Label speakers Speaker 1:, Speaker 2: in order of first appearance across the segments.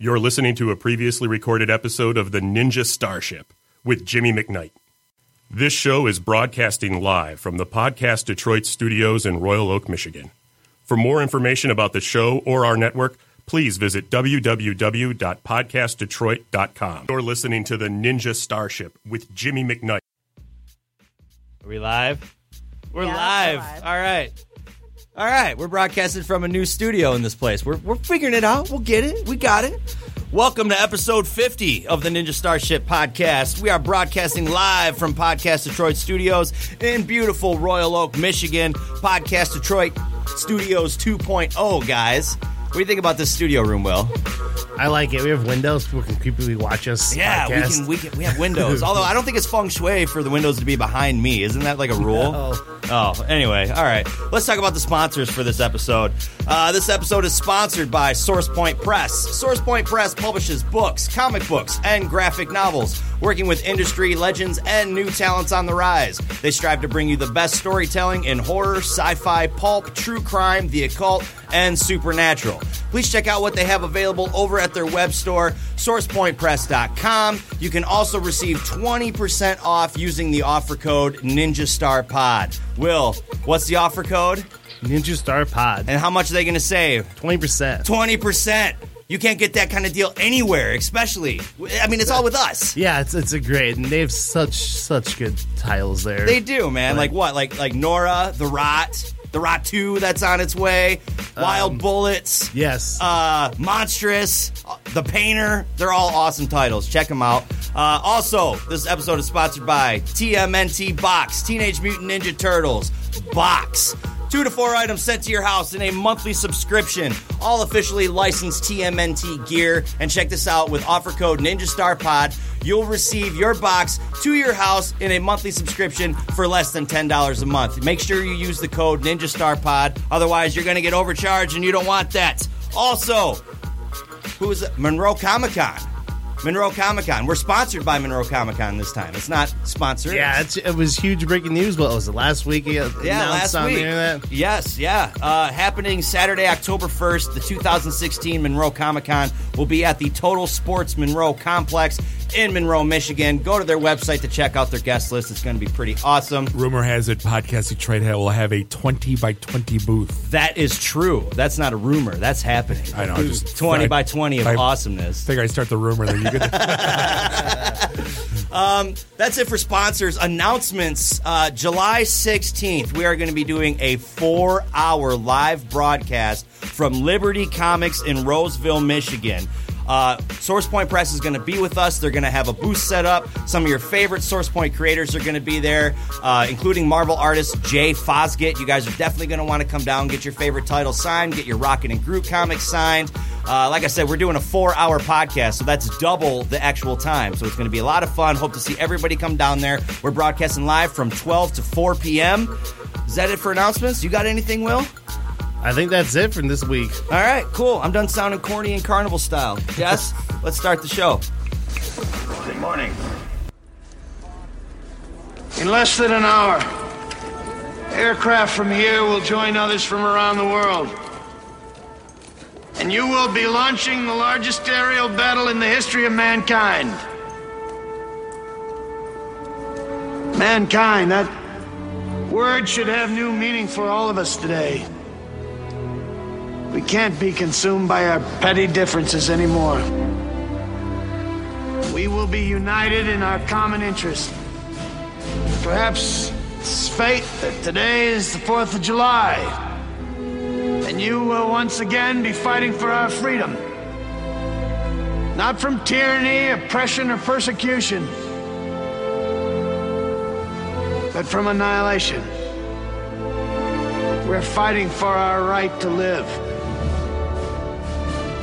Speaker 1: You're listening to a previously recorded episode of The Ninja Starship with Jimmy McKnight. This show is broadcasting live from the Podcast Detroit studios in Royal Oak, Michigan. For more information about the show or our network, please visit www.podcastdetroit.com. You're listening to The Ninja Starship with Jimmy McKnight.
Speaker 2: Are we live? We're
Speaker 3: Yeah, we're
Speaker 2: live.
Speaker 3: live.
Speaker 2: All right.
Speaker 4: All right, we're broadcasting from a new studio in this place. We're, we're figuring it out. We'll get it. We got it. Welcome to episode 50 of the Ninja Starship podcast. We are broadcasting live from Podcast Detroit Studios in beautiful Royal Oak, Michigan. Podcast Detroit Studios 2.0, guys. What do you think about this studio room, Will?
Speaker 5: I like it. We have windows. People can creepily watch us.
Speaker 4: Yeah, we
Speaker 5: podcast.
Speaker 4: can, we can. We have windows. Although I don't think it's feng shui for the windows to be behind me. Isn't that like a rule?
Speaker 5: No.
Speaker 4: Oh, anyway, all right. Let's talk about the sponsors for this episode. Uh, this episode is sponsored by SourcePoint Press. SourcePoint Press publishes books, comic books, and graphic novels, working with industry legends and new talents on the rise. They strive to bring you the best storytelling in horror, sci-fi, pulp, true crime, the occult, and supernatural. Please check out what they have available over at their web store, sourcepointpress.com. You can also receive 20% off using the offer code NinjaStarPod. Will, what's the offer code?
Speaker 5: Ninja Star Pod.
Speaker 4: And how much are they going to save?
Speaker 5: Twenty percent.
Speaker 4: 20%. You can't get that kind of deal anywhere, especially. I mean, it's all with us.
Speaker 5: Yeah, it's it's a great, and they have such such good titles there.
Speaker 4: They do, man. Like what? Like like Nora, The Rot, The Rot 2 that's on its way, Wild Bullets.
Speaker 5: Um, yes.
Speaker 4: uh, Monstrous, uh, The Painter. They're all awesome titles. Check them out. Uh, also, this episode is sponsored by TMNT Box, Teenage Mutant Ninja Turtles Box. Two to four items sent to your house in a monthly subscription. All officially licensed TMNT gear. And check this out with offer code NinjaStarPod. You'll receive your box to your house in a monthly subscription for less than $10 a month. Make sure you use the code NinjaStarPod. Otherwise, you're going to get overcharged and you don't want that. Also, who's Monroe Comic Con? Monroe Comic Con. We're sponsored by Monroe Comic Con this time. It's not sponsored.
Speaker 5: yeah, it's, it was huge breaking news. What was it last week? Yeah,
Speaker 4: Yeah, last
Speaker 5: on
Speaker 4: week.
Speaker 5: The internet.
Speaker 4: Yes, yeah. Uh, happening Saturday, October 1st, the 2016 Monroe Comic Con will be at the Total Sports Monroe Complex in Monroe, Michigan. Go to their website to check out their guest list. It's going to be pretty awesome.
Speaker 6: Rumor has it Podcast Detroit will have a 20 by 20 booth.
Speaker 4: That is true. That's not a rumor. That's happening.
Speaker 6: I know. I just
Speaker 4: 20
Speaker 6: I-
Speaker 4: by 20 of
Speaker 6: I
Speaker 4: awesomeness.
Speaker 6: Figure I start the rumor that you could.
Speaker 4: Um, That's it for sponsors. Announcements uh, July 16th, we are going to be doing a four hour live broadcast from Liberty Comics in Roseville, Michigan. Uh, SourcePoint Press is going to be with us. They're going to have a booth set up. Some of your favorite SourcePoint creators are going to be there, uh, including Marvel artist Jay Fosgit. You guys are definitely going to want to come down, get your favorite title signed, get your Rocket and Groot comics signed. Uh, like I said, we're doing a four hour podcast, so that's double the actual time. So it's going to be a lot of fun. Hope to see everybody come down there. We're broadcasting live from 12 to 4 p.m. Is that it for announcements? You got anything, Will?
Speaker 5: I think that's it from this week.
Speaker 4: All right, cool. I'm done sounding corny and carnival style. Yes, let's start the show.
Speaker 7: Good morning.
Speaker 8: In less than an hour, aircraft from here will join others from around the world. And you will be launching the largest aerial battle in the history of mankind. Mankind, that word should have new meaning for all of us today. We can't be consumed by our petty differences anymore. We will be united in our common interest. Perhaps it's fate that today is the 4th of July. And you will once again be fighting for our freedom. Not from tyranny, oppression, or persecution, but from annihilation. We're fighting for our right to live,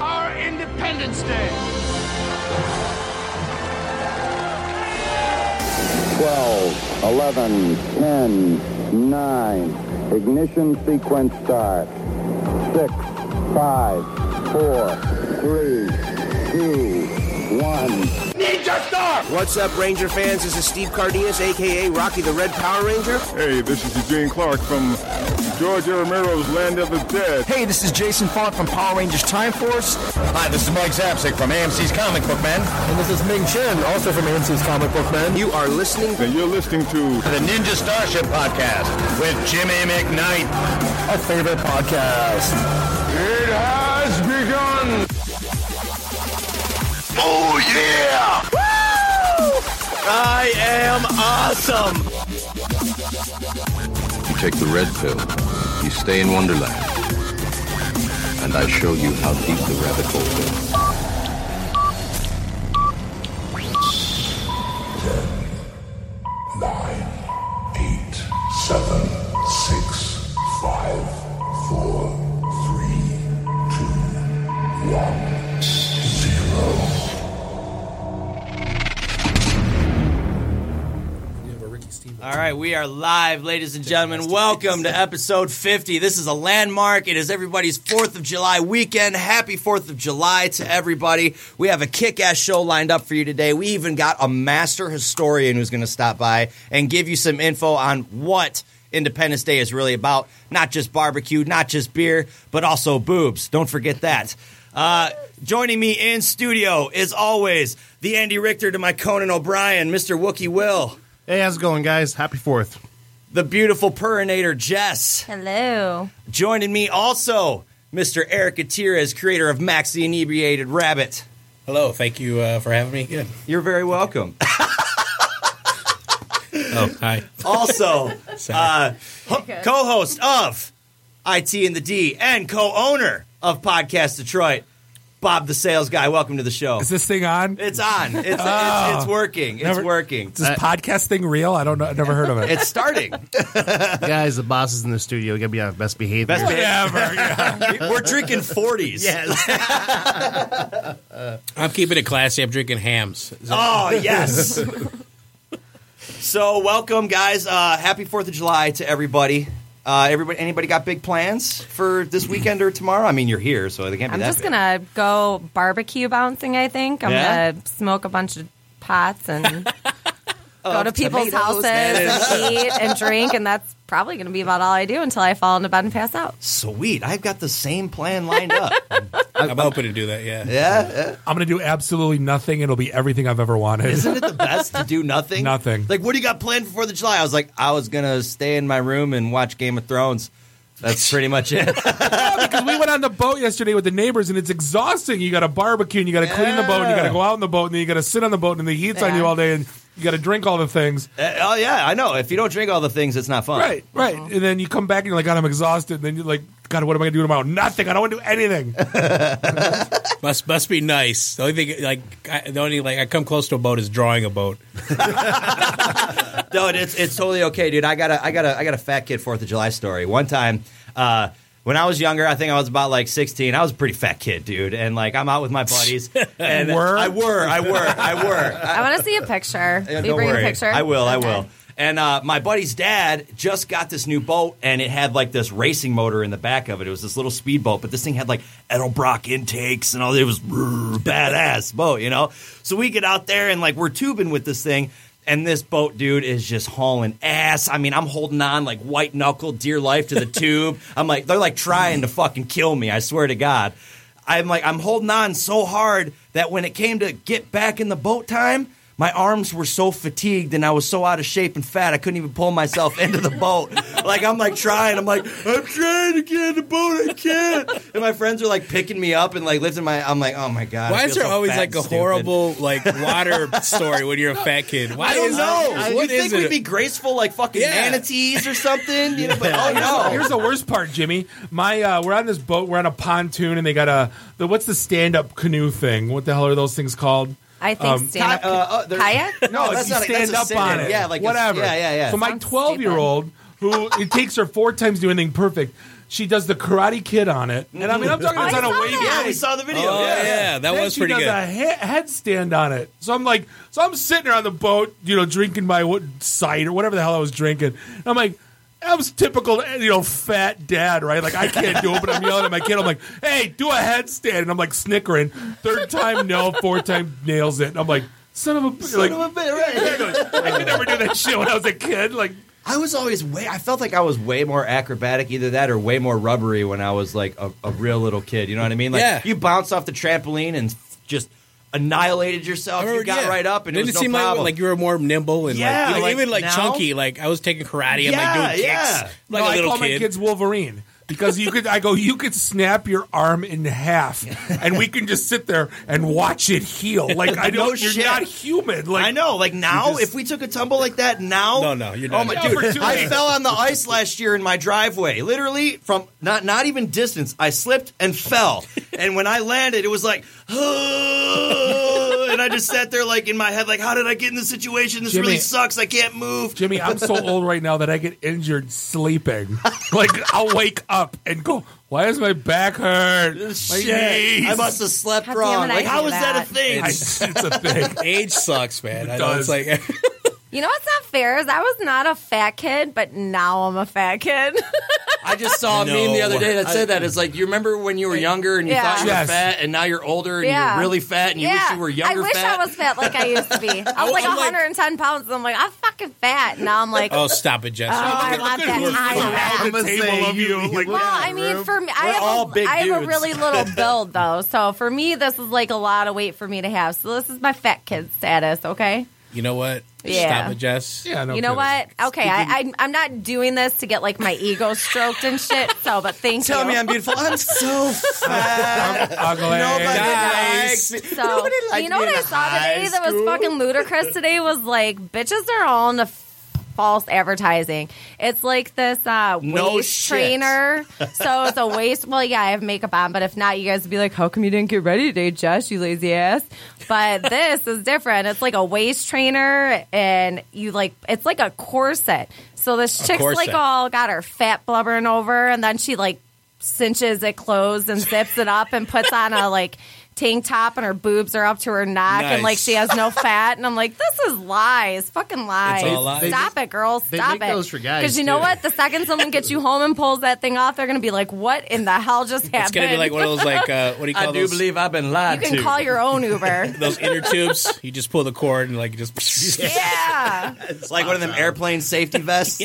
Speaker 8: our Independence Day.
Speaker 3: 12, 11, 10, 9. Ignition sequence start. 6, 5, 4, 3, 2, 1.
Speaker 7: Ninja Star!
Speaker 9: What's up, Ranger fans? This is Steve Cardenas, aka Rocky the Red Power Ranger.
Speaker 10: Hey, this is Eugene Clark from George Romero's Land of the Dead.
Speaker 11: Hey, this is Jason Font from Power Rangers Time Force.
Speaker 12: Hi, this is Mike Zapsik from AMC's Comic Book Man.
Speaker 13: And this is Ming Chen, also from AMC's Comic Book Man.
Speaker 9: You are listening.
Speaker 10: And you're listening to
Speaker 12: the Ninja Starship Podcast with Jimmy McKnight,
Speaker 13: a favorite podcast.
Speaker 10: It has begun.
Speaker 7: Oh, yeah!
Speaker 4: Woo! I am awesome!
Speaker 14: You take the red pill, you stay in Wonderland, and I show you how deep the rabbit hole
Speaker 15: goes. Ten, nine, eight, seven, six, five, four, three, two, one, zero.
Speaker 4: All right, we are live, ladies and gentlemen. Welcome to episode 50. This is a landmark. It is everybody's 4th of July weekend. Happy 4th of July to everybody. We have a kick ass show lined up for you today. We even got a master historian who's going to stop by and give you some info on what Independence Day is really about. Not just barbecue, not just beer, but also boobs. Don't forget that. Uh, joining me in studio, is always, the Andy Richter to my Conan O'Brien, Mr. Wookie Will.
Speaker 5: Hey, how's it going, guys? Happy Fourth.
Speaker 4: The beautiful Purinator Jess.
Speaker 16: Hello.
Speaker 4: Joining me also, Mr. Eric Gutierrez, creator of Max the Inebriated Rabbit.
Speaker 17: Hello. Thank you uh, for having me again.
Speaker 4: You're very welcome.
Speaker 17: oh, hi.
Speaker 4: Also, uh, ho- co-host of IT and the D and co-owner of Podcast Detroit, Bob the Sales Guy. Welcome to the show.
Speaker 6: Is this thing on?
Speaker 4: It's on. It's, oh. it's, it's, working. It's
Speaker 6: Never-
Speaker 4: working.
Speaker 6: Is this
Speaker 5: Uh,
Speaker 6: podcast thing real? I don't know. I've never heard of it.
Speaker 4: It's starting.
Speaker 5: Guys, the boss is in the studio. We gotta be on best behavior.
Speaker 4: Best behavior.
Speaker 6: Whatever. Yeah.
Speaker 4: We're drinking 40s.
Speaker 5: Yes.
Speaker 17: I'm keeping it classy. I'm drinking hams. Is that-
Speaker 4: Oh, yes. so, welcome, guys. Uh, happy 4th of July to everybody. Uh, everybody, anybody got big plans for this weekend or tomorrow? I mean, you're here, so they can't be
Speaker 16: I'm
Speaker 4: that
Speaker 16: just
Speaker 4: big.
Speaker 16: gonna go barbecue bouncing. I think I'm
Speaker 4: Yeah?
Speaker 16: gonna smoke a bunch of pots and go to people's
Speaker 4: tomatoes,
Speaker 16: houses and eat and drink, and that's probably gonna be about all I do until I fall into bed and pass out.
Speaker 4: Sweet. I've got the same plan lined up.
Speaker 17: I'm hoping to do that. Yeah.
Speaker 4: yeah, yeah.
Speaker 6: I'm going to do absolutely nothing. It'll be everything I've ever wanted.
Speaker 4: Isn't it the best to do nothing?
Speaker 6: Nothing.
Speaker 4: Like, what do you got planned for Fourth of July? I was like, I was gonna stay in my room and watch Game of Thrones. That's pretty much it.
Speaker 6: Because we went on the boat yesterday with the neighbors, and it's exhausting. You got to barbecue, and you got to clean the boat, and you got to go out in the boat, and then you got to sit on the boat, and the heat's on
Speaker 16: Yeah.
Speaker 6: you all day, and you got to drink all the things.
Speaker 4: Uh, oh yeah, I know. If you don't drink all the things, it's not fun.
Speaker 6: Right, right.
Speaker 16: Uh-huh.
Speaker 6: And then you come back, and you're like, God, I'm exhausted. And then you're like, God, what am I going to do tomorrow? Nothing. I don't want to do anything.
Speaker 17: Must must be nice. The only thing like I, the only like I come close to a boat is drawing a boat.
Speaker 4: No, it's it's totally okay, dude. I got a I got a I got a fat kid Fourth of July story. One time, uh, when I was younger, I think I was about like sixteen. I was a pretty fat kid, dude, and like I'm out with my buddies. And
Speaker 6: Were?
Speaker 4: I were, I were, I were.
Speaker 16: I want to see a picture.
Speaker 4: Yeah,
Speaker 16: Will you
Speaker 4: don't
Speaker 16: bring
Speaker 4: worry.
Speaker 16: a picture?
Speaker 4: I will. I
Speaker 16: Okay.
Speaker 4: will. And uh, my buddy's dad just got this new boat, and it had like this racing motor in the back of it. It was this little speedboat, but this thing had like Edelbrock intakes and all. It was brrr, badass boat, you know. So we get out there and like we're tubing with this thing, and this boat dude is just hauling ass. I mean, I'm holding on like white knuckle, dear life to the tube. I'm like, they're like trying to fucking kill me. I swear to God. I'm like I'm holding on so hard that when it came to get back in the boat time, my arms were so fatigued and I was so out of shape and fat I couldn't even pull myself into the boat. like I'm like trying, I'm like I'm trying to get in the boat, I can't. And my friends are like picking me up and like lifting my. I'm like, oh my god. I
Speaker 17: Why is
Speaker 4: feel
Speaker 17: there
Speaker 4: so
Speaker 17: always
Speaker 4: fat
Speaker 17: like
Speaker 4: and
Speaker 17: a
Speaker 4: stupid.
Speaker 17: horrible like water story when you're a fat kid? Why
Speaker 4: I don't
Speaker 17: is
Speaker 4: know.
Speaker 17: What
Speaker 4: you
Speaker 17: is
Speaker 4: think we'd
Speaker 17: it?
Speaker 4: be graceful like fucking
Speaker 17: Yeah.
Speaker 4: manatees or something? You know, but oh
Speaker 6: Oh,
Speaker 4: no.
Speaker 6: here's the worst part, Jimmy. My uh, we're on this boat, we're on a pontoon, and they got a the, what's the stand up canoe thing? What the hell are those things called?
Speaker 16: I think stand up
Speaker 4: Ki- uh, uh, there-
Speaker 16: kayak.
Speaker 4: No, that's
Speaker 6: If you
Speaker 4: not a- that's
Speaker 6: stand
Speaker 4: a
Speaker 6: up on
Speaker 4: sit-in.
Speaker 6: it,
Speaker 4: Yeah, like a-
Speaker 6: whatever.
Speaker 4: yeah, yeah, yeah.
Speaker 6: So my
Speaker 16: Sounds
Speaker 6: twelve year old, who it takes her four times to do anything perfect, She does the Karate Kid on it, and I mean, I'm talking
Speaker 4: Oh, I
Speaker 6: it's on a
Speaker 4: saw
Speaker 6: wavy.
Speaker 4: that. Yeah, we saw the video.
Speaker 17: Oh, yeah. yeah, that
Speaker 6: Then
Speaker 17: was
Speaker 6: she
Speaker 17: pretty
Speaker 6: does
Speaker 17: good.
Speaker 6: A he- headstand on it. So I'm like, so I'm sitting there on the boat, you know, drinking my what cider, whatever the hell I was drinking. And I'm like. I was typical, you know, fat dad, right? Like I can't do it, but I'm yelling at my kid. I'm like, "Hey, do a headstand!" And I'm like snickering. Third time, no. Fourth time, nails it. And I'm like, "Son of a, bitch!" like, I could never do that shit when I was a kid. Like,
Speaker 4: I was always way. I felt like I was way more acrobatic, either that or way more rubbery when I was like a, a real little kid. You know what I mean? Like
Speaker 17: Yeah.
Speaker 4: you bounced off the trampoline and just annihilated yourself. you got
Speaker 17: yeah.
Speaker 4: right up, and it
Speaker 17: Didn't
Speaker 4: was
Speaker 17: it seem
Speaker 4: no
Speaker 17: like-
Speaker 4: problem.
Speaker 17: like you were more nimble and
Speaker 4: Yeah,
Speaker 17: like, you know,
Speaker 4: like
Speaker 17: even like
Speaker 4: now-
Speaker 17: chunky. Like I was taking karate. I'm
Speaker 6: Yeah,
Speaker 17: like doing kicks.
Speaker 6: yeah.
Speaker 17: Like
Speaker 6: no,
Speaker 17: a little
Speaker 6: I call
Speaker 17: kid.
Speaker 6: my kids Wolverine because you could. I go, you could snap your arm in half, and we can just sit there and watch it heal. Like I
Speaker 4: No
Speaker 6: don't, you're
Speaker 4: shit.
Speaker 6: not human. Like
Speaker 4: I know. Like now,
Speaker 6: just-
Speaker 4: if we took a tumble like that now,
Speaker 17: No, no, you're
Speaker 4: Oh
Speaker 17: not.
Speaker 4: my
Speaker 17: Yeah,
Speaker 4: dude!
Speaker 17: for
Speaker 4: I
Speaker 17: sure.
Speaker 4: fell on the ice last year in my driveway. Literally from not not even distance, I slipped and fell. and when I landed, it was like, and I just sat there like in my head, like, how did I get in this situation? This
Speaker 6: Jimmy.
Speaker 4: really sucks. I can't move.
Speaker 6: Jimmy, I'm so old right now that I get injured sleeping. Like I'll wake up and go, "Why is my back hurt? My
Speaker 4: Shit, I
Speaker 6: knees."
Speaker 4: must have slept
Speaker 16: God damn
Speaker 4: wrong.
Speaker 16: it, I
Speaker 4: Like, how
Speaker 16: do
Speaker 4: is that. a
Speaker 16: that.
Speaker 4: thing?
Speaker 6: It's, it's a thing.
Speaker 17: Age sucks, man. I know
Speaker 6: does.
Speaker 17: it's like
Speaker 16: You know what's not fair is I was not a fat kid, but now I'm a fat kid.
Speaker 4: I just saw a meme the other day that said that. It's like, you remember when you were younger and you
Speaker 16: Yeah.
Speaker 4: thought you were
Speaker 6: Yes.
Speaker 4: fat, and now you're older and
Speaker 16: Yeah.
Speaker 4: you're really fat, and you wish
Speaker 16: Yeah.
Speaker 4: you were younger
Speaker 16: I wish
Speaker 4: fat?
Speaker 16: I was fat like I used to be. I was like
Speaker 17: I'm like-
Speaker 16: 110 pounds, and I'm like, I'm fucking fat. Now I'm like,
Speaker 17: oh, stop it, Jess.
Speaker 16: Oh,
Speaker 3: Ah.
Speaker 16: I want that high
Speaker 6: Around the table of you, like
Speaker 16: Well, I mean, for me, I
Speaker 4: We're
Speaker 16: have,
Speaker 4: all
Speaker 16: a,
Speaker 4: big
Speaker 16: I have a
Speaker 4: dudes.
Speaker 16: really little build though, so for me, this is like a lot of weight for me to have. So this is my fat kid status, okay?
Speaker 17: You know what?
Speaker 16: Yeah.
Speaker 17: Stop it, Jess.
Speaker 6: yeah, no
Speaker 16: you know
Speaker 6: kidding.
Speaker 16: what? Okay, I, I, I'm not doing this to get like my ego stroked and shit. So, but thank
Speaker 4: Tell
Speaker 16: you.
Speaker 4: me I'm beautiful. I'm so fat.
Speaker 6: Ugly.
Speaker 4: Nobody likes
Speaker 17: Guys.
Speaker 4: me.
Speaker 16: So,
Speaker 4: Nobody likes
Speaker 16: you know
Speaker 4: me
Speaker 16: what
Speaker 4: in
Speaker 16: I saw
Speaker 4: high
Speaker 16: today that was
Speaker 4: school.
Speaker 16: fucking ludicrous today was like bitches are all into f- false advertising. It's like this uh, waist
Speaker 4: No shit.
Speaker 16: trainer. so it's a waist. Well, yeah, I have makeup on, but if not, you guys would be like, how come you didn't get ready today, Jess, you lazy ass? But this is different. It's like a waist trainer and you like, it's like a corset. So this chick's
Speaker 17: corset.
Speaker 16: like all got her fat blubbering over and then she like cinches it closed and zips it up and puts on a like tank top and her boobs are up to her neck and like
Speaker 17: Nice.
Speaker 16: she has no fat and I'm like this is lies fucking lies
Speaker 17: all lies.
Speaker 16: stop it girls
Speaker 5: they
Speaker 16: stop
Speaker 5: make
Speaker 16: it
Speaker 5: those for guys,
Speaker 16: you know
Speaker 5: too.
Speaker 16: what the second someone gets you home and pulls that thing off they're gonna be like what in the hell just happened
Speaker 17: It's gonna be like one of those like uh, what do you call
Speaker 4: I do
Speaker 17: those?
Speaker 4: believe I've been
Speaker 16: you
Speaker 4: lied
Speaker 16: can
Speaker 4: to.
Speaker 16: call your own Uber
Speaker 17: those inner tubes. You just pull the cord and like just.
Speaker 16: yeah
Speaker 4: it's like one of them airplane safety vests.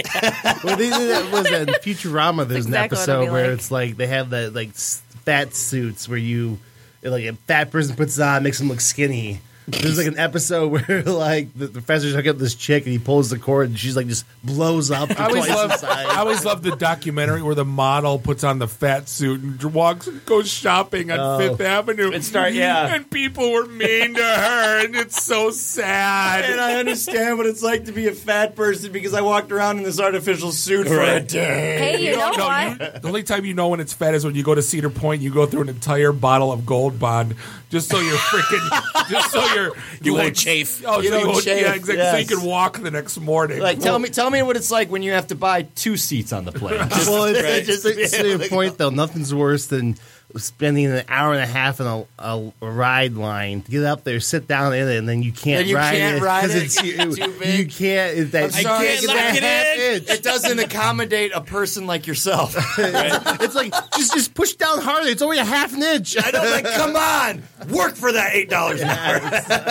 Speaker 5: well, these are that was that in Futurama. There's
Speaker 16: exactly
Speaker 5: an
Speaker 16: what
Speaker 5: episode
Speaker 16: it'd be
Speaker 5: where
Speaker 16: like.
Speaker 5: it's like they have the like s- fat suits where you like a fat person puts it on, makes them look skinny. There's like an episode where like the the professor's hooking up this chick and he pulls the cord and she's like just blows up.
Speaker 6: I always
Speaker 5: twice
Speaker 6: love.
Speaker 5: the size.
Speaker 6: I always love the documentary where the model puts on the fat suit and walks, goes shopping on
Speaker 5: Oh.
Speaker 6: Fifth Avenue,
Speaker 4: And start- yeah.
Speaker 6: And people were mean to her, and it's so sad.
Speaker 4: and I understand what it's like to be a fat person because I walked around in this artificial suit for a day.
Speaker 16: hey you know
Speaker 6: No,
Speaker 16: what
Speaker 6: you- the only time you know when it's fat is when you go to Cedar Point. You go through an entire bottle of Gold Bond just so you're freaking, just so you're
Speaker 17: You won't
Speaker 6: legs-
Speaker 17: chafe.
Speaker 6: Oh,
Speaker 4: You
Speaker 6: so you
Speaker 4: don't
Speaker 6: won't,
Speaker 4: chafe,
Speaker 6: yeah, exactly.
Speaker 4: yes.
Speaker 6: So you can walk the next morning.
Speaker 4: Like, tell me, tell me what it's like when you have to buy two seats on the plane. Just-
Speaker 5: well, it's,
Speaker 4: right.
Speaker 5: it's, it's to your point though. Nothing's worse than spending an hour and a half in a, a ride line to get up there, sit down in it, and then you can't
Speaker 4: Then you
Speaker 5: ride
Speaker 4: can't
Speaker 5: it
Speaker 4: ride
Speaker 5: 'cause
Speaker 4: it.
Speaker 5: it's-
Speaker 4: It's
Speaker 5: you-
Speaker 4: too big.
Speaker 5: You can't. It's that,
Speaker 4: I'm
Speaker 5: you
Speaker 4: sorry.
Speaker 5: can't get
Speaker 4: Lock
Speaker 5: that
Speaker 4: it
Speaker 5: half inch.
Speaker 4: it doesn't accommodate a person like yourself.
Speaker 5: It's like just just push down harder. It's only a half an inch.
Speaker 4: I know, like, come on, work for that eight dollars an hour.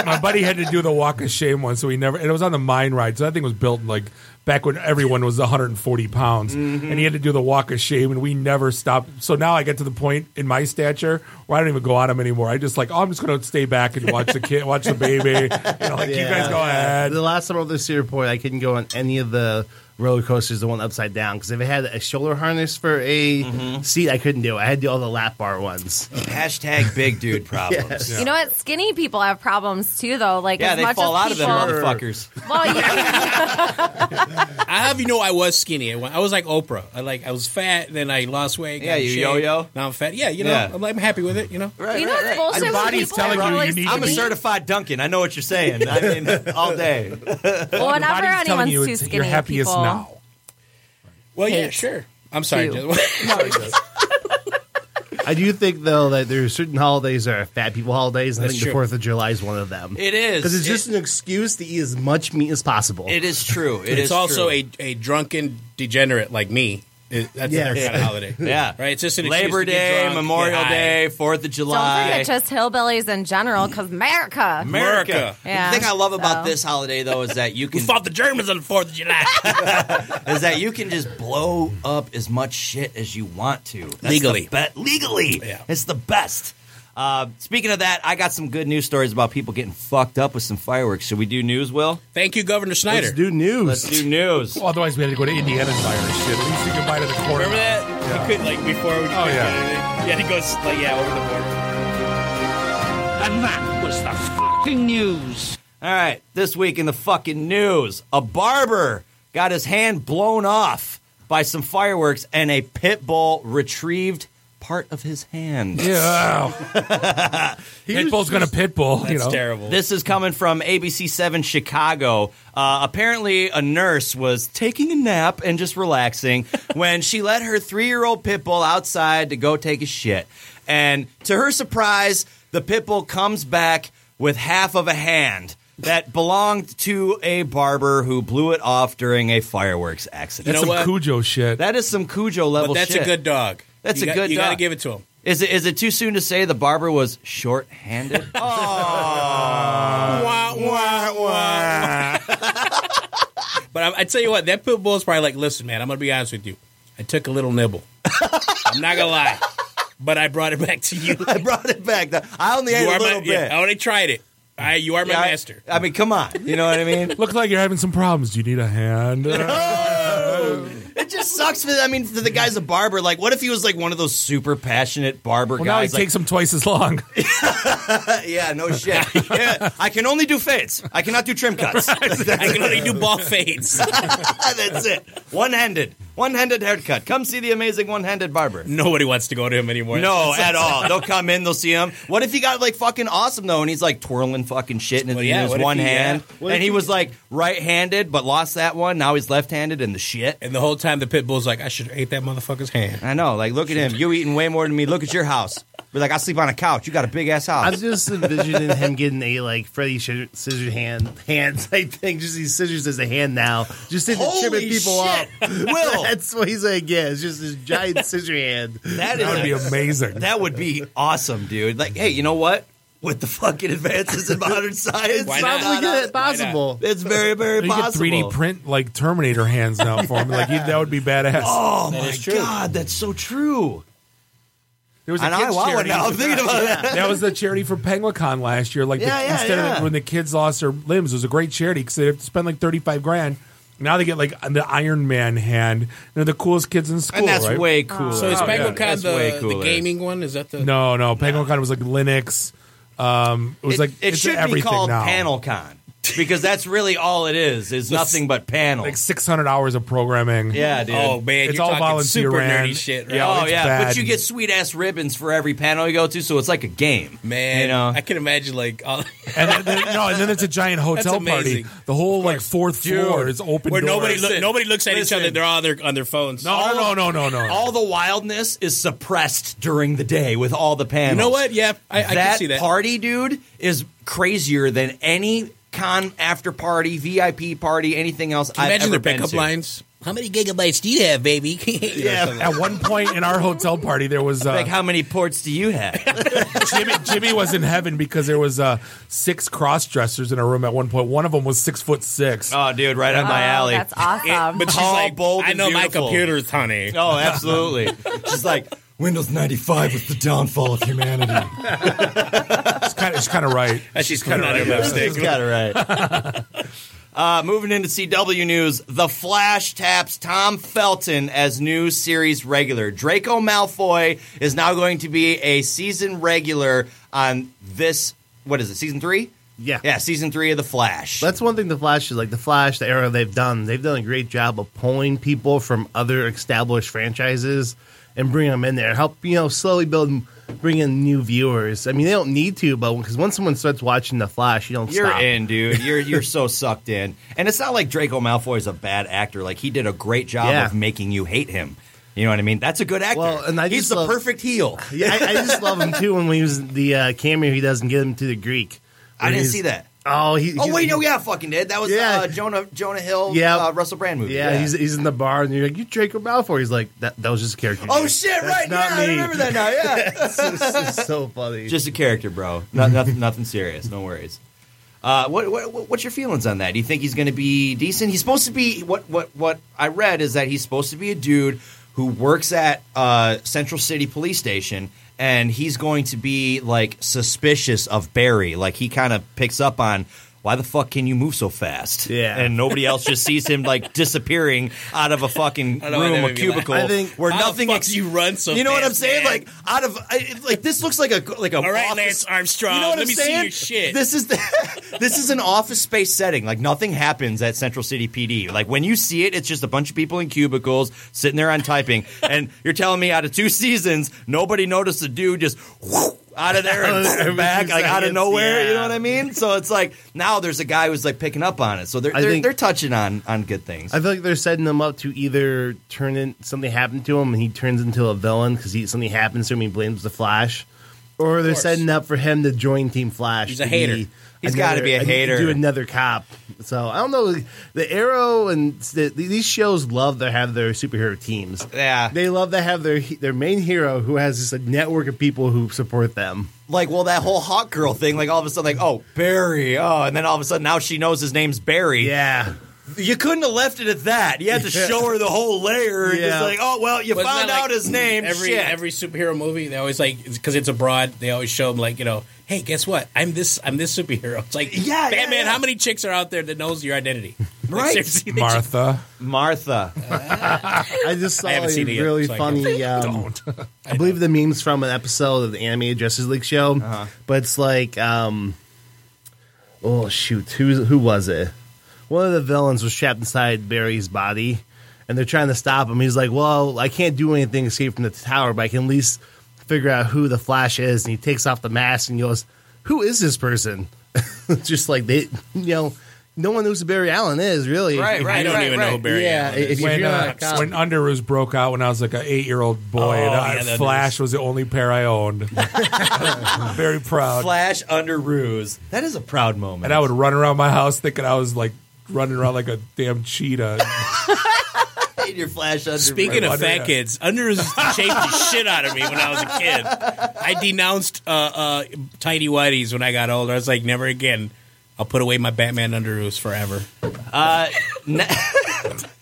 Speaker 6: my buddy had to do the walk of shame once, so he never. And it was on the mine ride, so that thing was built in like back when everyone was 140 pounds, and he had to do the walk of shame, and we never stopped. So now I get to the point in my stature where I don't even go on him anymore. I just like, oh, I'm just going to stay back and watch the kid, watch the baby. You know, like you guys go ahead.
Speaker 5: The last time I was at Cedar Point, I couldn't go on any of the roller coasters, the one upside down, because if it had a shoulder harness for a
Speaker 4: Mm-hmm.
Speaker 5: seat, I couldn't do it. I had to do all the lap bar ones.
Speaker 4: Hashtag big dude problems.
Speaker 16: you know what skinny people have problems too though like
Speaker 4: Yeah,
Speaker 16: as
Speaker 4: they
Speaker 16: much
Speaker 4: fall
Speaker 16: as
Speaker 4: out of them
Speaker 16: people,
Speaker 4: motherfuckers.
Speaker 16: well you
Speaker 17: I have you know I was skinny. I wa- I was like Oprah. I like I was fat, then I lost weight. got
Speaker 4: Yeah,
Speaker 17: in
Speaker 4: you
Speaker 17: shape.
Speaker 4: yo-yo.
Speaker 17: Now I'm fat. Yeah, you know
Speaker 4: Yeah.
Speaker 17: I'm, like, I'm happy with it. You know.
Speaker 16: You know what's bullshit?
Speaker 6: Your
Speaker 16: when
Speaker 6: body's
Speaker 16: people
Speaker 6: telling
Speaker 16: are
Speaker 6: you you
Speaker 16: really
Speaker 6: need to
Speaker 4: I'm a
Speaker 6: be-
Speaker 16: skinny?
Speaker 4: certified Duncan. I know what you're saying. I mean, all day.
Speaker 16: Well,
Speaker 6: Your
Speaker 16: whenever
Speaker 6: body's telling
Speaker 16: anyone's
Speaker 6: you
Speaker 16: too
Speaker 6: it's-
Speaker 16: skinny,
Speaker 6: you're happiest
Speaker 16: people,
Speaker 6: now.
Speaker 17: Well, yeah,
Speaker 16: Hate.
Speaker 17: sure. I'm sorry,
Speaker 16: Two.
Speaker 17: Jess.
Speaker 5: I do think though that there are certain holidays that are fat people holidays, and I
Speaker 4: That's
Speaker 5: think
Speaker 4: true.
Speaker 5: the Fourth of July is one of them.
Speaker 4: It is.
Speaker 5: because it's just an excuse to eat as much meat as possible.
Speaker 4: It is true. It
Speaker 17: it's
Speaker 4: is
Speaker 17: also
Speaker 4: true.
Speaker 17: a, a drunken degenerate like me. It- that's
Speaker 5: Yes.
Speaker 17: a different kind of holiday.
Speaker 4: Yeah.
Speaker 17: right. It's just an excuse
Speaker 4: Labor
Speaker 17: to get
Speaker 4: Day,
Speaker 17: drunk, get
Speaker 4: Memorial
Speaker 17: high.
Speaker 4: Day, Fourth of
Speaker 16: Don't
Speaker 4: July.
Speaker 16: forget just hillbillies in general, because America.
Speaker 4: America.
Speaker 16: Yeah,
Speaker 4: the thing I love about
Speaker 16: so.
Speaker 4: this holiday though is that you can
Speaker 17: Fought the Germans on the Fourth of July.
Speaker 4: is that you can just blow up as much shit as you want to That's the
Speaker 17: Legally.
Speaker 4: be- legally,
Speaker 17: Yeah.
Speaker 4: it's the best. Uh, speaking of that, I got some good news stories about people getting fucked up with some fireworks. Should we do news, Will?
Speaker 17: Thank you, Governor Snyder.
Speaker 5: Let's do news.
Speaker 4: Let's do news.
Speaker 6: Well, otherwise, we had to go to Indiana and buy our shit. At least you could buy it at the corner.
Speaker 17: Remember that? You could like before. We
Speaker 6: Oh,
Speaker 17: yeah. You had to go like yeah over the border.
Speaker 8: And that was the fucking news.
Speaker 4: All right, this week in the fucking news, a barber got his hand blown off by some fireworks, and a pit bull retrieved part of his hand.
Speaker 6: Yeah. Pitbull's gonna pitbull. you know.
Speaker 4: This is coming from ABC 7 Chicago. Uh, apparently, a nurse was taking a nap and just relaxing when she let her three year old pit bull outside to go take a shit. And to her surprise, the pit bull comes back with half of a hand that belonged to a barber who blew it off during a fireworks accident.
Speaker 6: That's some Cujo shit.
Speaker 4: That is some Cujo level
Speaker 17: But that's
Speaker 4: shit.
Speaker 17: a good dog.
Speaker 4: That's
Speaker 17: You
Speaker 4: a
Speaker 17: got-
Speaker 4: good
Speaker 17: You gotta
Speaker 4: dog.
Speaker 17: give it to him.
Speaker 4: Is it, is it too soon to say the barber was short-handed?
Speaker 17: Wah, wah, wah. but I, I tell you what, that pit bull's probably like, listen, man, I'm gonna be honest with you. I took a little nibble. I'm not gonna lie, but I brought it back to you.
Speaker 4: I brought it back. I only
Speaker 17: You
Speaker 4: ate
Speaker 17: are
Speaker 4: a
Speaker 17: my-
Speaker 4: little bit.
Speaker 17: yeah, I already tried it. I, you are my
Speaker 4: Yeah, I-
Speaker 17: master.
Speaker 4: I, mean, come on. You know what I mean?
Speaker 6: Looks like you're having some problems. Do you need a hand?
Speaker 4: It just sucks. For, I mean, for the guy's a barber. Like, what if he was like one of those super passionate barber
Speaker 6: well, now it
Speaker 4: guys? like,
Speaker 6: takes him twice as long.
Speaker 4: yeah, no shit. Yeah, I can only do fades. I cannot do trim cuts.
Speaker 17: I can only do ball fades.
Speaker 4: That's it. One handed. One handed haircut. Come see the amazing one handed barber.
Speaker 17: Nobody wants to go to him anymore.
Speaker 4: No, at all. They'll come in, they'll see him. What if he got like fucking awesome though, and he's like twirling fucking shit in his,
Speaker 17: Well,
Speaker 4: in
Speaker 17: yeah, what
Speaker 4: his
Speaker 17: if
Speaker 4: one
Speaker 17: he- yeah.
Speaker 4: hand,
Speaker 17: What
Speaker 4: and
Speaker 17: if
Speaker 4: he
Speaker 17: he-
Speaker 4: was like right-handed but lost that one. Now he's left-handed in the shit.
Speaker 17: And the whole time the pit bull's like, I should have ate that motherfucker's hand.
Speaker 4: I know. Like, look at him. You eating way more than me. Look at your house. Be like, I sleep on a couch. You got a big ass
Speaker 5: I'm
Speaker 4: house.
Speaker 5: just envisioning him getting a like Freddy Scissor Scissor hand hand type thing. Just these scissors as a hand now, just to
Speaker 4: Holy
Speaker 5: chipping people
Speaker 4: shit.
Speaker 5: up.
Speaker 4: Will.
Speaker 5: that's what he's like. Yeah, it's just this giant scissor hand.
Speaker 4: That,
Speaker 6: That would be
Speaker 4: is,
Speaker 6: amazing.
Speaker 4: that would be awesome, dude. Like, hey, you know what? With the fucking advances in modern science,
Speaker 17: Why not?
Speaker 5: Probably good as
Speaker 17: Why not?
Speaker 5: possible.
Speaker 4: it's very, very
Speaker 6: you
Speaker 4: possible.
Speaker 6: could 3D print like Terminator hands now for him. Like he- that would be badass.
Speaker 4: Oh my
Speaker 17: is true.
Speaker 4: god, that's so true.
Speaker 6: there was
Speaker 4: And I
Speaker 6: kids'
Speaker 4: want one
Speaker 6: charity.
Speaker 4: now. I'm thinking about that.
Speaker 6: That was the charity for PenguinCon last year. Like
Speaker 4: Yeah,
Speaker 6: the,
Speaker 4: yeah,
Speaker 6: instead
Speaker 4: yeah.
Speaker 6: of when the kids lost their limbs, it was a great charity because they have to spend like thirty five grand. Now they get like the Iron Man hand. They're the coolest kids in school,
Speaker 4: And that's
Speaker 6: right?
Speaker 4: way cool.
Speaker 17: So is
Speaker 6: Oh, yeah.
Speaker 17: Penguin
Speaker 4: That's way
Speaker 17: the, the
Speaker 4: cooler.
Speaker 17: gaming one? Is that the
Speaker 6: No, no. PenguinCon was like Linux. Um, it was like
Speaker 4: it
Speaker 6: it's
Speaker 4: should be
Speaker 6: everything
Speaker 4: called
Speaker 6: now.
Speaker 4: PanelCon because that's really all it is. Is nothing but panels.
Speaker 6: Like six hundred hours of programming.
Speaker 4: yeah, dude.
Speaker 17: Oh man,
Speaker 6: It's
Speaker 17: you're
Speaker 6: all
Speaker 17: talking
Speaker 6: volunteer
Speaker 17: super
Speaker 6: ran.
Speaker 17: nerdy shit. Right?
Speaker 6: Yeah.
Speaker 4: oh
Speaker 6: it's
Speaker 4: yeah,
Speaker 6: bad.
Speaker 4: but you get sweet ass ribbons for every panel you go to, so it's like a game.
Speaker 17: man,
Speaker 4: you know,
Speaker 17: I can imagine like all,
Speaker 6: and then, then- no, and then it's a giant hotel party.
Speaker 17: amazing.
Speaker 6: The whole like fourth floor is open.
Speaker 17: where nobody
Speaker 6: doors.
Speaker 17: look, nobody looks at each other.
Speaker 4: Listen.
Speaker 17: They're all on their, on their phones.
Speaker 6: No, no, no, no, no, no.
Speaker 4: all the wildness is suppressed during the day with all the panels.
Speaker 17: you know what? Yeah, I,
Speaker 4: that
Speaker 17: I can see that.
Speaker 4: party, dude, is crazier than any con after party, VIP party, anything else.
Speaker 17: Can you
Speaker 4: I've
Speaker 17: imagine
Speaker 4: ever
Speaker 17: their
Speaker 4: been
Speaker 17: pickup
Speaker 4: to.
Speaker 17: lines. How many gigabytes do you have, baby? yeah,
Speaker 6: At one point in our hotel party, there was uh,
Speaker 4: Like, how many ports do you have?
Speaker 6: Jimmy, Jimmy was in heaven because there was uh, six cross dressers in our room at one point. One of them was six foot six.
Speaker 4: oh, dude, right up my
Speaker 16: Oh,
Speaker 4: alley.
Speaker 16: That's awesome.
Speaker 17: but she's
Speaker 4: Tall,
Speaker 17: like,
Speaker 4: bold,
Speaker 17: I
Speaker 4: and
Speaker 17: know my
Speaker 4: beautiful.
Speaker 17: computers, honey.
Speaker 4: oh, absolutely. She's like, Windows 95 was the downfall of humanity.
Speaker 6: It's kind of, it's kind of right.
Speaker 17: And she's coming out of her
Speaker 4: She's
Speaker 17: mistake.
Speaker 4: got it right. Uh, moving into CW news, The Flash taps Tom Felton as new series regular. Draco Malfoy is now going to be a season regular on this. What is it? Season three?
Speaker 5: Yeah.
Speaker 4: yeah, season three of The Flash.
Speaker 5: That's one thing the Flash is like. The Flash, the era they've done, they've done a great job of pulling people from other established franchises and bringing them in there. Help you know slowly build, bring in new viewers. I mean, they don't need to, but because once someone starts watching the Flash, you don't
Speaker 4: You're
Speaker 5: stop.
Speaker 4: in, dude. You're you're so sucked in. And it's not like Draco Malfoy is a bad actor. Like he did a great job
Speaker 5: Yeah.
Speaker 4: of making you hate him. You know what I mean? That's a good actor.
Speaker 5: Well, and I
Speaker 4: He's
Speaker 5: just
Speaker 4: the
Speaker 5: love-
Speaker 4: perfect heel.
Speaker 5: Yeah, I, I just love him too when we use the uh, cameo he does and get him to the Greek.
Speaker 4: I didn't
Speaker 5: He's-
Speaker 4: see that.
Speaker 5: Oh, he,
Speaker 4: Oh
Speaker 5: he's-
Speaker 4: wait, no, yeah, I fucking did. That was
Speaker 5: Yeah.
Speaker 4: uh, Jonah Jonah Hill,
Speaker 5: Yeah.
Speaker 4: uh, Russell Brand movie.
Speaker 5: Yeah, he's he's in the bar and you're like, you Draco Malfoy. He's like, that that was just a character.
Speaker 4: Oh shit! right, yeah, I remember that now. Oh, Yeah,
Speaker 5: so funny.
Speaker 4: Just a character, bro. Not, nothing, nothing serious. No worries. Uh, what, what what- what's your feelings on that? Do you think he's going to be decent? He's supposed to be what what what I read is that he's supposed to be a dude who works at uh, Central City Police Station, and he's going to be like suspicious of Barry. Like he kind of picks up on. Why the fuck can you move so fast?
Speaker 5: Yeah.
Speaker 4: and nobody else just sees him like disappearing out of a fucking
Speaker 17: I know, I
Speaker 4: room, a
Speaker 17: know, it'd be like-
Speaker 4: cubicle,
Speaker 17: I think-
Speaker 4: where
Speaker 17: How the
Speaker 4: nothing.
Speaker 17: fuck
Speaker 4: ex-
Speaker 17: do you run so
Speaker 4: You know what
Speaker 17: fast,
Speaker 4: I'm saying?
Speaker 17: man?
Speaker 4: Like out of I, like this looks like a like a
Speaker 17: All right,
Speaker 4: office-
Speaker 17: Lance Armstrong,
Speaker 4: You know what
Speaker 17: let
Speaker 4: I'm
Speaker 17: me see
Speaker 4: saying?
Speaker 17: your shit.
Speaker 4: This is the, this is an office space setting. Like nothing happens at Central City PD. Like when you see it, it's just a bunch of people in cubicles sitting there on typing. and you're telling me out of two seasons, nobody noticed the dude just whoo, out of there and back like out of nowhere. You know what I mean? So it's like now there's a guy who's like picking up on it. So they're
Speaker 5: I
Speaker 4: they're,
Speaker 5: think-
Speaker 4: they're touching on on good things.
Speaker 5: I feel like they're setting him up to either turn in something happened to him and he turns into a villain because something happens to him. He blames the Flash, or they're setting up for him to join Team Flash.
Speaker 4: He's a
Speaker 5: to
Speaker 4: hater.
Speaker 5: be
Speaker 4: He's gotta
Speaker 5: another-
Speaker 4: be a hater.
Speaker 5: Do another cop. So I don't know. The Arrow and the, these shows love to have their superhero teams.
Speaker 4: Yeah.
Speaker 5: they love to have their their main hero who has just a network of people who support them.
Speaker 4: like well that whole hot girl thing like all of a sudden like oh barry oh and then all of a sudden now she knows his name's barry
Speaker 5: yeah
Speaker 4: you couldn't have left it at that you had to show her the whole layer yeah. just like oh well you
Speaker 17: Wasn't
Speaker 4: found
Speaker 17: that, like,
Speaker 4: out his name
Speaker 17: Every
Speaker 4: Shit.
Speaker 17: every superhero movie, they always like because it's abroad. They always show them like you know, hey, guess what? I'm this. I'm this superhero. It's like
Speaker 4: Yeah, yeah,
Speaker 17: Batman.
Speaker 4: yeah.
Speaker 17: How many chicks are out there that knows your identity? Like,
Speaker 4: Right.
Speaker 17: seriously, they just-
Speaker 4: Martha.
Speaker 6: Martha.
Speaker 5: I just saw
Speaker 17: I
Speaker 5: a
Speaker 17: haven't seen it yet,
Speaker 5: really
Speaker 17: so I can't-
Speaker 5: funny. Um, I believe the memes from an episode of the animated Justice League show,
Speaker 17: Uh-huh.
Speaker 5: but it's like, um, oh shoot, who who was it? One of the villains was trapped inside Barry's body, and they're trying to stop him. He's like, "Well, I can't do anything to escape from the tower, but I can at least figure out who the Flash is." And he takes off the mask and he goes, "Who is this person?" Just like they, you know. No one knows who Barry Allen is, really.
Speaker 17: Right, right, I don't right, even know right. who Barry
Speaker 5: yeah,
Speaker 17: Allen is.
Speaker 5: If, if
Speaker 6: when,
Speaker 5: you're not
Speaker 6: uh,
Speaker 5: a cop-
Speaker 6: when Underoos broke out when I was like an eight year old boy,
Speaker 17: Oh,
Speaker 6: and
Speaker 17: yeah,
Speaker 6: I-
Speaker 17: that
Speaker 6: Flash was the only pair I owned. Very proud.
Speaker 4: flash under ruse that is a proud moment
Speaker 6: And I would run around my house thinking I was like running around like a damn cheetah.
Speaker 4: In your flash under
Speaker 17: Speaking of fat kids, Under shaved the shit out of me when I was a kid. I denounced uh, uh, tidy whities when I got older. I was like, never again. I'll put away my Batman underoos forever.
Speaker 4: uh, ne-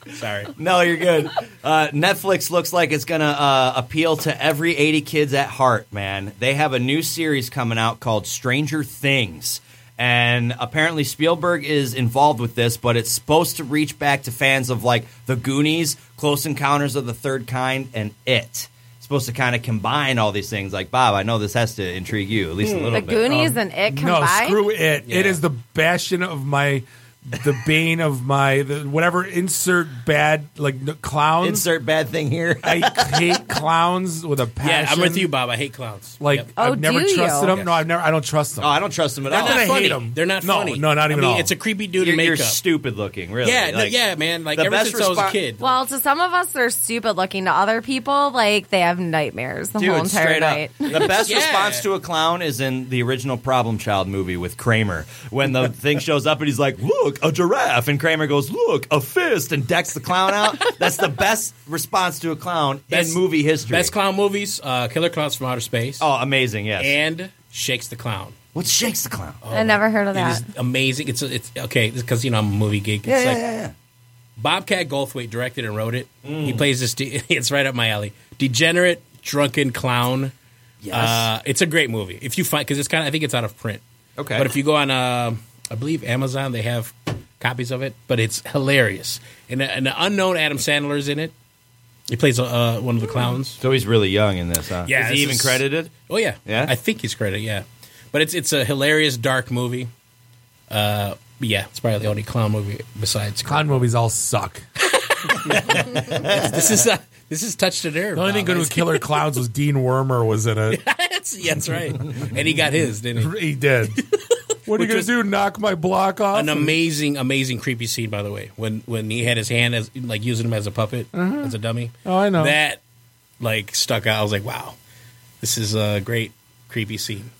Speaker 17: Sorry.
Speaker 4: No, you're good. Uh, Netflix looks like it's going to uh, appeal to every 80 kids at heart, man. They have a new series coming out called Stranger Things. And apparently Spielberg is involved with this, but it's supposed to reach back to fans of like The Goonies, Close Encounters of the Third Kind, and It. It's supposed to kind of combine all these things. Like Bob, I know this has to intrigue you at least a little
Speaker 16: The
Speaker 4: bit. Um,
Speaker 16: Goonies and it combined.
Speaker 6: No, screw it.
Speaker 4: Yeah.
Speaker 6: It is the bastion of my, the bane of my, the, whatever. Insert bad like n- clowns.
Speaker 4: Insert bad thing here.
Speaker 6: I hate clowns with a passion.
Speaker 17: Yeah, I'm with you, Bob. I hate clowns.
Speaker 6: Like
Speaker 17: Yep.
Speaker 6: I've
Speaker 5: Oh,
Speaker 6: never trusted them. No, I've never. I don't trust them.
Speaker 4: Oh, I don't trust them at
Speaker 17: They're
Speaker 4: all.
Speaker 17: not
Speaker 6: I
Speaker 17: funny.
Speaker 6: hate 'em.
Speaker 17: They're not
Speaker 6: No,
Speaker 17: funny.
Speaker 6: no, not even
Speaker 17: I mean,
Speaker 6: at all.
Speaker 17: It's a creepy dude
Speaker 4: You're,
Speaker 17: in
Speaker 4: you're
Speaker 17: makeup.
Speaker 4: stupid looking, really.
Speaker 17: Yeah, no,
Speaker 4: Like,
Speaker 17: yeah, man. Like
Speaker 4: the
Speaker 17: ever
Speaker 4: best
Speaker 17: since I was a
Speaker 4: response-
Speaker 17: kid.
Speaker 16: Well, to some of us, they're stupid looking. To other people, like they have nightmares the whole entire
Speaker 4: straight up.
Speaker 16: night.
Speaker 4: The best
Speaker 17: Yeah.
Speaker 4: response to a clown is in the original Problem Child movie with Kramer when the thing shows up and he's like, "Look, a giraffe," and Kramer goes, "Look, a fist," and decks the clown out. That's the best response to a clown
Speaker 17: Best-
Speaker 4: in movie history.
Speaker 17: Best clown movies: uh, Killer Clowns from Outer Space
Speaker 4: oh, amazing! Yes.
Speaker 17: and Shakes the Clown. Oh,
Speaker 4: What's Shakes the clown?
Speaker 16: I never heard of
Speaker 17: It
Speaker 16: that.
Speaker 17: is amazing. It's it's okay because you know I'm a movie geek. It's
Speaker 16: Yeah, yeah,
Speaker 17: like
Speaker 16: yeah,
Speaker 17: Bobcat Goldthwait directed and wrote it. He
Speaker 4: Mm.
Speaker 17: plays this. De- it's right up my alley. Degenerate, drunken clown.
Speaker 4: Yes.
Speaker 17: Uh, it's a great movie if you find because it's kind of I think it's out of print.
Speaker 4: Okay.
Speaker 17: But if you go on, uh, I believe Amazon they have copies of it, but it's hilarious. And and the unknown Adam Sandler's in it. He plays uh, one of the clowns.
Speaker 4: So he's really young in this, huh?
Speaker 17: Yeah,
Speaker 4: Is he
Speaker 17: this
Speaker 4: even
Speaker 17: is-
Speaker 4: credited?
Speaker 17: Oh yeah,
Speaker 4: Yeah?
Speaker 17: I think he's credited. Yeah, but it's it's a hilarious dark movie. Uh, yeah, it's probably the only clown movie besides.
Speaker 6: Clown movies all suck.
Speaker 17: this is uh this is touched a nerve.
Speaker 6: The only thing
Speaker 17: Bob.
Speaker 6: good with Killer Clowns was Dean Wormer was in it.
Speaker 17: that's, yeah, that's right. And he got his, didn't he?
Speaker 6: He did. What are
Speaker 17: Which
Speaker 6: you gonna
Speaker 17: was-
Speaker 6: do? Knock my block off?
Speaker 17: An amazing, amazing creepy scene, by the way, when when he had his hand as like using him as a puppet, as a dummy.
Speaker 6: Uh-huh. Oh, I know.
Speaker 17: that like stuck out. I was like, wow, this is a great creepy scene.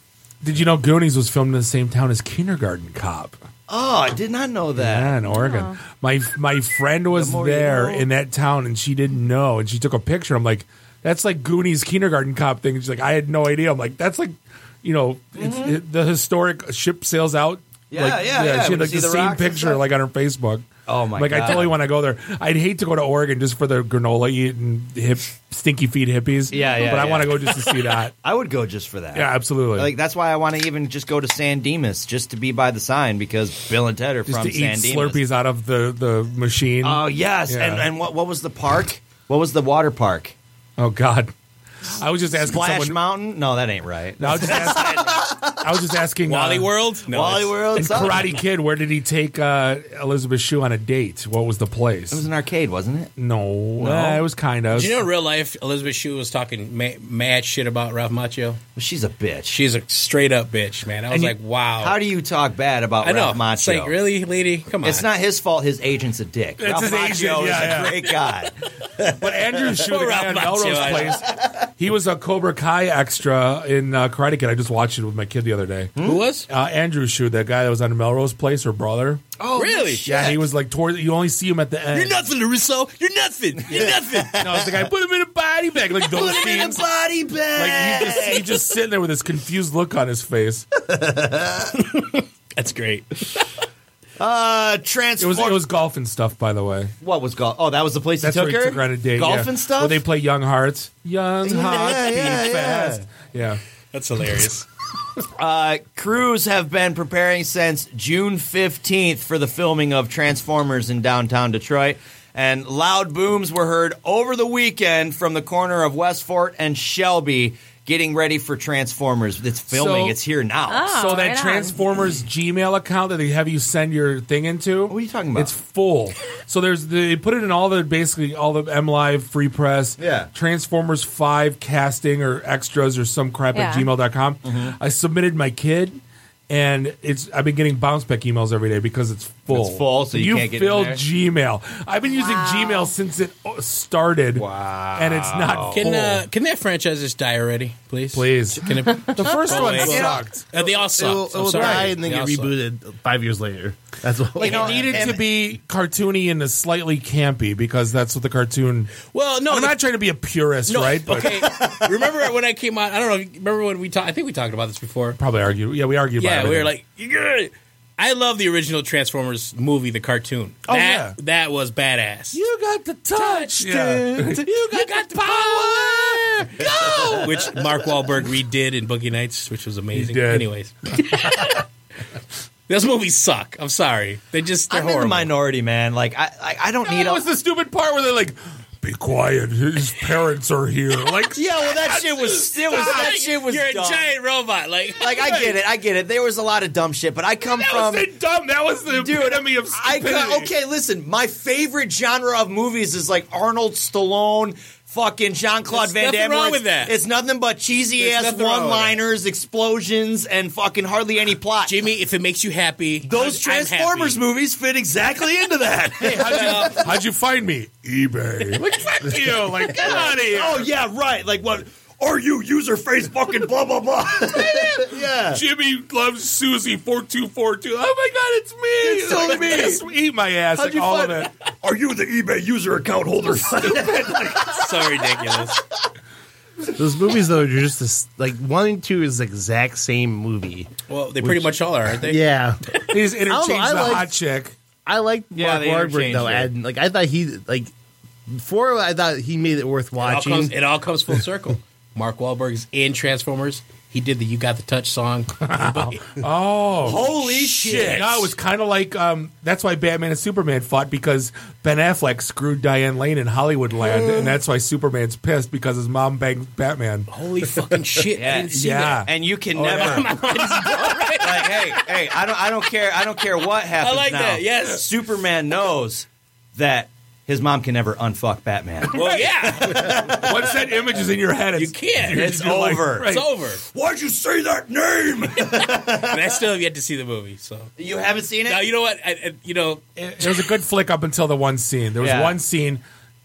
Speaker 6: Did you know Goonies was filmed in the same town as Kindergarten Cop?
Speaker 4: Oh, I did not know that.
Speaker 6: Yeah, in Oregon.
Speaker 4: Oh.
Speaker 6: My my friend was
Speaker 4: The more you
Speaker 6: there
Speaker 4: know.
Speaker 6: in that town, and she didn't know, and she took a picture. I'm like, that's like Goonies Kindergarten Cop thing. And she's like, I had no idea. I'm like, that's like, you know, it's,
Speaker 4: Mhm.
Speaker 6: it, the historic ship sails out.
Speaker 4: Yeah,
Speaker 6: like,
Speaker 4: yeah, yeah, when
Speaker 6: She had like
Speaker 4: you
Speaker 6: the,
Speaker 4: see the
Speaker 6: same
Speaker 4: rocks and
Speaker 6: picture
Speaker 4: stuff.
Speaker 6: like on her Facebook.
Speaker 4: Oh, my
Speaker 6: like,
Speaker 4: God.
Speaker 6: I totally want to go there. I'd hate to go to Oregon just for the granola eating hip stinky feet hippies.
Speaker 4: Yeah, yeah.
Speaker 6: But I
Speaker 4: yeah.
Speaker 6: want to go just to see that.
Speaker 4: I would go just for that.
Speaker 6: Yeah, absolutely.
Speaker 4: Like that's why I want to even just go to San Dimas just to be by the sign because Bill and Ted are
Speaker 6: Just
Speaker 4: from
Speaker 6: to eat
Speaker 4: San Dimas.
Speaker 6: Slurpees out of the the machine.
Speaker 4: Oh yes,
Speaker 6: Yeah.
Speaker 4: and and what what was the park? What was the water park?
Speaker 6: Oh God, I was just asking
Speaker 4: Splash
Speaker 6: someone-
Speaker 4: Mountain. No, that ain't right.
Speaker 6: No, I was just asking. I was just asking. uh,
Speaker 17: Wally World? No,
Speaker 4: Wally
Speaker 17: it's-
Speaker 4: World.
Speaker 6: And
Speaker 4: something.
Speaker 6: Karate Kid, where did he take uh, Elizabeth Shue on a date? What was the place? It was
Speaker 4: an arcade, wasn't it?
Speaker 6: No, Eh, it was kind of.
Speaker 17: Did you know in real life Elizabeth Shue was talking ma- mad shit about Ralph Macchio?
Speaker 4: She's a bitch.
Speaker 17: She's a straight up bitch, man. I was
Speaker 4: And you-
Speaker 17: like, wow.
Speaker 4: How do you talk bad about
Speaker 17: I know.
Speaker 4: Ralph Macchio?
Speaker 17: It's like, really, lady? Come on.
Speaker 4: It's not his fault. His agent's a dick.
Speaker 17: It's
Speaker 4: Ralph
Speaker 17: his
Speaker 4: Macchio
Speaker 17: agent,
Speaker 4: is
Speaker 17: yeah,
Speaker 4: a
Speaker 17: yeah.
Speaker 4: great guy.
Speaker 6: but Andrew Shue, the
Speaker 17: Poor
Speaker 6: guy
Speaker 17: Ralph
Speaker 6: on Melrose
Speaker 17: Macchio.
Speaker 6: Place, he was a Cobra Kai extra in uh, Karate Kid. I just watched it with my kid the other day.
Speaker 17: Who was?
Speaker 6: Uh, Andrew Shue, that guy that was on Melrose Place, her brother.
Speaker 17: Oh, really?
Speaker 6: Yeah, he was like toward. You only see him at the end.
Speaker 17: You're nothing, Larusso. You're nothing. You're nothing.
Speaker 6: no, it's the guy. Put him in a body bag. Like those
Speaker 17: Put him in a
Speaker 6: scenes.
Speaker 4: body bag.
Speaker 6: He's just, he's just sitting there with this confused look on his face.
Speaker 17: That's great.
Speaker 4: Uh,
Speaker 6: It was
Speaker 4: transform.
Speaker 6: it was golf and stuff, by the way.
Speaker 4: what was golf? Oh, that was the place
Speaker 6: That's
Speaker 4: he took
Speaker 6: where he
Speaker 4: her.
Speaker 6: took her on a date.
Speaker 4: Golf
Speaker 6: yeah.
Speaker 4: and stuff.
Speaker 6: Where they play Young Hearts. Young
Speaker 4: Yeah,
Speaker 6: Hearts beat
Speaker 4: yeah, yeah.
Speaker 6: fast. Yeah.
Speaker 17: That's hilarious.
Speaker 4: Uh, crews have been preparing since June 15th for the filming of Transformers in downtown Detroit, and loud booms were heard over the weekend from the corner of West Fort and Shelby getting ready for Transformers. It's filming,
Speaker 6: So-
Speaker 4: it's here now.
Speaker 16: Oh,
Speaker 6: so that
Speaker 16: right on.
Speaker 6: Transformers Gmail account that they have you send your thing into. What are you
Speaker 4: talking about?
Speaker 6: It's full. so there's they put it in all the basically all the M Live free press.
Speaker 4: Yeah.
Speaker 6: Transformers five casting or extras or some crap at
Speaker 16: Yeah.
Speaker 6: gmail.com.
Speaker 4: Mm-hmm.
Speaker 6: I submitted my kid. And it's I've been getting bounce back emails every day because it's full.
Speaker 4: It's full, so you can't get in
Speaker 6: filled
Speaker 4: there?
Speaker 6: Gmail. I've been using Gmail since it started. Wow, and it's not
Speaker 17: Can
Speaker 6: full.
Speaker 17: uh, can that franchise just die already, please?
Speaker 6: Please.
Speaker 17: Can it, the
Speaker 6: first
Speaker 5: Oh,
Speaker 6: one
Speaker 5: sucked.
Speaker 17: they all
Speaker 5: It will,
Speaker 17: sucked.
Speaker 5: it
Speaker 17: I'm
Speaker 5: will
Speaker 17: sorry.
Speaker 5: die and then
Speaker 17: They
Speaker 5: get
Speaker 17: all sucked.
Speaker 5: rebooted five years later. That's what
Speaker 6: Like it needed to be cartoony and slightly campy because that's what the cartoon.
Speaker 17: Well, no,
Speaker 6: I'm not trying to be a purist,
Speaker 17: No,
Speaker 6: right?
Speaker 17: okay. remember when I came on? I don't know. if- Remember when we talked? I think we talked about this before.
Speaker 6: probably argue. Yeah, we argued.
Speaker 17: yeah,
Speaker 6: about
Speaker 17: we were
Speaker 6: everything.
Speaker 17: like, "You're good." I love the original Transformers movie, the cartoon.
Speaker 6: Oh,
Speaker 17: that,
Speaker 6: yeah.
Speaker 17: that was badass.
Speaker 6: you got the touch,
Speaker 17: Yeah.
Speaker 6: dude. you got, the power. Go.
Speaker 17: which Mark Wahlberg redid in Boogie Nights, which was amazing.
Speaker 6: did.
Speaker 17: Anyways, those movies suck. I'm sorry. They just they're
Speaker 4: I'm in the
Speaker 17: horrible.
Speaker 4: minority, man. Like, I, I, I don't need
Speaker 6: That
Speaker 4: all.
Speaker 6: was the stupid part where they're like, "Be quiet. His parents are here." Like,
Speaker 4: Yeah, well, that shit was it was that shit was
Speaker 17: You're
Speaker 4: dumb.
Speaker 17: a giant robot. Like,
Speaker 4: Like I get it, I get it. There was a lot of dumb shit, but I come
Speaker 6: that
Speaker 4: from
Speaker 6: was the dumb. That was the
Speaker 4: Dude,
Speaker 6: epitome of
Speaker 4: I
Speaker 6: stupidity.
Speaker 4: got, okay, listen. My favorite genre of movies is like Arnold Stallone, fucking Jean Claude
Speaker 17: There's
Speaker 4: Van
Speaker 17: nothing
Speaker 4: Damme. where
Speaker 17: wrong
Speaker 4: it's-
Speaker 17: with that.
Speaker 4: It's nothing but cheesy
Speaker 17: There's
Speaker 4: ass
Speaker 17: nothing wrong
Speaker 4: one
Speaker 17: with
Speaker 4: liners, explosions, and fucking hardly any plot.
Speaker 17: Jimmy, if it makes you happy,
Speaker 4: Those
Speaker 17: I'm- I'm happy.
Speaker 4: Transformers movies fit exactly into that.
Speaker 6: How'd you, how'd you find me? eBay. Like, fuck you. Like, get out of here.
Speaker 4: oh yeah, right. Like what? Are you user face fucking blah blah blah? yeah.
Speaker 6: Jimmy loves Susie four two four two. Oh my god, it's me!
Speaker 4: It's so
Speaker 6: Like,
Speaker 4: me.
Speaker 6: yes, eat my ass!
Speaker 4: How'd
Speaker 6: Like
Speaker 4: you
Speaker 6: all
Speaker 4: find-
Speaker 6: of it.
Speaker 4: Are you the eBay user account holder?
Speaker 17: so ridiculous.
Speaker 5: Those movies though, you're just this, like one and two is the exact same movie.
Speaker 17: Well, they pretty much all are, aren't they?
Speaker 5: Yeah,
Speaker 6: He's
Speaker 5: I don't
Speaker 6: interchanged
Speaker 5: know,
Speaker 6: the
Speaker 5: I liked-
Speaker 6: hot chick.
Speaker 5: I like
Speaker 17: Yeah, they
Speaker 5: Mark Wahlberg
Speaker 17: interchanged
Speaker 5: though,
Speaker 17: it.
Speaker 5: and like I thought he like before I thought he made it worth
Speaker 17: It all,
Speaker 5: watching.
Speaker 17: comes, it all comes full circle. Mark Wahlberg's in Transformers. He did the "You Got the Touch" song.
Speaker 6: Oh,
Speaker 4: Holy shit!
Speaker 6: No, it was kind of like um, that's why Batman and Superman fought because Ben Affleck screwed Diane Lane in Hollywood Land, and that's why Superman's pissed because his mom banged Batman.
Speaker 17: Holy fucking shit! I didn't see
Speaker 6: Yeah.
Speaker 17: that.
Speaker 4: And you can
Speaker 6: Oh,
Speaker 4: never. like, hey, hey, I don't, I don't care, I don't care what happens.
Speaker 17: like
Speaker 4: now.
Speaker 17: that, yes.
Speaker 4: Superman knows that his mom can never unfuck Batman.
Speaker 17: Well, yeah,
Speaker 6: Once that image is in your head, it's,
Speaker 17: you can't.
Speaker 4: It's
Speaker 6: you're like,
Speaker 4: over.
Speaker 6: right.
Speaker 17: It's over.
Speaker 4: Why'd you say that name?
Speaker 17: And I still have yet to see the movie. So
Speaker 4: you haven't seen it.
Speaker 17: now you know what? I, I, you know,
Speaker 6: It was a good flick up until the one scene. There was
Speaker 4: Yeah.
Speaker 6: one scene.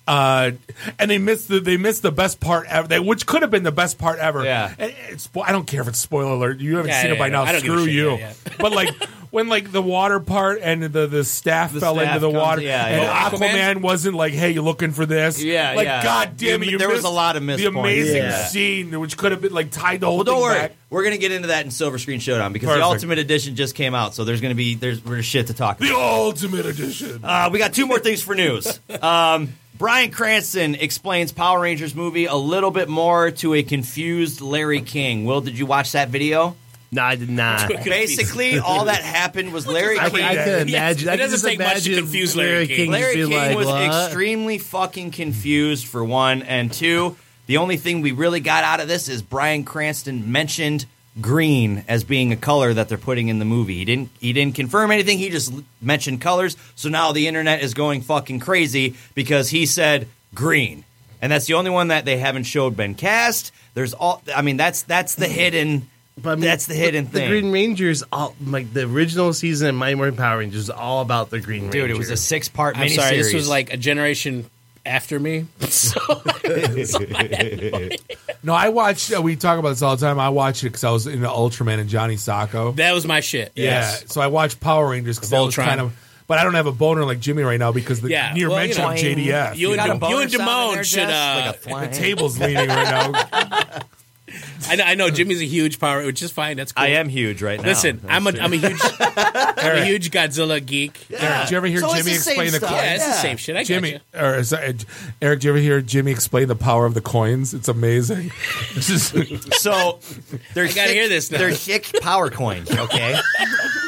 Speaker 6: Uh, and they missed the they missed the best part ever, they, which could have been the best part ever.
Speaker 2: Yeah.
Speaker 6: And it's, I don't care if it's spoiler alert. You haven't
Speaker 2: Yeah,
Speaker 6: seen
Speaker 2: yeah,
Speaker 6: it by
Speaker 2: yeah.
Speaker 6: now.
Speaker 2: I don't give a
Speaker 6: Screw
Speaker 2: shit.
Speaker 6: you.
Speaker 2: Yeah, yeah.
Speaker 6: But like when like the water part and the the staff fell
Speaker 2: staff
Speaker 6: into the
Speaker 2: comes-
Speaker 6: water,
Speaker 2: yeah,
Speaker 6: and
Speaker 2: yeah.
Speaker 6: Aquaman wasn't like, "Hey, you looking for this?"
Speaker 2: Yeah,
Speaker 6: Like,
Speaker 2: yeah.
Speaker 6: god damn it,
Speaker 2: The-
Speaker 6: you
Speaker 2: there was
Speaker 6: missed
Speaker 2: a lot of missed
Speaker 6: the
Speaker 2: points.
Speaker 6: amazing
Speaker 2: Yeah.
Speaker 6: scene, which could have been like tied the whole
Speaker 4: Well, don't
Speaker 6: thing
Speaker 4: worry.
Speaker 6: back.
Speaker 4: We're gonna get into that in Silver Screen Showdown because the
Speaker 6: Perfect.
Speaker 4: Ultimate Edition just came out, so there's gonna be there's, there's shit to talk. about.
Speaker 6: The Ultimate Edition.
Speaker 4: Uh, we got two more things for news. Um, Brian Cranston explains Power Rangers movie a little bit more to a confused Larry King. Will, did you watch that video?
Speaker 5: No, I did not.
Speaker 4: Basically, all that happened was Larry
Speaker 5: I
Speaker 4: King.
Speaker 5: can- I can Yes. imagine- I It can doesn't just take much to imagine confuse Larry Larry King. King just
Speaker 4: Larry
Speaker 5: being
Speaker 4: King
Speaker 5: like,
Speaker 4: was
Speaker 5: "What?"
Speaker 4: extremely fucking confused for one, and two. The only thing we really got out of this is Brian Cranston mentioned green as being a color that they're putting in the movie. He didn't he didn't confirm anything. He just l- mentioned colors. So now the internet is going fucking crazy because he said green. And that's the only one that they haven't showed been cast. There's all I mean that's that's the hidden that's the hidden
Speaker 5: The
Speaker 4: thing.
Speaker 5: Green Rangers, all like the original season of Mighty Morphin Power Rangers, is all about the Green Ranger.
Speaker 4: Dude, it was a six-part
Speaker 17: I'm sorry, this was like a generation after me. So, so I had no idea.
Speaker 6: No, I watched. Uh, we talk about this all the time. I watched it because I was into Ultraman and Johnny Sacco.
Speaker 17: that was my shit.
Speaker 6: Yeah,
Speaker 17: Yes.
Speaker 6: so I watched Power Rangers because that was
Speaker 17: Voltron.
Speaker 6: kind of. But I don't have a boner like Jimmy right now because the
Speaker 17: Yeah,
Speaker 6: near
Speaker 17: well, you
Speaker 6: mention
Speaker 17: know,
Speaker 6: of JDF.
Speaker 17: you and-
Speaker 6: know.
Speaker 17: you and Damone should, uh,
Speaker 6: the table's leaning right now.
Speaker 17: I know, I know Jimmy's a huge power, which is fine. That's cool.
Speaker 4: I am huge right now.
Speaker 17: Listen, I'm a, I'm a huge, I'm a huge Godzilla geek.
Speaker 6: Eric, did you ever hear Jimmy explain the coins?
Speaker 17: Yeah, it's the same Oh, shit. I
Speaker 6: Jimmy,
Speaker 17: gotcha.
Speaker 6: or is that- uh, Eric, did you ever hear Jimmy explain the power of the coins? It's amazing. This is-
Speaker 4: So they're
Speaker 17: I gotta
Speaker 4: thick-
Speaker 17: hear this now.
Speaker 4: They're thick power coins, okay?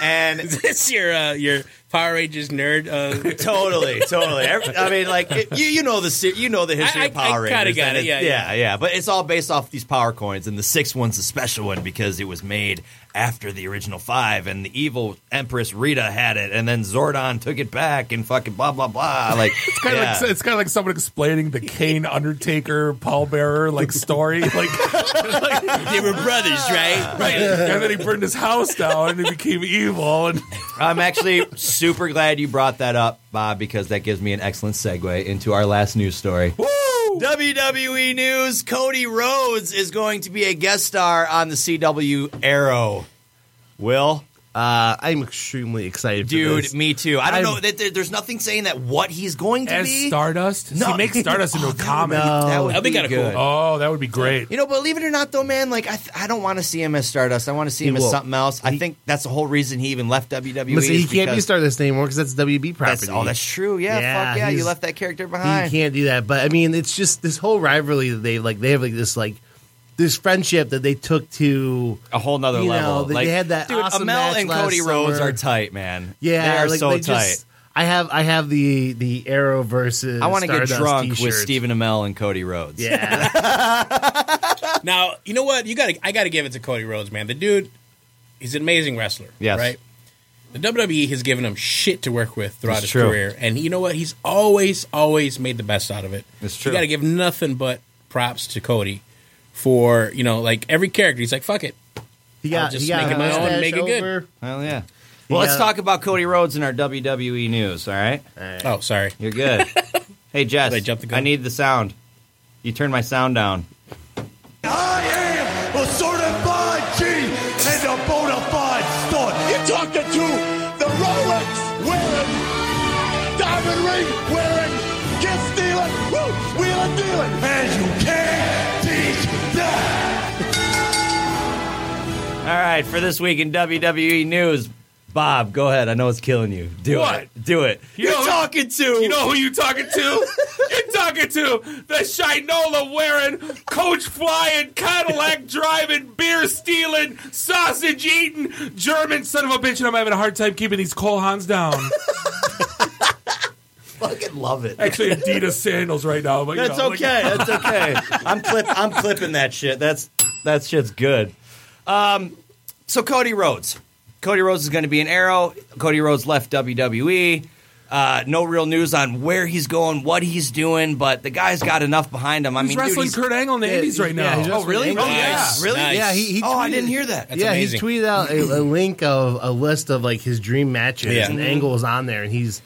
Speaker 4: and
Speaker 17: Is this your uh, your Power Rangers nerd? Uh,
Speaker 4: totally, totally. Every- I mean, like it- you, you know the se- you know the history
Speaker 17: I-
Speaker 4: of Power
Speaker 17: I kinda
Speaker 4: Rangers.
Speaker 17: got
Speaker 4: and
Speaker 17: it, yeah,
Speaker 4: yeah, But it's all based off these power coins, and the sixth one's a special one because it was made after the original five, and the evil Empress Rita had it, and then Zordon took it back, and fucking blah blah blah. Like
Speaker 6: It's kind of like it's kind of like someone explaining the Kane Undertaker pallbearer like story. Like
Speaker 17: they were brothers, right?
Speaker 6: Right. And then he burned his house down and he became evil. And
Speaker 4: I'm actually super glad you brought that up, Bob, because that gives me an excellent segue into our last news story. WWE E News Cody Rhodes is going to be a guest star on the CW Arrow. Will?
Speaker 5: Uh, I'm extremely excited, for
Speaker 4: Dude,
Speaker 5: this.
Speaker 4: me too. I don't
Speaker 5: I'm-
Speaker 4: know. That there- There's nothing saying that what he's going to
Speaker 6: as
Speaker 4: be.
Speaker 6: Stardust,
Speaker 4: No.
Speaker 6: no. he makes Stardust into a comic.
Speaker 4: that would
Speaker 17: That'd be
Speaker 4: be
Speaker 17: kinda cool.
Speaker 4: good.
Speaker 6: Oh, that would be great.
Speaker 4: You know, believe it or not, though, man, like I, th- I don't want to see him as Stardust. I want to see
Speaker 5: He
Speaker 4: him as
Speaker 5: will.
Speaker 4: something else. I think that's the whole reason he even left WWE.
Speaker 5: Listen, he
Speaker 4: is
Speaker 5: can't be
Speaker 4: because-
Speaker 5: Stardust anymore because that's WB property.
Speaker 4: That's, oh, that's true. Yeah, fuck yeah. You
Speaker 5: he's-
Speaker 4: left that character
Speaker 5: He
Speaker 4: behind.
Speaker 5: can't do that. But I mean, it's just this whole rivalry that they like. They have like this like this friendship that they took to
Speaker 4: a whole nother
Speaker 5: you
Speaker 4: level.
Speaker 5: Know, they,
Speaker 4: Like,
Speaker 5: they had that
Speaker 4: dude,
Speaker 5: awesome
Speaker 4: Amel
Speaker 5: match
Speaker 4: and
Speaker 5: last
Speaker 4: Cody Rhodes
Speaker 5: summer.
Speaker 4: are tight, man.
Speaker 5: Yeah,
Speaker 4: they are
Speaker 5: like,
Speaker 4: so
Speaker 5: they
Speaker 4: tight.
Speaker 5: just- uh, I have I have the the Arrow versus
Speaker 4: I want to get
Speaker 5: Stardust
Speaker 4: drunk with
Speaker 5: t-shirt.
Speaker 4: Stephen Amell and Cody Rhodes.
Speaker 5: Yeah,
Speaker 17: Now you know what you got. to I got to give it to Cody Rhodes, man. The dude, he's an amazing wrestler.
Speaker 4: Yes.
Speaker 17: Right. The WWE has given him shit to work with throughout
Speaker 4: It's
Speaker 17: his
Speaker 4: true.
Speaker 17: career, and you know what? He's always, always made the best out of it.
Speaker 4: It's
Speaker 17: You got to
Speaker 4: true.
Speaker 17: give nothing but props to Cody for you know like every character. He's like, fuck it,
Speaker 5: he
Speaker 17: I'll
Speaker 5: got
Speaker 17: just
Speaker 5: he got
Speaker 17: make it my own and
Speaker 5: mustache
Speaker 17: make it good.
Speaker 5: over.
Speaker 4: Hell yeah.
Speaker 5: He
Speaker 4: Well, let's
Speaker 5: got-
Speaker 4: talk about Cody Rhodes in our WWE news. All right.
Speaker 17: Oh, sorry.
Speaker 4: You're good. hey Jess,
Speaker 17: Did I jump the gun?
Speaker 4: I need the sound. You turn my sound down.
Speaker 7: I am a certified G and a bona fide stud. You're talking to the Rolex wearing, diamond ring wearing, gift stealing, woo, wheeling dealing. And you can't teach that.
Speaker 4: All right, for this week in WWE news, Bob, go ahead. I know it's killing you. Do
Speaker 6: What?
Speaker 4: it. Do it.
Speaker 6: You
Speaker 4: You're
Speaker 6: know-
Speaker 4: talking to.
Speaker 6: You know who you talking to? You're talking to the Shinola wearing, coach flying, Cadillac driving, beer stealing, sausage eating, German son of a bitch, and I'm having a hard time keeping these Cole Hans down.
Speaker 4: fucking love it.
Speaker 6: Actually, Adidas sandals right now. But, you
Speaker 4: That's
Speaker 6: know, like-
Speaker 4: okay. That's okay. I'm clip. I'm clipping that shit. That's that shit's good. Um, so Cody Rhodes. Cody Rhodes is going to be an Arrow. Cody Rhodes left WWE. Uh, no real news on where he's going, what he's doing, but the guy's got enough behind him. I
Speaker 6: He's
Speaker 4: mean, dude,
Speaker 6: wrestling
Speaker 4: he's-
Speaker 6: Kurt Angle in the
Speaker 5: Yeah,
Speaker 6: Indies right
Speaker 5: yeah,
Speaker 6: now.
Speaker 5: he's
Speaker 6: oh,
Speaker 5: wrestling
Speaker 6: really?
Speaker 5: Angle.
Speaker 6: Oh, yeah.
Speaker 17: Nice.
Speaker 4: Really?
Speaker 17: Nice.
Speaker 5: Yeah, he, he
Speaker 4: Oh, I
Speaker 5: tweeted-
Speaker 4: didn't hear that.
Speaker 17: That's
Speaker 5: yeah,
Speaker 17: amazing.
Speaker 5: he tweeted out a, a link of a list of like his dream matches,
Speaker 17: Yeah.
Speaker 5: and Angle was on there, and he's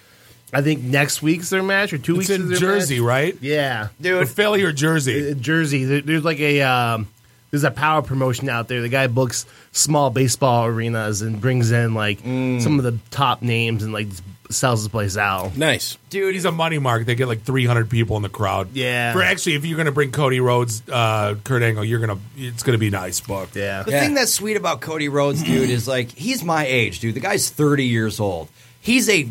Speaker 5: I think next week's their match or two
Speaker 6: It's
Speaker 5: weeks
Speaker 6: in
Speaker 5: is their
Speaker 6: Jersey,
Speaker 5: match.
Speaker 6: right?
Speaker 5: Yeah,
Speaker 6: Or Philly or Jersey.
Speaker 5: Uh, Jersey. There, there's like a um, there's a power promotion out there. The guy books small baseball arenas and brings in like
Speaker 17: Mm.
Speaker 5: some of the top names and like sells the place out.
Speaker 17: Nice,
Speaker 6: dude. He's a money mark. They get like 300 people in the crowd.
Speaker 5: Yeah.
Speaker 6: For actually, if you're going to bring Cody Rhodes, uh, Kurt Angle, you're gonna it's gonna be nice booked.
Speaker 5: Yeah.
Speaker 4: The thing that's sweet about Cody Rhodes, dude, is like he's my age, dude. The guy's 30 years old. He's a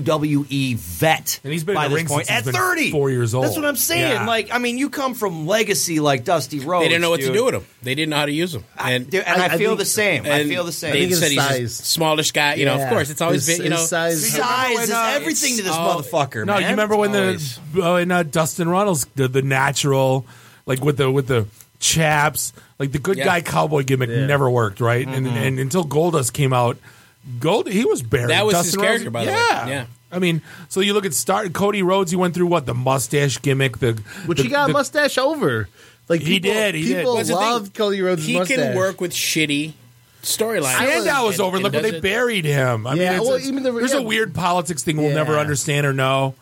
Speaker 4: WWE vet. And he's
Speaker 6: been in
Speaker 4: by
Speaker 6: the
Speaker 4: this
Speaker 6: ring
Speaker 4: point
Speaker 6: since
Speaker 4: at
Speaker 6: he's been
Speaker 4: 30.
Speaker 6: four years
Speaker 4: That's
Speaker 6: old.
Speaker 4: what I'm saying.
Speaker 6: Yeah.
Speaker 4: Like, I mean, you come from legacy like Dusty Rhodes.
Speaker 17: They didn't know what to
Speaker 4: Oh, dude.
Speaker 17: do with him. They didn't know how to use him. And,
Speaker 4: dude, and I- I I feel think- the same. I
Speaker 17: and
Speaker 4: feel the same. I
Speaker 17: They
Speaker 4: think it's
Speaker 17: said he's
Speaker 4: size.
Speaker 17: just smallish guy. You know,
Speaker 4: Yeah.
Speaker 17: of course, it's always
Speaker 4: His-
Speaker 17: been you know Oh,
Speaker 4: his size- Size is everything to this motherfucker,
Speaker 6: No,
Speaker 4: man.
Speaker 6: Oh, you remember when the uh, when, uh, Dustin Runnels did the natural, like with the with the chaps, like the good
Speaker 17: Yeah.
Speaker 6: guy cowboy gimmick
Speaker 17: Yeah.
Speaker 6: never worked, right? And,
Speaker 17: Mhm.
Speaker 6: and until Goldust came out, Gold he was buried.
Speaker 17: That was his
Speaker 6: Dustin Runnels-
Speaker 17: character, by the way.
Speaker 6: yeah.
Speaker 17: Yeah.
Speaker 6: I mean, so you look at Star Cody Rhodes. He went through what the mustache gimmick, the
Speaker 5: Which
Speaker 6: the,
Speaker 5: he got a
Speaker 6: the-
Speaker 5: mustache over. Like
Speaker 6: He
Speaker 5: people,
Speaker 6: did, he did.
Speaker 5: people
Speaker 6: That's the thing.
Speaker 5: loved Cody Rhodes.
Speaker 17: he
Speaker 5: mustache.
Speaker 17: can work with shitty storylines.
Speaker 6: Sandow was
Speaker 17: And-
Speaker 6: over.
Speaker 17: and
Speaker 6: Look where they
Speaker 17: doesn't-
Speaker 6: buried him. I
Speaker 5: Yeah,
Speaker 6: mean, it's,
Speaker 5: well,
Speaker 6: it's-
Speaker 5: even the-
Speaker 6: there's
Speaker 5: yeah.
Speaker 6: a weird politics thing we'll never
Speaker 5: Yeah.
Speaker 6: understand or know.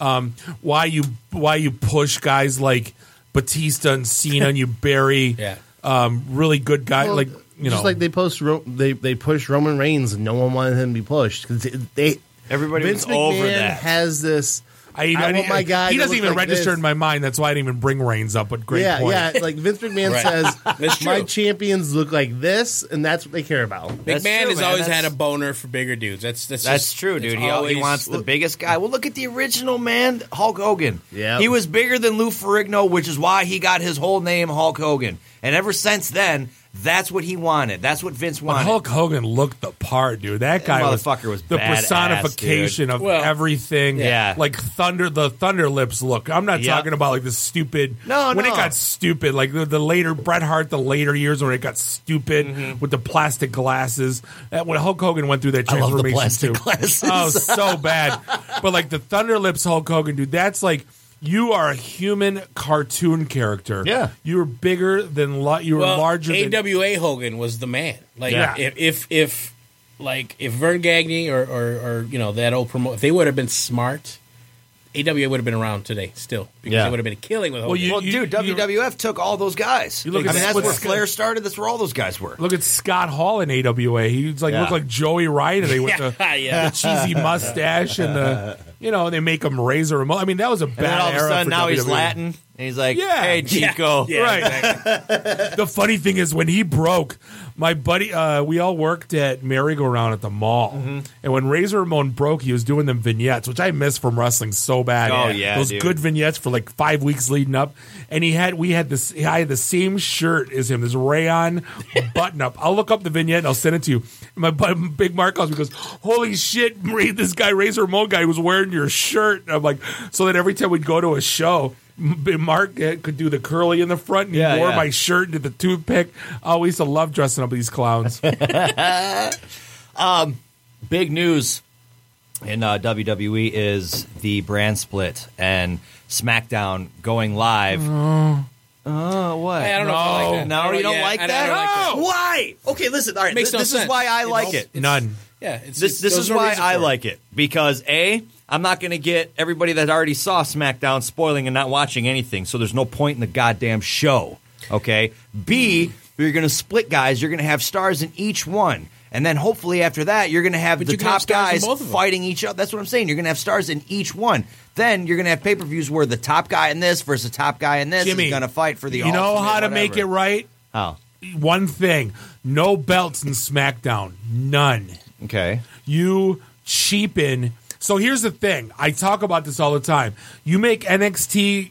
Speaker 6: Um, why you why you push guys like Batista and Cena and you bury um, really good guys
Speaker 5: Well,
Speaker 6: like you know
Speaker 5: just like they post Ro- they they pushed Roman Reigns and no one wanted him to be pushed because they
Speaker 4: everybody
Speaker 5: Vince
Speaker 6: was over
Speaker 5: McMahon
Speaker 6: that.
Speaker 5: Has this? I,
Speaker 6: You know,
Speaker 5: want
Speaker 6: he-
Speaker 5: my guy.
Speaker 6: He
Speaker 5: to
Speaker 6: doesn't
Speaker 5: look
Speaker 6: even
Speaker 5: like
Speaker 6: register
Speaker 5: this.
Speaker 6: in my mind. That's why I didn't even bring Reigns up. But great
Speaker 5: yeah,
Speaker 6: point.
Speaker 5: yeah. Like Vince McMahon
Speaker 6: Right. That's
Speaker 5: says,
Speaker 6: true.
Speaker 5: my champions look like this, and that's what they care about.
Speaker 17: McMahon has always had a boner for bigger dudes. That's that's
Speaker 4: That's
Speaker 17: just-
Speaker 4: true,
Speaker 17: it's
Speaker 4: dude. He,
Speaker 17: always-
Speaker 4: he wants the biggest guy. Well, look at the original man, Hulk Hogan. Yeah, he was bigger than Lou Ferrigno, which is why he got his whole name Hulk Hogan. And ever since then, that's what he wanted. That's what Vince
Speaker 6: But
Speaker 4: wanted.
Speaker 6: Hulk Hogan looked the part, dude. That guy was,
Speaker 4: motherfucker was
Speaker 6: the
Speaker 4: badass,
Speaker 6: personification
Speaker 4: dude.
Speaker 6: of
Speaker 4: Well,
Speaker 6: everything.
Speaker 4: yeah.
Speaker 6: like thunder the thunder lips look. I'm not
Speaker 4: Yeah.
Speaker 6: talking about like the stupid.
Speaker 4: No,
Speaker 6: when
Speaker 4: no.
Speaker 6: it got stupid, like the, the later Bret Hart, the later years when it got stupid with the plastic glasses. That when Hulk Hogan went through that
Speaker 4: Mm-hmm. I love the
Speaker 6: transformation
Speaker 4: plastic
Speaker 6: too.
Speaker 4: glasses.
Speaker 6: Oh, so bad. but like the thunder lips Hulk Hogan, dude. That's like. You are a human cartoon character.
Speaker 17: Yeah.
Speaker 6: you were bigger than li- you were
Speaker 17: well,
Speaker 6: larger than
Speaker 17: AWA Hogan was the man. Like
Speaker 6: Yeah.
Speaker 17: if, if if like if Vern Gagne or, or or you know that old promo, if they would have been smart, AWA would have been around today still because
Speaker 4: Yeah.
Speaker 17: it would have been killing with Hogan.
Speaker 4: Well, dude, WWF took all those guys.
Speaker 6: You look
Speaker 4: I
Speaker 6: at
Speaker 4: mean, that's
Speaker 6: what's-
Speaker 4: where Flair started. That's where all those guys were.
Speaker 6: Look at Scott Hall in AWA. He's like
Speaker 4: Yeah.
Speaker 6: looked like Joey Ryan today with
Speaker 4: Yeah,
Speaker 6: the,
Speaker 4: yeah.
Speaker 6: the cheesy mustache and the you know they make him razor remote. I mean that was a bad
Speaker 4: And then all of a
Speaker 6: era
Speaker 4: sudden,
Speaker 6: for
Speaker 4: now he's
Speaker 6: WWE.
Speaker 7: E.
Speaker 4: Latin, and he's like,
Speaker 6: Yeah.
Speaker 4: "Hey, Chico,
Speaker 6: Yeah, right. the funny thing is when he broke, my buddy, uh, we all worked at Merry Go Round at the mall,
Speaker 4: Mm-hmm.
Speaker 6: and when Razor Ramon broke, he was doing them vignettes, which I miss from wrestling so bad.
Speaker 4: Oh, yeah,
Speaker 6: those
Speaker 4: dude.
Speaker 6: good vignettes for like five weeks leading up, and he had we had this I had the same shirt as him, this rayon button up. I'll look up the vignette and I'll send it to you. And my buddy, big Mark calls me and goes, "Holy shit, Ray, this guy Razor Ramon guy was wearing your shirt." And I'm like, so that every time we'd go to a show. M- Mark uh, could do the curly in the front, and he
Speaker 17: Yeah,
Speaker 6: wore
Speaker 17: yeah.
Speaker 6: my shirt into the toothpick. I always love dressing up these clowns.
Speaker 4: um, big news in uh, WWE is the brand split and SmackDown going live.
Speaker 7: Oh.
Speaker 4: Oh, what?
Speaker 7: I don't know if I like that.
Speaker 4: No,
Speaker 7: I don't-
Speaker 4: you don't
Speaker 7: yeah,
Speaker 4: like
Speaker 7: I don't- I
Speaker 4: that?
Speaker 7: don't like
Speaker 17: oh!
Speaker 7: that.
Speaker 4: Why? Okay, listen. All right,
Speaker 7: Makes
Speaker 4: th-
Speaker 7: no
Speaker 4: this is
Speaker 7: sense.
Speaker 4: why I
Speaker 7: It
Speaker 4: like
Speaker 7: helps-
Speaker 4: it.
Speaker 6: None.
Speaker 17: Yeah, it's,
Speaker 4: this this is why I like it because a I'm not going to get everybody that already saw SmackDown spoiling and not watching anything, so there's no point in the goddamn show. Okay. B you're going to split guys. You're going to have stars in each one. And then hopefully after that, you're going to have
Speaker 17: But
Speaker 4: the
Speaker 17: you can have
Speaker 4: top
Speaker 17: stars in
Speaker 4: guys
Speaker 17: both of 'em.
Speaker 4: fighting each other. That's what I'm saying. You're going to have stars in each one. Then you're going to have pay per views where the top guy in this versus the top guy in this
Speaker 6: Jimmy,
Speaker 4: is going to fight for the.
Speaker 6: you know
Speaker 4: ultimate
Speaker 6: how to make
Speaker 4: whatever.
Speaker 6: it right.
Speaker 4: How?
Speaker 6: One thing: no belts in SmackDown. None.
Speaker 4: Okay.
Speaker 6: You cheapen. So here's the thing: I talk about this all the time. You make NXT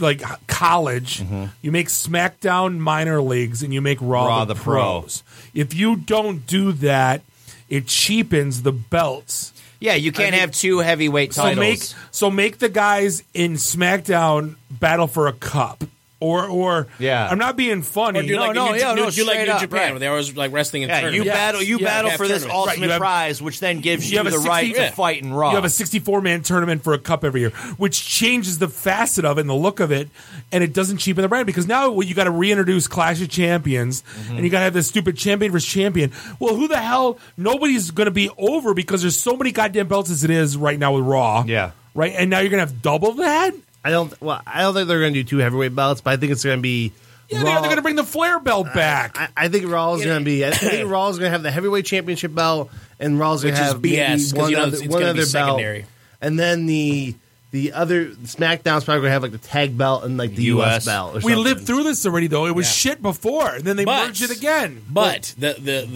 Speaker 6: like h- college. You make SmackDown minor leagues, and you make Raw,
Speaker 4: Mm-hmm. Raw
Speaker 6: the,
Speaker 4: the pro.
Speaker 6: pros. If you don't do that, it cheapens the belts.
Speaker 4: Yeah, you can't
Speaker 6: I mean-
Speaker 4: have two heavyweight titles.
Speaker 6: So make so make the guys in SmackDown battle for a cup Or, or
Speaker 17: Yeah.
Speaker 6: I'm not being funny.
Speaker 17: Or do you
Speaker 6: no,
Speaker 17: like
Speaker 6: no,
Speaker 17: New,
Speaker 6: yeah,
Speaker 17: New-
Speaker 6: no,
Speaker 17: do you like
Speaker 6: straight
Speaker 17: New
Speaker 6: up,
Speaker 17: Japan,
Speaker 6: right.
Speaker 17: where they're always like wrestling in
Speaker 6: Yeah, you
Speaker 17: tournaments?
Speaker 4: You battle, you
Speaker 6: Yeah,
Speaker 4: battle
Speaker 6: yeah,
Speaker 4: for this
Speaker 6: tournament. Right,
Speaker 4: ultimate
Speaker 6: you have-
Speaker 4: prize, which then gives you,
Speaker 6: have a
Speaker 4: the
Speaker 6: 60
Speaker 4: right
Speaker 6: yeah.
Speaker 4: to fight in Raw.
Speaker 6: You have a 64 man tournament for a cup every year, which changes the facet of it and the look of it, and it doesn't cheapen the brand because now well, you got to reintroduce Clash of Champions and you got to have this stupid champion versus champion. Well, who the hell? Nobody's going to be over because there's so many goddamn belts as it is right now with Raw. Yeah. Right? And now you're going to have double that?
Speaker 5: I don't. Well, I don't think they're going to do two heavyweight belts, but I think it's going to be.
Speaker 6: Yeah, they're going to bring the Flair belt back.
Speaker 5: I, I think Raw's going to be. I think Raw's going to have the heavyweight championship belt, and Raw's going
Speaker 17: Which
Speaker 5: to
Speaker 17: is
Speaker 5: have maybe
Speaker 17: BS, 'cause
Speaker 5: one
Speaker 17: you know
Speaker 5: other,
Speaker 17: it's- it's
Speaker 5: one
Speaker 17: gonna be
Speaker 5: other
Speaker 17: secondary.
Speaker 5: belt, and then the the other SmackDown's probably going to have like the tag belt and like the US, belt. Or
Speaker 6: we
Speaker 5: something.
Speaker 6: lived through this already, though. It was shit before, and then they
Speaker 17: But-
Speaker 6: merged it again.
Speaker 17: But the, the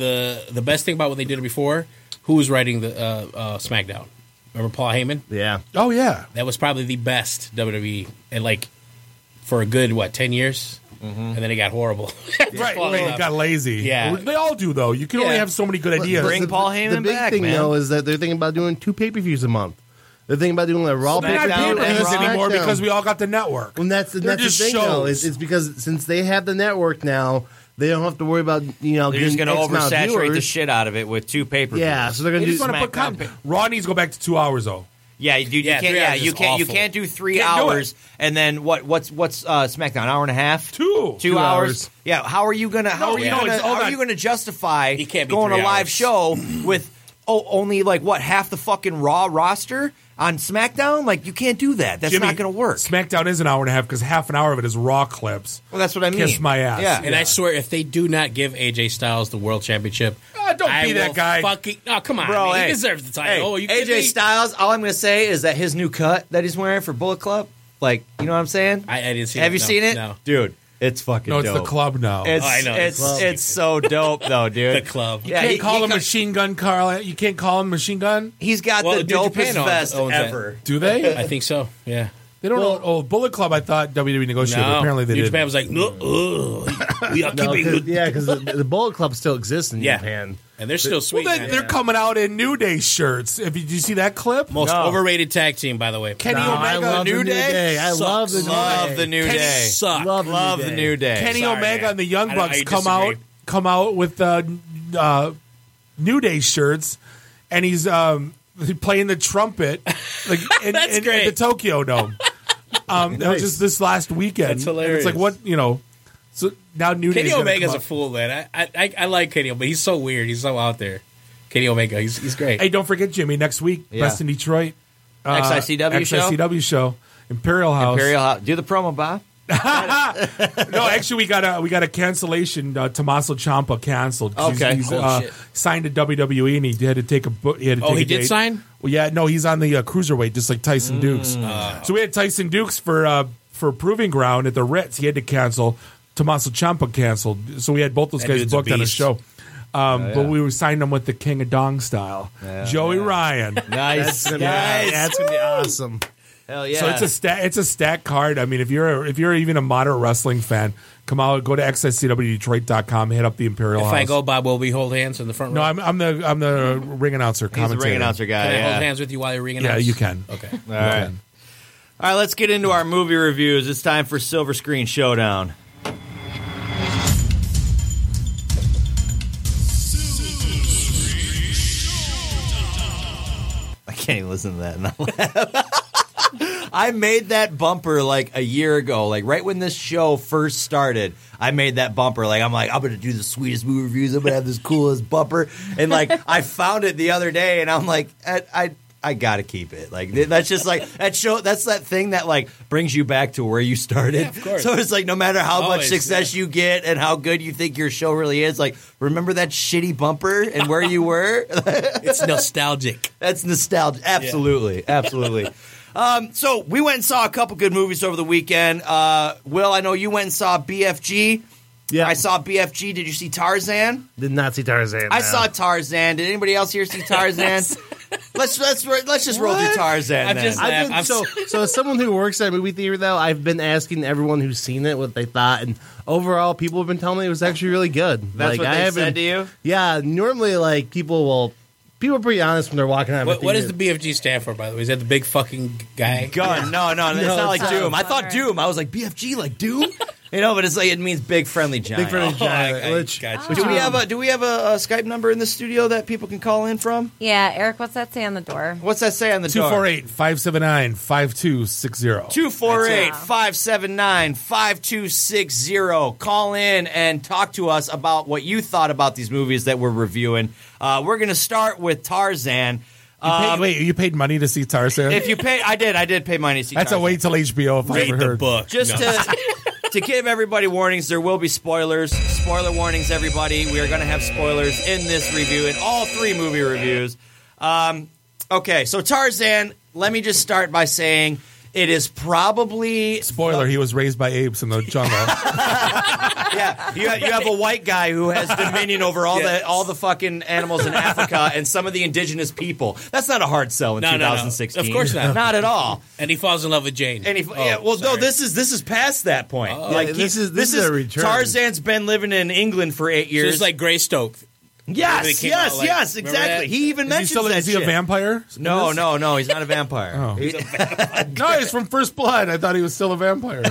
Speaker 17: the the best thing about what they did before, who was writing the uh, uh, SmackDown? Remember Paul Heyman?
Speaker 5: Yeah.
Speaker 6: Oh yeah.
Speaker 17: That was probably the best WWE and like for a good what ten years, and then it got horrible.
Speaker 6: right,
Speaker 17: Well,
Speaker 6: right,
Speaker 17: enough.
Speaker 6: it got lazy.
Speaker 17: Yeah.
Speaker 6: they all do though. You can only
Speaker 17: Yeah.
Speaker 6: have so many good
Speaker 5: But
Speaker 6: ideas.
Speaker 5: the- the- The big thing though is that they're thinking about doing two pay per views a month. They're thinking about doing like Raw
Speaker 6: They're not
Speaker 5: pay-per-views
Speaker 6: pay-per-views
Speaker 5: and
Speaker 6: anymore
Speaker 5: SmackDown.
Speaker 6: because we all got the network.
Speaker 5: And that's and
Speaker 6: They're
Speaker 5: that's the
Speaker 6: just
Speaker 5: thing though
Speaker 6: shows.
Speaker 5: is it's because since they have the network now, they don't have to worry about you know
Speaker 4: They're just
Speaker 5: getting
Speaker 4: going to
Speaker 5: X amount of
Speaker 4: oversaturate the
Speaker 5: viewers.
Speaker 4: shit out of it with two pay per
Speaker 5: Yeah, so they're going
Speaker 6: They
Speaker 5: to do
Speaker 6: just want to put content. Raw needs to go back to two hours though.
Speaker 4: Yeah, dude, you
Speaker 6: Yeah,
Speaker 4: can't.
Speaker 6: three
Speaker 4: Yeah,
Speaker 6: hours
Speaker 4: you
Speaker 6: is
Speaker 4: can't. You
Speaker 6: awful.
Speaker 4: can't do 3
Speaker 6: Can't do it.
Speaker 4: hours and then what? What's what's uh, SmackDown? Hour and a half?
Speaker 6: Two.
Speaker 4: Two,
Speaker 5: Two
Speaker 4: hours.
Speaker 5: hours.
Speaker 4: Yeah. How are you gonna? How
Speaker 6: No,
Speaker 4: are you
Speaker 6: yeah. No,
Speaker 4: gonna?
Speaker 6: it's- hold
Speaker 4: How are
Speaker 6: on.
Speaker 4: you gonna justify
Speaker 17: can't be
Speaker 4: going to
Speaker 17: three
Speaker 4: live
Speaker 17: hours.
Speaker 4: show with oh only like what half the fucking Raw roster on SmackDown? Like you can't do that. That's
Speaker 6: Jimmy,
Speaker 4: not going to work.
Speaker 6: SmackDown is an hour and a half because half an hour of it is Raw clips.
Speaker 4: Well, that's what I mean.
Speaker 6: Kiss my ass.
Speaker 4: Yeah.
Speaker 17: And I swear, if they do not give AJ Styles the world championship,
Speaker 6: Ah, don't
Speaker 17: I
Speaker 6: be that
Speaker 17: will
Speaker 6: guy.
Speaker 17: Fucking oh, come on,
Speaker 4: Bro,
Speaker 17: man.
Speaker 4: hey.
Speaker 17: he deserves the title.
Speaker 4: Hey,
Speaker 17: Oh, you
Speaker 4: AJ
Speaker 17: kidding me?
Speaker 4: Styles. All I'm going to say is that his new cut that he's wearing for Bullet Club. Like you know what I'm saying?
Speaker 17: I, I didn't see.
Speaker 4: Have
Speaker 17: that.
Speaker 4: you
Speaker 17: No,
Speaker 4: seen it?
Speaker 17: No.
Speaker 4: Dude, it's fucking.
Speaker 6: No, it's
Speaker 4: dope.
Speaker 6: the club now.
Speaker 4: It's
Speaker 17: Oh, I know, the
Speaker 4: it's
Speaker 17: club.
Speaker 4: it's so dope though, dude.
Speaker 17: The club.
Speaker 6: you can't
Speaker 4: he-
Speaker 6: call
Speaker 4: he
Speaker 6: him
Speaker 4: got-
Speaker 6: machine gun, Carl. You can't call him machine gun.
Speaker 4: He's got
Speaker 17: Well,
Speaker 4: the
Speaker 17: New
Speaker 4: dopest
Speaker 17: Japan owns-
Speaker 4: vest
Speaker 17: owns that.
Speaker 4: ever.
Speaker 6: Do they?
Speaker 17: I think so. Yeah.
Speaker 6: They don't own oh, Bullet Club. I thought WWE negotiated.
Speaker 17: No.
Speaker 6: Apparently they
Speaker 17: New
Speaker 6: did.
Speaker 17: Japan was like, no, ugh, we are
Speaker 5: No,
Speaker 17: keeping.
Speaker 5: 'cause- yeah, because the, the Bullet Club still exists in
Speaker 17: Yeah.
Speaker 5: Japan.
Speaker 17: And they're still
Speaker 6: Well,
Speaker 17: sweet.
Speaker 6: they,
Speaker 17: man.
Speaker 6: they're coming out in New Day shirts. If you, did you see that clip,
Speaker 17: Most
Speaker 4: No.
Speaker 17: overrated tag team, by the way.
Speaker 6: Kenny
Speaker 5: No, I
Speaker 6: Omega,
Speaker 5: love the New Day. I love the New
Speaker 4: Love
Speaker 5: Day.
Speaker 4: the new
Speaker 17: Kenny
Speaker 4: day.
Speaker 17: suck.
Speaker 5: Love the New
Speaker 4: Love
Speaker 5: Day.
Speaker 4: the new day.
Speaker 6: Kenny
Speaker 17: Sorry,
Speaker 6: Omega
Speaker 17: man.
Speaker 6: and the Young
Speaker 17: I don't- I
Speaker 6: Bucks come out
Speaker 17: disagree.
Speaker 6: come out with uh, n- uh, New Day shirts, and he's um, playing the trumpet like in,
Speaker 17: That's
Speaker 6: in- at
Speaker 17: great.
Speaker 6: the Tokyo Dome. Um, That was just this last weekend.
Speaker 17: That's
Speaker 6: And It's
Speaker 17: hilarious.
Speaker 6: like what you know. So now New Day.
Speaker 17: Kenny Omega's a fool, man. I, I I like Kenny, but he's so weird. He's so out there. Kenny Omega, he's he's great.
Speaker 6: Hey, don't forget Jimmy next week.
Speaker 4: Yeah.
Speaker 6: Best in Detroit. Uh,
Speaker 4: XICW show?
Speaker 6: XICW show. Imperial House.
Speaker 4: Imperial House. Do the promo, Bob.
Speaker 6: No, actually, we got a we got a cancellation. Uh, Tommaso Ciampa canceled. 'cause
Speaker 4: Okay.
Speaker 6: he's, he's,
Speaker 4: Oh,
Speaker 6: uh,
Speaker 4: shit.
Speaker 6: signed to WWE and he had to take a bu- he had to
Speaker 17: Oh,
Speaker 6: take
Speaker 17: he
Speaker 6: a
Speaker 17: did
Speaker 6: date.
Speaker 17: sign? Mm.
Speaker 6: Well, yeah, no, he's on the uh, cruiserweight, just like Tyson Dukes.
Speaker 17: Uh.
Speaker 6: So we had Tyson Dukes for uh, for proving ground at the Ritz. He had to cancel. Tommaso Ciampa canceled. So we had both those
Speaker 17: That
Speaker 6: guys
Speaker 17: dude's a
Speaker 6: booked on a
Speaker 17: beast.
Speaker 6: show. Um, But we were signing them with the King of Dong style, Joey Ryan.
Speaker 4: Nice.
Speaker 5: That's gonna be, that's gonna be awesome.
Speaker 4: Hell yeah.
Speaker 6: So it's a stat. It's a stat card. I mean, if you're a, if you're even a moderate wrestling fan, come out, go to xscwdetroit.com, hit up the Imperial
Speaker 17: if
Speaker 6: House.
Speaker 17: I go, Bob, will we hold hands in the front row?
Speaker 6: no, I'm, I'm the I'm the ring announcer.
Speaker 4: He's a
Speaker 6: commentator.
Speaker 4: ring announcer guy.
Speaker 17: Can I
Speaker 4: yeah.
Speaker 17: hold hands with you while you're ringing?
Speaker 6: Yeah,
Speaker 17: us?
Speaker 6: you can.
Speaker 17: Okay.
Speaker 4: All right. All right, let's get into our movie reviews. It's time for Silver Screen Showdown. I can't even listen to that. And I, laugh. I made that bumper like a year ago, like right when this show first started. I made that bumper. Like I'm like I'm gonna do the sweetest movie reviews. I'm gonna have this coolest bumper. And like I found it the other day, and I'm like I. I I gotta keep it. Like th- that's just like that show. That's that thing that like brings you back to where you started.
Speaker 17: Yeah, of course.
Speaker 4: So it's like no matter how much
Speaker 17: Always,
Speaker 4: success you get and how good you think your show really is, like remember that shitty bumper and where you were.
Speaker 17: It's nostalgic.
Speaker 4: That's nostalgia. Absolutely. Absolutely. Um, so we went and saw a couple good movies over the weekend. Uh, Will, I know you went and saw BFG.
Speaker 5: Yeah,
Speaker 4: I saw BFG. Did you see Tarzan?
Speaker 5: did not see Tarzan.
Speaker 4: I
Speaker 5: no.
Speaker 4: saw Tarzan. Did anybody else here see Tarzan? let's let's let's just roll through Tarzan.
Speaker 17: I'm
Speaker 4: then.
Speaker 17: just-
Speaker 5: I've been,
Speaker 17: I'm
Speaker 5: so so as someone who works at a movie theater though, I've been asking everyone who's seen it what they thought, and overall, people have been telling me it was actually really good.
Speaker 4: That's
Speaker 5: like,
Speaker 4: what
Speaker 5: I
Speaker 4: they
Speaker 5: haven't-
Speaker 4: said to you.
Speaker 5: Yeah, normally like people will people are pretty honest when they're walking out. Of
Speaker 17: What,
Speaker 5: a
Speaker 17: what does
Speaker 5: theater.
Speaker 17: the BFG stand for, by the way? Is that the big fucking guy?
Speaker 4: Gun? No, no, it's
Speaker 5: No,
Speaker 4: not
Speaker 5: it's
Speaker 4: like
Speaker 5: not.
Speaker 4: Doom. I thought
Speaker 16: Bummer.
Speaker 4: Doom. I was like BFG, like Doom. You know, but it's like it means big friendly giant. Oh,
Speaker 5: Big friendly giant.
Speaker 4: I- I
Speaker 5: which,
Speaker 17: Ah.
Speaker 4: got you.
Speaker 5: which
Speaker 4: do we
Speaker 5: is-
Speaker 4: have a do we have a, a Skype number in the studio that people can call in from?
Speaker 16: Yeah, Eric, what's that say on the door?
Speaker 4: What's that say on the door?
Speaker 6: 248 579 5260.
Speaker 4: 248 579 5260. Call in and talk to us about what you thought about these movies that we're reviewing. Uh, we're going to start with Tarzan.
Speaker 6: You paid-
Speaker 4: Um,
Speaker 6: wait, you paid money to see Tarzan?
Speaker 4: if you pay, I did. I did pay money to see
Speaker 6: That's a
Speaker 4: Tarzan.
Speaker 6: wait till HBO if I ever heard.
Speaker 4: Just to, to give everybody warnings, there will be spoilers. Spoiler warnings, everybody. We are going to have spoilers in this review, in all three movie reviews. Um, okay, so Tarzan, let me just start by saying it is probably.
Speaker 6: Spoiler, he was raised by apes in the jungle.
Speaker 4: yeah, you have, you have a white guy who has dominion over all the all the fucking animals in Africa and some of the indigenous people. That's not a hard sell in
Speaker 17: No, no, no.
Speaker 4: 2016.
Speaker 17: Of course not.
Speaker 4: Not at all.
Speaker 17: And he falls in love with Jane.
Speaker 4: And he,
Speaker 6: Oh,
Speaker 4: yeah, well, no, this is this is past that point. like
Speaker 17: Yeah,
Speaker 4: he-
Speaker 17: this is- this is a return.
Speaker 4: Tarzan's been living in England for eight years.
Speaker 17: it's like Greystoke. When it
Speaker 4: yes,
Speaker 17: came
Speaker 4: yes,
Speaker 17: out, like-
Speaker 4: yes,
Speaker 17: remember
Speaker 4: exactly.
Speaker 17: that?
Speaker 4: He even
Speaker 6: Is he
Speaker 4: mentions
Speaker 6: still-
Speaker 4: that.
Speaker 6: is he a
Speaker 4: shit.
Speaker 6: vampire?
Speaker 4: No,
Speaker 6: Is- Oh.
Speaker 4: no, no. He's not a vampire.
Speaker 6: no, he's from First Blood. I thought he was still a vampire.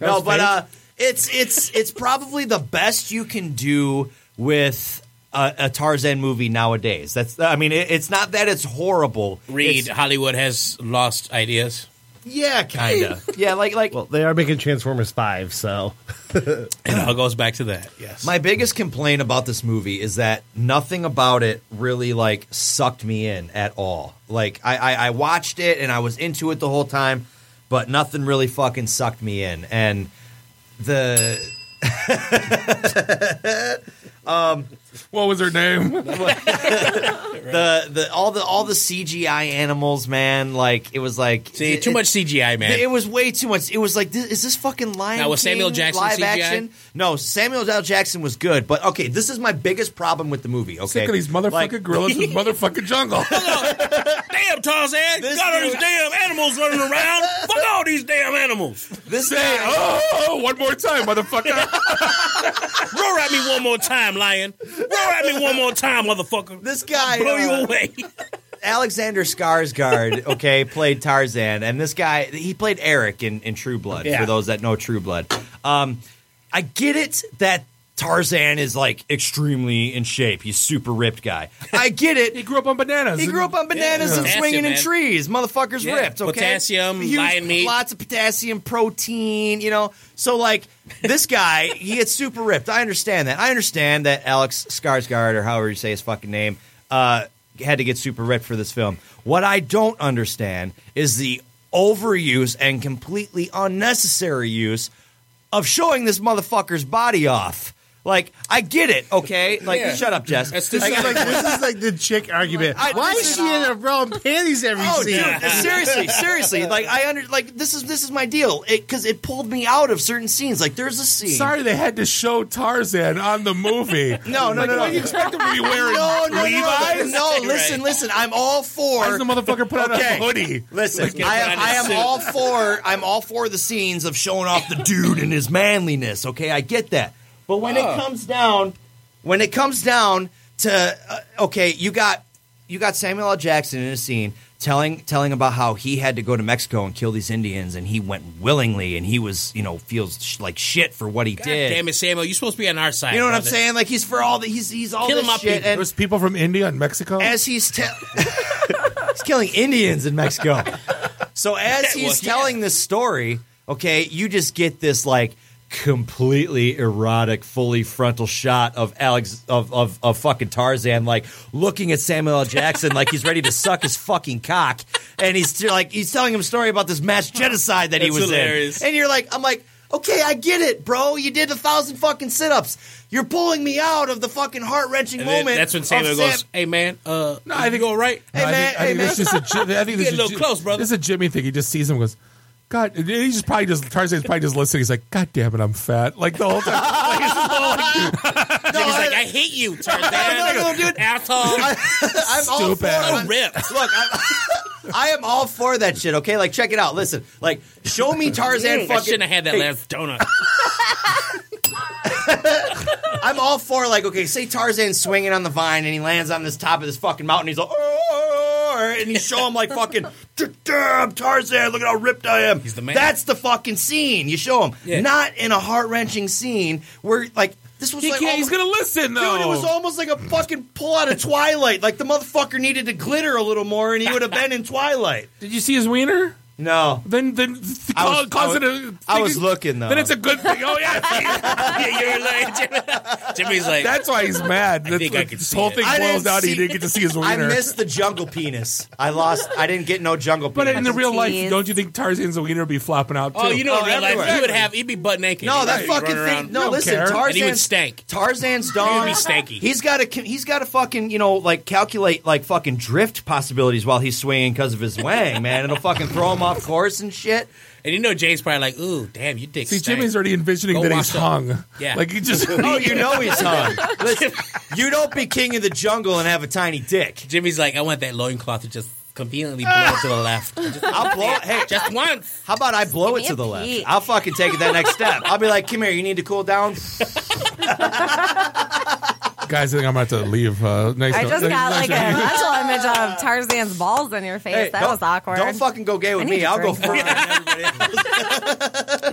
Speaker 4: no,
Speaker 6: was
Speaker 4: but
Speaker 6: fake.
Speaker 4: uh, it's it's it's probably the best you can do with. A, a Tarzan movie nowadays. That's I mean, it, it's not that it's horrible.
Speaker 17: Reed,
Speaker 4: It's-
Speaker 17: Hollywood has lost ideas.
Speaker 4: yeah, kinda. yeah, like like
Speaker 5: Well, they are making Transformers Five, so
Speaker 17: It all goes back to that. Yes.
Speaker 4: My biggest complaint about this movie is that nothing about it really like sucked me in at all. Like I, I, I watched it and I was into it the whole time, but nothing really fucking sucked me in. And the
Speaker 17: uh,
Speaker 4: um
Speaker 6: what was her name?
Speaker 4: the the all the all the CGI animals, man, like it was like
Speaker 17: See, too much CGI, man.
Speaker 4: It was way too much. It was like this, is this fucking Lion
Speaker 17: Now, was
Speaker 4: King
Speaker 17: Samuel Jackson
Speaker 4: live
Speaker 17: CGI?
Speaker 4: action? No, Samuel L. Jackson was good, but okay, this is my biggest problem with the movie. Okay,
Speaker 6: Sick of these motherfucking
Speaker 4: Like-
Speaker 6: gorillas in the motherfucking jungle.
Speaker 17: damn Tarzan! Got all these damn animals running around. Fuck all these damn animals.
Speaker 4: This
Speaker 6: Say, oh, oh, one more time, motherfucker.
Speaker 17: Roar at me one more time, lion. Roar at me one more time, motherfucker.
Speaker 4: This guy
Speaker 17: blow
Speaker 4: uh,
Speaker 17: you away.
Speaker 4: Alexander Skarsgård, okay, played Tarzan, and this guy he played Eric in, in True Blood.
Speaker 17: Yeah.
Speaker 4: For those that know True Blood, um, I get it that Tarzan is like extremely in shape. He's super ripped guy. I get it. he
Speaker 6: grew up on bananas.
Speaker 4: He grew up on bananas
Speaker 17: Yeah.
Speaker 4: and
Speaker 17: Potassium,
Speaker 4: swinging in
Speaker 17: man.
Speaker 4: trees. Motherfuckers
Speaker 17: Yeah.
Speaker 4: ripped. Okay,
Speaker 17: Potassium,
Speaker 4: Huge-
Speaker 17: lion meat.
Speaker 4: lots of potassium, protein. You know, so like this guy, he gets super ripped. I understand that. I understand that Alex Skarsgård or however you say his fucking name uh, had to get super ripped for this film. What I don't understand is the overuse and completely unnecessary use of showing this motherfucker's body off. Like, I get it, okay? Like,
Speaker 5: Yeah.
Speaker 4: shut up, Jess.
Speaker 5: this is like this is like the chick argument.
Speaker 4: I-
Speaker 5: Why
Speaker 4: this
Speaker 5: is
Speaker 4: is-
Speaker 5: she in her bra and panties every
Speaker 4: Oh,
Speaker 5: scene?
Speaker 4: dude, seriously, seriously. Like I under like this is this is my deal because it, pulled me out of certain scenes. Like there's a scene.
Speaker 6: Sorry, they had to show Tarzan on the movie.
Speaker 4: No, no,
Speaker 6: Like,
Speaker 4: no, no.
Speaker 6: What do you expect him to be wearing?
Speaker 4: no, no,
Speaker 6: Levi's?
Speaker 4: No, no, listen, listen. I'm all for.
Speaker 6: Why does the motherfucker put on a hoodie?
Speaker 4: Listen,
Speaker 6: Like,
Speaker 4: I
Speaker 6: put
Speaker 4: am,
Speaker 6: on
Speaker 4: I
Speaker 6: his
Speaker 4: am
Speaker 6: suit.
Speaker 4: all for. I'm all for the scenes of showing off the dude and his manliness. Okay, I get that. But when it comes down, when it comes down to uh, okay, you got you got Samuel L. Jackson in a scene telling telling about how he had to go to Mexico and kill these Indians, and he went willingly, and he was you know feels sh- like shit for what he
Speaker 17: God
Speaker 4: did.
Speaker 17: damn it, Samuel! You're supposed to be on our side.
Speaker 4: You know what I'm
Speaker 17: brother.
Speaker 4: saying? Like he's for all the he's he's all
Speaker 17: Kill
Speaker 4: this
Speaker 17: him up,
Speaker 4: shit.
Speaker 17: people.
Speaker 4: And
Speaker 6: There's people from India and Mexico.
Speaker 4: as he's te- he's killing Indians in Mexico. So as
Speaker 17: Well,
Speaker 4: he's
Speaker 17: yeah.
Speaker 4: telling this story, okay, you just get this like completely erotic, fully frontal shot of Alex of of, of fucking Tarzan, like looking at Samuel L. Jackson, like he's ready to suck his fucking cock, and he's still, like he's telling him a story about this mass genocide that he
Speaker 17: That's
Speaker 4: was
Speaker 17: hilarious.
Speaker 4: in, and you're like, I'm like. Okay, I get it, bro. You did a thousand fucking sit-ups. You're pulling me out of the fucking heart-wrenching
Speaker 17: And then
Speaker 4: moment.
Speaker 17: that's when
Speaker 4: of
Speaker 17: Samuel
Speaker 4: Sam-
Speaker 17: goes, "Hey man, uh, no, I think all right.
Speaker 4: Hey,
Speaker 6: I
Speaker 4: man,
Speaker 6: think, I
Speaker 4: hey,
Speaker 6: think
Speaker 4: man.
Speaker 6: this is a, Ji- I think
Speaker 17: You
Speaker 6: this
Speaker 17: get
Speaker 6: is
Speaker 17: a little
Speaker 6: Ji-
Speaker 17: close, brother.
Speaker 6: This is a Jimmy thing. He just sees him and goes, God, he's just probably just, Tarzan's probably just listening. He's like, God damn it, I'm fat. Like the whole time. Like, it's just all like,
Speaker 17: Jimmy's like, I hate you, Tarzan.
Speaker 4: No, no, no, Oh, dude.
Speaker 17: Asshole.
Speaker 4: I'm all for
Speaker 6: Stupid.
Speaker 4: it.
Speaker 17: ripped.
Speaker 4: Look, I'm, I am all for that shit. Okay, like check it out. Listen, like show me Tarzan.
Speaker 17: Mm, I
Speaker 4: fucking,
Speaker 17: shouldn't have had that
Speaker 4: Hey,
Speaker 17: last donut.
Speaker 4: I'm all for like okay, say Tarzan swinging on the vine and he lands on this top of this fucking mountain. He's like, "Oh," power, and you show him like fucking, "Da-da, I'm Tarzan, look at how ripped I am. He's the man. That's the fucking scene you show him. Not in a heart wrenching scene where like this was
Speaker 6: He
Speaker 4: like
Speaker 6: can't-
Speaker 4: almost-
Speaker 6: he's gonna listen,
Speaker 4: Dude, it
Speaker 6: though.
Speaker 4: was almost like a fucking pull out of Twilight. Like the motherfucker needed to glitter a little more, and he would have been in Twilight.
Speaker 6: Did you see his wiener?
Speaker 4: No.
Speaker 6: Then then th-
Speaker 4: I
Speaker 6: call,
Speaker 4: was-
Speaker 6: calls
Speaker 4: I
Speaker 6: it a.
Speaker 4: I was looking
Speaker 17: uh,
Speaker 4: though.
Speaker 6: Then it's a good thing. Oh yeah,
Speaker 17: yeah, you're like Jimmy- Jimmy's like.
Speaker 6: That's why he's mad.
Speaker 17: I
Speaker 6: That's
Speaker 17: think
Speaker 6: what
Speaker 17: I could
Speaker 6: this
Speaker 17: see
Speaker 6: whole
Speaker 17: it.
Speaker 6: thing
Speaker 4: I
Speaker 6: boils
Speaker 4: didn't
Speaker 6: down to
Speaker 4: see-
Speaker 6: he didn't get to see his
Speaker 4: I
Speaker 6: wiener.
Speaker 4: missed the jungle penis. I lost. I didn't get no jungle
Speaker 6: But
Speaker 4: penis.
Speaker 6: in the real life, don't you think Tarzan's wiener would be flopping out too?
Speaker 17: Oh, you know, in real life,
Speaker 4: everywhere.
Speaker 17: he would have, he'd be butt naked.
Speaker 4: No,
Speaker 17: He'd
Speaker 4: that
Speaker 17: be
Speaker 4: fucking
Speaker 17: running
Speaker 4: thing.
Speaker 17: around.
Speaker 4: No, listen, Tarzan's
Speaker 17: And he would stank.
Speaker 4: Tarzan's dog.
Speaker 17: be stanky.
Speaker 4: He's got to. He's got to fucking you know like calculate like fucking drift possibilities while he's swinging because of his wang, man. It'll fucking throw him off course and shit.
Speaker 17: And you know, Jay's probably like, "Ooh, damn, you dick."
Speaker 6: See,
Speaker 17: stank."
Speaker 6: Jimmy's already envisioning
Speaker 17: Go
Speaker 6: that
Speaker 17: wash
Speaker 6: he's
Speaker 17: up.
Speaker 6: hung.
Speaker 17: Yeah.
Speaker 6: Like he just.
Speaker 4: Oh, you know he's hung. Listen, you don't be king of the jungle and have a tiny dick.
Speaker 17: Jimmy's like, "I want that loincloth to just completely blow
Speaker 4: Ah.
Speaker 17: to the left."
Speaker 4: I'll blow it. Hey,
Speaker 17: just once.
Speaker 4: How about I blow it to the left? I'll fucking take it that next step. I'll be like, "Come here, you need to cool down."
Speaker 6: Guys, I think I'm about to leave. Uh, nice
Speaker 16: I just
Speaker 6: nice-
Speaker 16: got
Speaker 6: nice-
Speaker 16: like a mental image of Tarzan's balls in your face.
Speaker 4: Hey,
Speaker 16: that
Speaker 4: don't-
Speaker 16: was awkward.
Speaker 4: Don't fucking go gay
Speaker 16: I
Speaker 4: with
Speaker 16: need
Speaker 4: me.
Speaker 16: to
Speaker 4: I'll go
Speaker 16: drink
Speaker 4: further.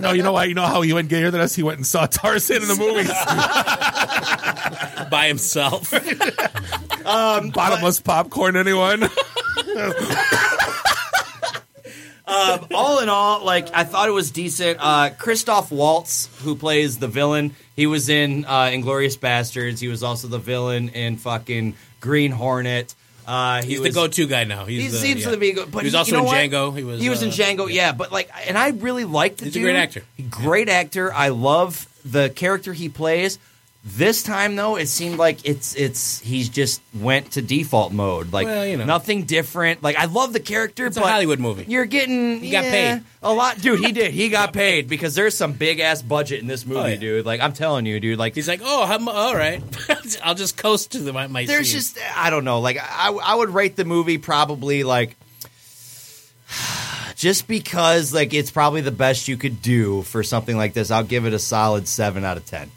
Speaker 6: no, you know why? You know how he went gayer than us? He went and saw Tarzan in the movies.
Speaker 17: by himself.
Speaker 4: Um,
Speaker 6: Bottomless popcorn, anyone?
Speaker 4: um, all in all, like I thought it was decent. Uh, Christoph Waltz, who plays the villain, he was in uh, Inglorious Bastards. He was also the villain in fucking Green Hornet. Uh, he
Speaker 17: He's the
Speaker 4: was-
Speaker 17: go-to guy now. He's
Speaker 4: he
Speaker 17: the-
Speaker 4: seems
Speaker 17: yeah.
Speaker 4: to be. Good, but
Speaker 17: He was
Speaker 4: you
Speaker 17: also
Speaker 4: know
Speaker 17: in
Speaker 4: what?
Speaker 17: Django. He was,
Speaker 4: He was in
Speaker 17: uh,
Speaker 4: Django. Yeah. but like, and I really liked the.
Speaker 17: He's a
Speaker 4: dude.
Speaker 17: great actor.
Speaker 4: Great actor. I love the character he plays. This time though, it seemed like it's it's he's just went to default mode. Like
Speaker 17: Well, you know.
Speaker 4: nothing different. Like I love the character.
Speaker 17: It's a
Speaker 4: but
Speaker 17: Hollywood movie.
Speaker 4: You're getting
Speaker 17: He got
Speaker 4: yeah,
Speaker 17: paid.
Speaker 4: a lot, dude. He did. He got paid because there's some big ass budget in this movie,
Speaker 17: Oh, yeah.
Speaker 4: dude. Like I'm telling you, dude. Like
Speaker 17: He's like, "Oh, I'm, all right. I'll just coast to the, my, my
Speaker 4: there's
Speaker 17: scene."
Speaker 4: just I don't know. Like I I would rate the movie probably like just because like it's probably the best you could do for something like this. I'll give it a solid seven out of ten.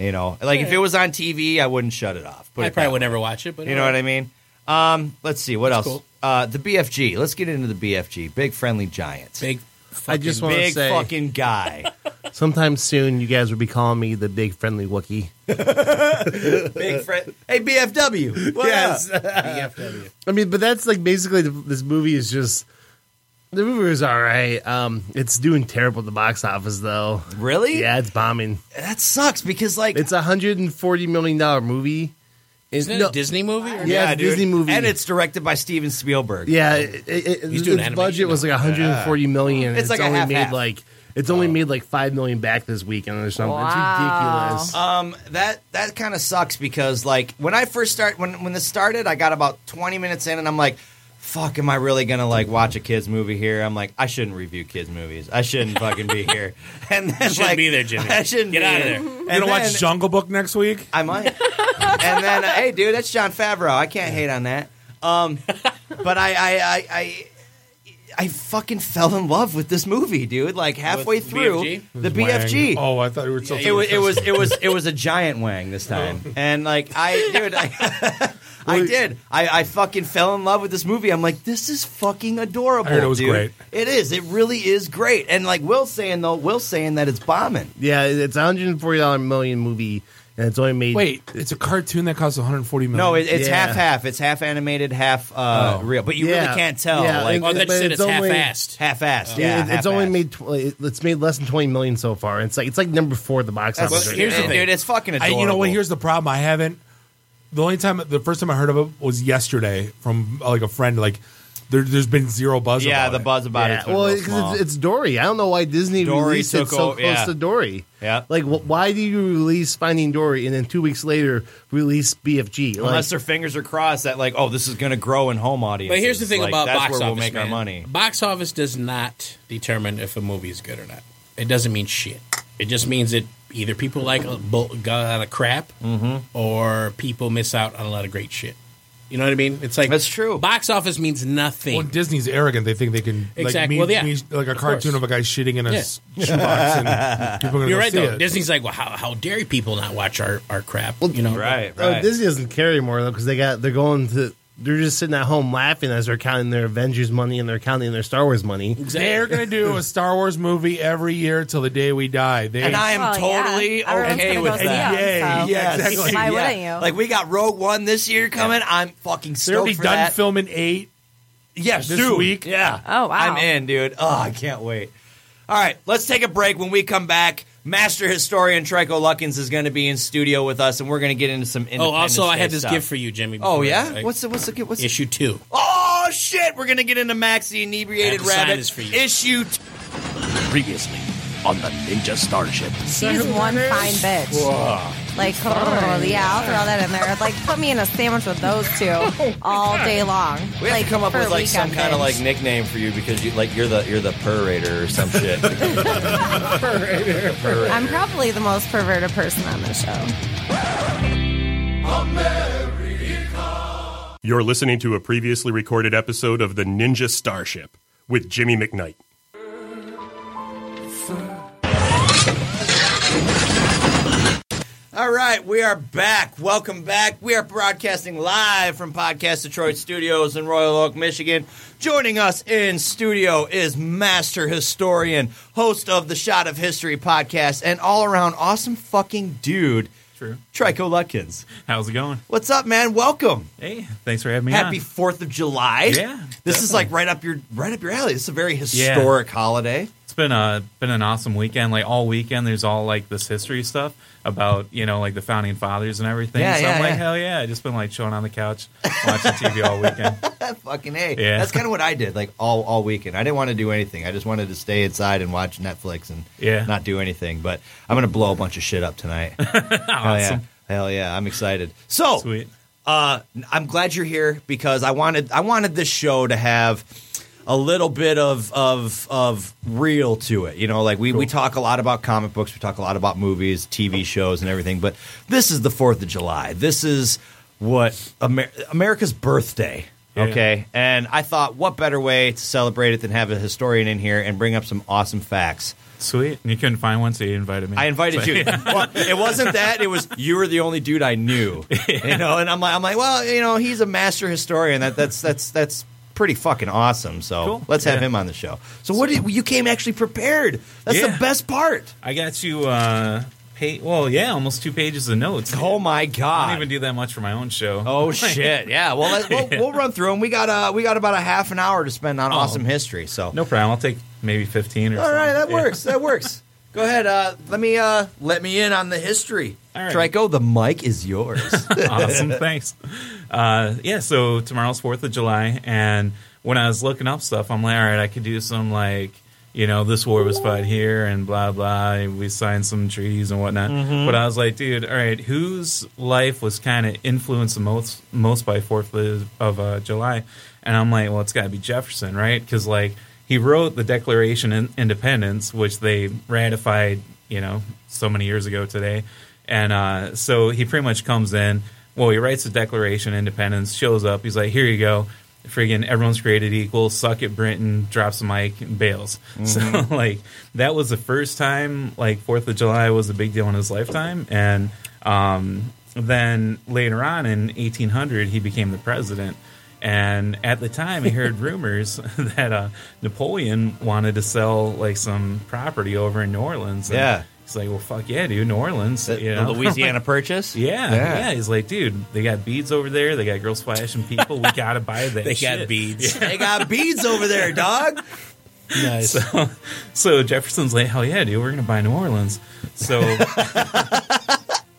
Speaker 4: You know, like if it was on TV, I wouldn't shut it off. Put
Speaker 17: I
Speaker 4: it
Speaker 17: probably
Speaker 4: that
Speaker 17: would
Speaker 4: way.
Speaker 17: never watch it, but
Speaker 4: You know what I mean? Um, let's see what
Speaker 17: That's
Speaker 4: else.
Speaker 17: cool.
Speaker 4: Uh, the BFG. Let's get into the BFG. Big friendly giant.
Speaker 17: Big.
Speaker 5: I just
Speaker 4: fucking
Speaker 5: wanna
Speaker 4: big
Speaker 5: say-
Speaker 4: fucking guy.
Speaker 5: Sometime soon, you guys will be calling me the big friendly Wookie.
Speaker 4: big friend. Hey BFW. What
Speaker 5: Yes.
Speaker 4: up?
Speaker 5: I mean, but that's like basically the, this movie is just the movie is all right. Um, it's doing terrible at the box office though.
Speaker 4: Really?
Speaker 5: Yeah, it's bombing.
Speaker 4: That sucks because like
Speaker 5: it's a hundred and forty million dollar movie.
Speaker 17: Isn't it a Disney movie?
Speaker 5: Yeah, it's a
Speaker 4: dude.
Speaker 5: Disney movie.
Speaker 4: and it's directed by Steven Spielberg.
Speaker 5: Yeah, it, it,
Speaker 4: He's
Speaker 5: its
Speaker 4: doing animation
Speaker 5: budget was like
Speaker 4: now.
Speaker 5: 140 million.
Speaker 4: It's like a
Speaker 5: only
Speaker 4: half-half. Oh.
Speaker 5: made like it's only made like five million back this weekend or something. It's ridiculous.
Speaker 4: Um, that that kind of sucks because like when I first start when when this started, I got about twenty minutes in, and I'm like. Fuck, am I really gonna like watch a kids movie here? I'm like, I shouldn't review kids movies. I shouldn't fucking be here. And then
Speaker 17: You shouldn't
Speaker 4: like,
Speaker 17: be there, Jimmy.
Speaker 4: I shouldn't
Speaker 17: Get
Speaker 4: be
Speaker 17: outta
Speaker 4: here.
Speaker 17: there.
Speaker 4: And
Speaker 6: You gonna watch
Speaker 4: then-
Speaker 6: Jungle Book next week?
Speaker 4: I might. and then, uh, hey, dude, that's John Favreau. I can't hate on that. Um, but I, I, I, I, I fucking fell in love with this movie, dude. Like halfway
Speaker 6: With
Speaker 4: through
Speaker 6: BFG?
Speaker 4: the BFG.
Speaker 6: Oh, I thought we were still.
Speaker 4: It was, it was it was it was a giant wang this time, and like I dude, I, I did. I, I fucking fell in love with this movie. I'm like, this is fucking adorable.
Speaker 6: I heard it was
Speaker 4: dude.
Speaker 6: great.
Speaker 4: It is. It really is great. And like Will's saying though, Will's saying that it's bombing.
Speaker 5: yeah, it's a 140 dollar million movie, and it's only made
Speaker 6: Wait, it's a cartoon that costs 140 million.
Speaker 4: No, it, it's
Speaker 5: Yeah.
Speaker 4: half half. It's half animated, half uh,
Speaker 6: Oh.
Speaker 4: real. But you
Speaker 5: Yeah.
Speaker 4: really can't tell.
Speaker 5: Yeah,
Speaker 4: like,
Speaker 5: and- Oh, that but shit it's is only-
Speaker 17: half-assed.
Speaker 4: Half-assed.
Speaker 5: Yeah,
Speaker 4: Yeah,
Speaker 5: it- it's only made tw- it- it's made less than 20 million so far. It's like it's like number four at the box
Speaker 4: That's-
Speaker 5: office.
Speaker 4: well,
Speaker 5: right
Speaker 4: here's
Speaker 5: now.
Speaker 4: the thing. Dude, it's fucking
Speaker 6: I- you know
Speaker 4: adorable.
Speaker 6: what? Here's the problem. I haven't. The only time, the first time I heard of it was yesterday from uh, like a friend. Like there, there's been zero buzz.
Speaker 4: Yeah,
Speaker 6: about
Speaker 4: the
Speaker 6: it.
Speaker 4: buzz about
Speaker 5: Yeah,
Speaker 4: it's been
Speaker 5: well,
Speaker 4: real
Speaker 5: because
Speaker 4: small.
Speaker 5: it's, it's Dory. I don't know why Disney
Speaker 4: Dory
Speaker 5: released it
Speaker 4: took
Speaker 5: so
Speaker 4: o-
Speaker 5: close
Speaker 4: yeah.
Speaker 5: to Dory.
Speaker 4: Yeah.
Speaker 5: like wh- why do you release Finding Dory and then two weeks later release BFG? Like,
Speaker 4: Unless their fingers are crossed that like, oh, this is going to grow in home audiences.
Speaker 17: But here's the thing
Speaker 4: Like,
Speaker 17: about
Speaker 4: that's
Speaker 17: box
Speaker 4: where
Speaker 17: office.
Speaker 4: we'll make our
Speaker 17: man.
Speaker 4: money.
Speaker 17: Box office does not determine if a movie is good or not. It doesn't mean shit. It just means that either people like a bull- got out of crap
Speaker 4: Mm-hmm.
Speaker 17: or people miss out on a lot of great shit. You know what I mean? It's like that's
Speaker 4: true.
Speaker 17: Box office means nothing.
Speaker 6: Well, Disney's arrogant. They think they can like,
Speaker 17: Exactly.
Speaker 6: me-
Speaker 17: Well, yeah.
Speaker 6: me- like a
Speaker 17: Of
Speaker 6: cartoon
Speaker 17: course.
Speaker 6: of a guy shitting in a
Speaker 17: Yeah.
Speaker 6: s- shoebox, and people are going to
Speaker 17: You're right
Speaker 6: see
Speaker 17: though.
Speaker 6: it.
Speaker 17: Disney's like, well, how, how dare people not watch our, our crap? you know,
Speaker 4: Right,
Speaker 5: Oh,
Speaker 4: right.
Speaker 5: Disney doesn't care anymore though because they got they're going to They're just sitting at home laughing as they're counting their Avengers money and they're counting their Star Wars money.
Speaker 6: They're going to do a Star Wars movie every year till the day we die. They,
Speaker 4: And I am
Speaker 17: Oh,
Speaker 16: Well, yeah.
Speaker 4: totally
Speaker 16: Everyone's
Speaker 4: okay
Speaker 16: gonna
Speaker 4: with
Speaker 16: go see
Speaker 4: that.
Speaker 16: it, Yeah, so-
Speaker 6: yeah, exactly.
Speaker 16: Why
Speaker 6: Yeah.
Speaker 16: wouldn't you?
Speaker 4: Like we got Rogue One this year coming. I'm fucking stoked
Speaker 6: They're already
Speaker 4: for
Speaker 6: done
Speaker 4: that.
Speaker 6: filming eight.
Speaker 4: Yes,
Speaker 6: this
Speaker 4: dude.
Speaker 6: week.
Speaker 4: Yeah.
Speaker 16: Oh, wow.
Speaker 4: I'm in, dude. Oh, I can't wait. All right, let's take a break. When we come back, Master Historian Trico Luckins is going to be in studio with us, and we're going to get into some.
Speaker 17: Oh,
Speaker 4: Independence
Speaker 17: also, I had
Speaker 4: Day
Speaker 17: this
Speaker 4: stuff.
Speaker 17: gift for you, Jimmy.
Speaker 4: Oh
Speaker 17: before
Speaker 4: yeah,
Speaker 17: I-
Speaker 4: what's the what's the gift? What's the-
Speaker 17: issue two?
Speaker 4: Oh shit, we're going to get into Max the
Speaker 17: I
Speaker 4: Inebriated
Speaker 17: have to sign
Speaker 4: Rabbit
Speaker 17: this for you.
Speaker 4: issue. T-
Speaker 18: Previously on the Ninja Starship.
Speaker 16: She's one fine bitch.
Speaker 18: Whoa.
Speaker 16: Like, oh, yeah, I'll throw that in there. Like, put me in a sandwich with those two all day long.
Speaker 4: We have
Speaker 16: like,
Speaker 4: to come up
Speaker 16: for
Speaker 4: with
Speaker 16: a
Speaker 4: like some
Speaker 16: weekend
Speaker 4: kind of
Speaker 16: binge.
Speaker 4: like nickname for you because you like you're the you're the purrator or some shit. Purrator.
Speaker 16: I'm probably the most perverted person on the show.
Speaker 1: You're listening to a previously recorded episode of The Ninja Starship with Jimmy McKnight.
Speaker 4: All right, we are back. Welcome back. We are broadcasting live from Podcast Detroit Studios in Royal Oak, Michigan. Joining us in studio is master historian, host of the Shot of History podcast, and all around awesome fucking dude,
Speaker 19: True.
Speaker 4: Trico Lutkins.
Speaker 19: How's it going?
Speaker 4: What's up, man? Welcome.
Speaker 19: Hey, thanks for having me.
Speaker 4: Happy
Speaker 19: on.
Speaker 4: Fourth of July.
Speaker 19: Yeah,
Speaker 4: this
Speaker 19: definitely.
Speaker 4: is like right up your right up your alley. This is a very
Speaker 19: Yeah.
Speaker 4: historic holiday.
Speaker 19: It's been a been an awesome weekend. Like all weekend, there's all like this history stuff about you know like the founding fathers and everything.
Speaker 4: Yeah,
Speaker 19: so
Speaker 4: yeah,
Speaker 19: I'm like,
Speaker 4: yeah.
Speaker 19: hell yeah! I just been like chilling on the couch, watching TV all weekend.
Speaker 4: fucking a.
Speaker 19: Yeah.
Speaker 4: That's kind of what I did, like all all weekend. I didn't want to do anything. I just wanted to stay inside and watch Netflix and
Speaker 19: Yeah.
Speaker 4: not do anything. But I'm gonna blow a bunch of shit up tonight. Hell yeah!
Speaker 19: Awesome.
Speaker 4: Hell yeah! I'm excited. So, Uh, I'm glad you're here because I wanted I wanted this show to have a little bit of of of real to it. You know, like we, we talk a lot about comic books, we talk a lot about movies, TV shows, and everything. But this is the Fourth of July. This is what Amer- America's birthday.
Speaker 19: Yeah.
Speaker 4: Okay, and I thought, what better way to celebrate it than have a historian in here and bring up some awesome facts.
Speaker 19: Sweet. And you couldn't find one, so you invited me.
Speaker 4: I invited
Speaker 19: So-
Speaker 4: you. Well, it wasn't that. It was you were the only dude I knew. You know, and I'm like, I'm like, well, you know, he's a master historian. That that's that's that's pretty fucking awesome. So
Speaker 19: Cool.
Speaker 4: let's have
Speaker 19: Yeah.
Speaker 4: him on the show. So what did you came actually prepared? That's
Speaker 19: Yeah.
Speaker 4: the best part.
Speaker 19: I got you. uh pa Well, yeah, almost two pages of notes. Oh
Speaker 4: my god!
Speaker 19: I don't even do that much for my own show.
Speaker 4: Oh shit! Yeah. Well, let, we'll, we'll run through them. We got uh we got about a half an hour to spend on awesome history. So
Speaker 19: Oh. no problem. I'll take maybe fifteen or.
Speaker 4: All right, that
Speaker 19: Yeah.
Speaker 4: works. That works. Go ahead. Uh, let me uh, let me in on the history.
Speaker 19: All right.
Speaker 4: Trico, the mic is yours.
Speaker 19: awesome. Thanks. Uh, yeah. So tomorrow's Fourth of July, and when I was looking up stuff, I'm like, all right, I could do some like, you know, this war was fought here, and blah blah. and we signed some treaties and whatnot.
Speaker 17: Mhm.
Speaker 19: But I was like, dude, all right, whose life was kind of influenced the most most by Fourth of of, uh, July? And I'm like, well, it's got to be Jefferson, right? Because like he wrote the Declaration of Independence, which they ratified, you know, so many years ago today. And uh, so he pretty much comes in. Well, he writes the Declaration of Independence, shows up. He's like, here you go. Friggin' everyone's created equal. Suck it, Britain. Drops the mic and bails.
Speaker 17: Mhm.
Speaker 19: So, like, that was the first time, like, 4th of July was a big deal in his lifetime. And um, then later on in 1800, he became the president. And at the time, he heard rumors that uh, Napoleon wanted to sell, like, some property over in New Orleans. And
Speaker 4: Yeah.
Speaker 19: He's like, well, fuck yeah, dude, New Orleans. you
Speaker 4: the
Speaker 19: know?
Speaker 4: Louisiana Purchase?
Speaker 19: Yeah,
Speaker 4: Yeah.
Speaker 19: yeah, He's like, dude, they got beads over there. They got girls flashing people. We gotta buy that.
Speaker 17: They got
Speaker 19: shit.
Speaker 17: beads.
Speaker 19: Yeah.
Speaker 4: they got beads over there, dog.
Speaker 19: Nice. So, so Jefferson's like, hell yeah, dude, we're gonna buy New Orleans. So,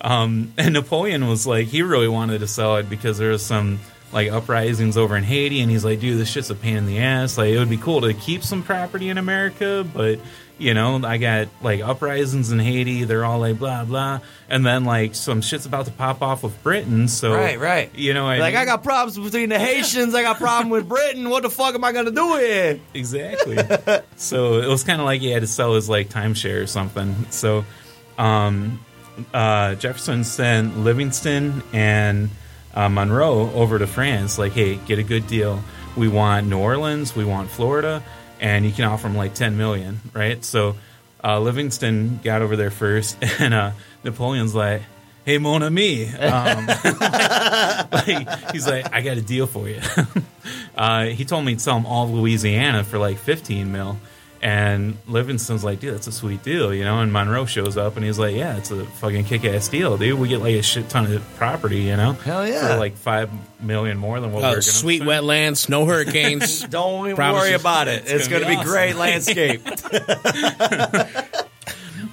Speaker 19: um, and Napoleon was like, he really wanted to sell it because there was some like uprisings over in Haiti, and he's like, dude, this shit's a pain in the ass. Like, it would be cool to keep some property in America, but you know, I got like uprisings in Haiti. They're all like blah blah, and then like some shit's about to pop off with Britain. So
Speaker 4: Right, right.
Speaker 19: You know, what
Speaker 4: like
Speaker 19: mean?
Speaker 4: I got problems between the Haitians. I got problem with Britain. What the fuck am I gonna do here?
Speaker 19: Exactly. so it was kind of like he had to sell his like timeshare or something. So um, uh, Jefferson sent Livingston and uh, Monroe over to France, like, hey, get a good deal. We want New Orleans, we want Florida, and you can offer them like ten million, right? So uh, Livingston got over there first, and uh, Napoleon's like, hey, mon ami. Um, like, he's like, I got a deal for you. uh, he told me to sell him all of Louisiana for like 15 mil. And Livingston's like, dude, that's a sweet deal, you know? And Monroe shows up and he's like, yeah, it's a fucking kick ass deal, dude. We get like a shit ton of property, you know?
Speaker 5: Hell yeah.
Speaker 19: For like five million more
Speaker 6: Oh,
Speaker 19: than what we
Speaker 17: Uh,
Speaker 19: we're going to
Speaker 17: sweet wetlands, no hurricanes.
Speaker 4: Don't
Speaker 17: Promises.
Speaker 4: worry about it. It's, going to be,
Speaker 17: awesome.
Speaker 4: great landscape.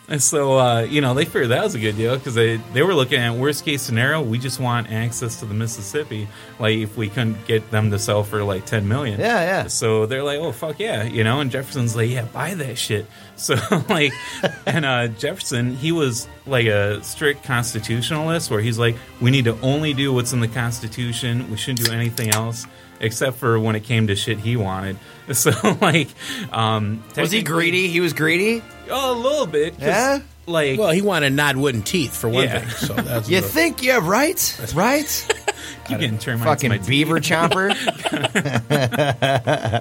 Speaker 19: And so, uh, you know, they figured that was a good deal because they, they were looking at worst case scenario, we just want access to the Mississippi. Like, if we couldn't get them to sell for like 10 million.
Speaker 5: Yeah, yeah.
Speaker 19: So they're like, oh, fuck yeah, you know? And Jefferson's like, yeah, buy that shit. So, like, and uh, Jefferson, he was like a strict constitutionalist where he's like, we need to only do what's in the Constitution, we shouldn't do anything else. Except for when it came to shit he wanted. So, like, um,
Speaker 4: Was he greedy? He was greedy?
Speaker 19: Oh, a little bit. 'cause,
Speaker 4: Yeah?
Speaker 19: Like,
Speaker 17: well, he wanted not wooden teeth for one
Speaker 19: Yeah.
Speaker 17: thing. So that's
Speaker 4: you
Speaker 17: the-
Speaker 4: think, yeah, right? Right?
Speaker 19: You can turn my
Speaker 4: Fucking
Speaker 19: my
Speaker 4: beaver chomper.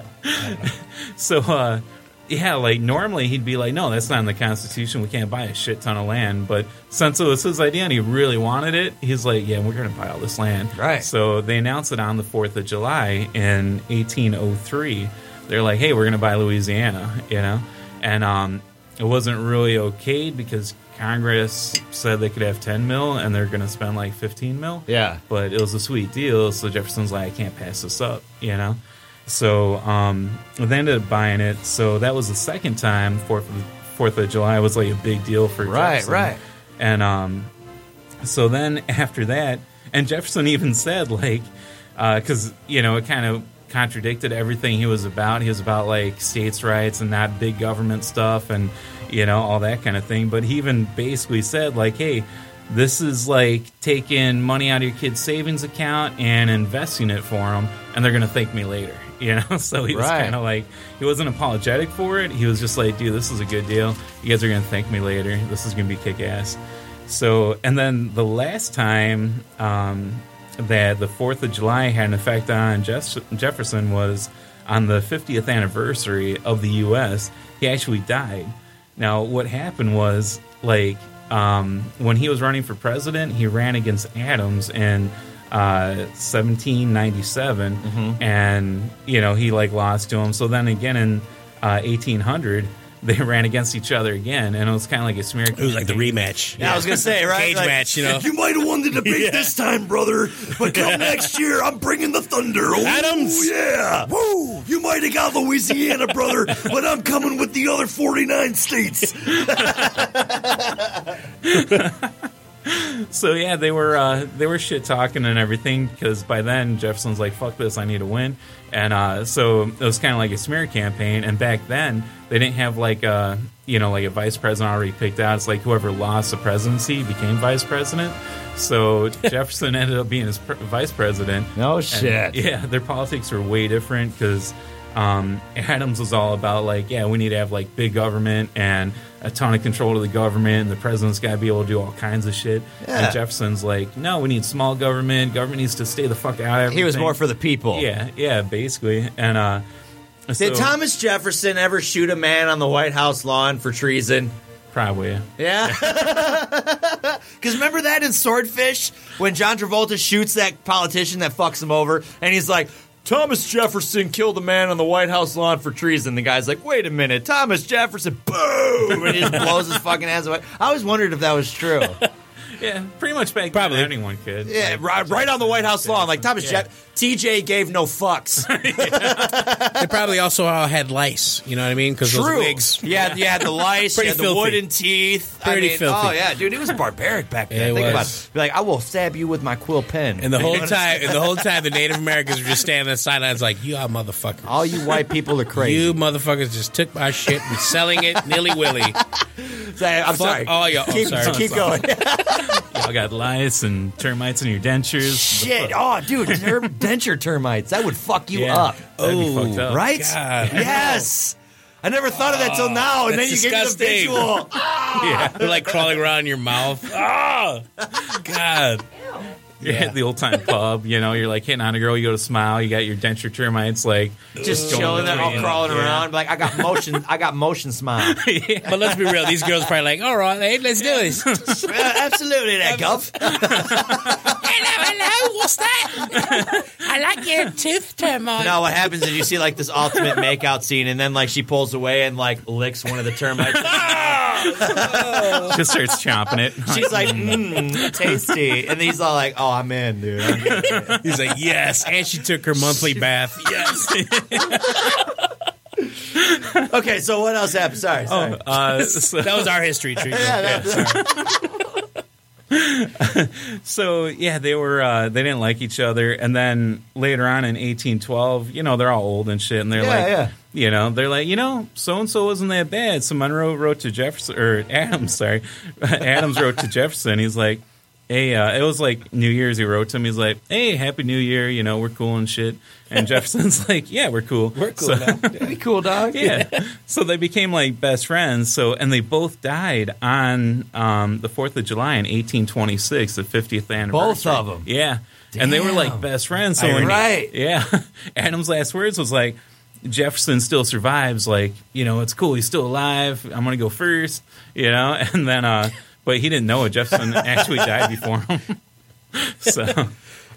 Speaker 19: so uh yeah, like normally he'd be like, "No, that's not in the Constitution. We can't buy a shit ton of land." But since it was his idea and he really wanted it, he's like, "Yeah, we're going to buy all this land."
Speaker 4: Right.
Speaker 19: So they announced it on the Fourth of July in 1803. They're like, "Hey, we're going to buy Louisiana," you know, and um, it wasn't really okayed because Congress said they could have 10 mil and they're going to spend like 15 mil.
Speaker 4: Yeah.
Speaker 19: But it was a sweet deal, so Jefferson's like, I can't pass this up, you know? So um, they ended up buying it. So that was the second time Fourth of, Fourth of July was like a big deal for
Speaker 4: Right,
Speaker 19: Jefferson.
Speaker 4: right.
Speaker 19: And um, so then after that, and Jefferson even said like, because you know it kind of contradicted everything he was about. He was about like states' rights and not big government stuff and you know all that kind of thing. But he even basically said like, hey. This is like taking money out of your kid's savings account and investing it for them, and they're going to thank me later. You know, so he was
Speaker 4: Right.
Speaker 19: kind of like he wasn't apologetic for it. He was just like, dude, this is a good deal. You guys are gonna thank me later. This is gonna be kick ass. So, and then the last time um, that the Fourth of July had an effect on Jeff- Jefferson was on the 50th anniversary of the U.S. He actually died. Now, what happened was like um, when he was running for president, he ran against Adams and uh, 1797
Speaker 17: Mm-hmm.
Speaker 19: and you know he like lost to him so then again in uh, 1800 they ran against each other again and it was kind of like a smear it
Speaker 17: was like the rematch
Speaker 4: Yeah, I was gonna say, right?
Speaker 17: Cage
Speaker 4: Like,
Speaker 17: match, you know.
Speaker 18: You might have won the debate
Speaker 17: Yeah.
Speaker 18: this time, brother, but come next year, I'm bringing the thunder. Ooh,
Speaker 17: Adams.
Speaker 18: yeah. Woo! You might have got Louisiana, brother, but I'm coming with the other 49 states.
Speaker 19: so yeah, they were uh, they were shit talking and everything because by then Jefferson's like, "Fuck this, I need to win," and uh, so it was kind of like a smear campaign. And back then, they didn't have like a you know like a vice president already picked out. It's like whoever lost the presidency became vice president. So Jefferson ended up being his pr- vice president.
Speaker 4: No
Speaker 19: And,
Speaker 4: shit.
Speaker 19: yeah, their politics were way different because um, Adams was all about like, yeah, we need to have like big government and a ton of control to the government, and the president's got to be able to do all kinds of shit.
Speaker 4: Yeah.
Speaker 19: And Jefferson's like, no, we need small government. Government needs to stay the fuck out of.
Speaker 4: He was
Speaker 19: everything."
Speaker 4: more for the people.
Speaker 19: Yeah, yeah, basically. And uh,
Speaker 4: Did Thomas Jefferson ever shoot a man on the White House lawn for treason?
Speaker 19: Probably.
Speaker 4: Yeah. Because remember that in Swordfish when John Travolta shoots that politician that fucks him over and he's like, Thomas Jefferson killed a man on the White House lawn for treason. The guy's like, wait a minute, Thomas Jefferson, boom! And he just blows his fucking ass away. I always wondered if that was true.
Speaker 19: yeah, pretty much back probably anyone could.
Speaker 4: Yeah, right, right on the White House lawn. Like, Thomas Jeff, TJ gave no fucks.
Speaker 17: They probably also all had lice. You know what I mean? Because those
Speaker 4: True.
Speaker 17: wigs.
Speaker 4: Yeah, you had the lice, you
Speaker 17: Pretty
Speaker 4: had the
Speaker 17: filthy.
Speaker 4: wooden teeth. I
Speaker 17: Pretty
Speaker 4: mean,
Speaker 17: filthy.
Speaker 4: Oh yeah, dude, it was barbaric back
Speaker 17: Yeah,
Speaker 4: then.
Speaker 17: it
Speaker 4: Think about
Speaker 17: was.
Speaker 4: it. Be like, I will stab you with my quill pen.
Speaker 17: And the whole time, and the whole time, the Native Americans were just standing on the sidelines, like you, all motherfuckers.
Speaker 4: All you white people are crazy.
Speaker 17: You motherfuckers just took my shit and selling it nilly willy.
Speaker 4: Sorry, I'm
Speaker 17: Fuck
Speaker 4: sorry.
Speaker 17: all y'all. Oh,
Speaker 4: keep
Speaker 17: sorry.
Speaker 4: keep going.
Speaker 19: Y'all got lice and termites in your dentures.
Speaker 4: Shit. Oh, dude, ter- denture termites. That would fuck you
Speaker 19: Yeah,
Speaker 4: up.
Speaker 19: that'd be
Speaker 4: Oh,
Speaker 19: fucked up.
Speaker 4: right?
Speaker 19: God.
Speaker 4: Yes. I never thought of that till
Speaker 17: Oh,
Speaker 4: now, and then you
Speaker 17: that's
Speaker 4: gave me
Speaker 17: disgusting.
Speaker 4: the visual. Ah.
Speaker 17: They're like crawling around in your mouth. Oh, God.
Speaker 19: You're at the old time pub, you know. You're like hitting on a girl. You go to smile. You got your denture termites, like
Speaker 4: Just
Speaker 19: going
Speaker 4: chilling there, all
Speaker 19: between,
Speaker 4: crawling
Speaker 19: yeah.
Speaker 4: around. Like I got motion, I got motion smile.
Speaker 17: But let's be real, these girls are probably like, all right, hey, let's do this.
Speaker 4: absolutely, that guff.
Speaker 17: hello, what's that? I like your tooth termite.
Speaker 4: No, what happens is you see like this ultimate makeout scene, and then like she pulls away and like licks one of the termites.
Speaker 19: Just starts chomping it. Mm.
Speaker 4: She's like, mmm, tasty. And he's all like, oh, I'm in, dude. I'm in.
Speaker 17: He's like, yes. And she took her monthly bath. Yes.
Speaker 4: okay, so what else happened? Sorry, sorry.
Speaker 19: uh, so-
Speaker 17: that was our history tree.
Speaker 4: Yeah, that-
Speaker 19: so yeah, they were uh, they didn't like each other, and then later on in eighteen twelve, you know, they're all old and shit, and they're
Speaker 4: Yeah,
Speaker 19: like,
Speaker 4: yeah.
Speaker 19: you know, they're like, you know, so and so wasn't that bad. So Monroe wrote to Jefferson or Adams, sorry, Adams wrote to Jefferson. He's like, hey, uh, it was like New Year's. He wrote to him. He's like, hey, happy New Year. You know, we're cool and shit. And Jefferson's like, yeah, we're cool. We're
Speaker 17: cool now.
Speaker 4: We cool, dog.
Speaker 19: yeah. So they became like best friends. So and they both died on um, the Fourth of July in 1826, the 50th anniversary.
Speaker 4: Both of 'em?
Speaker 19: Yeah. And they were like
Speaker 4: Damn.
Speaker 19: best friends. So
Speaker 4: Irony.
Speaker 19: when-
Speaker 4: Right.
Speaker 19: Yeah. Adam's last words was like, Jefferson still survives. Like, you know, it's cool. He's still alive. I'm gonna go first. You know. And then, uh, but he didn't know it. Jefferson actually died before him. so.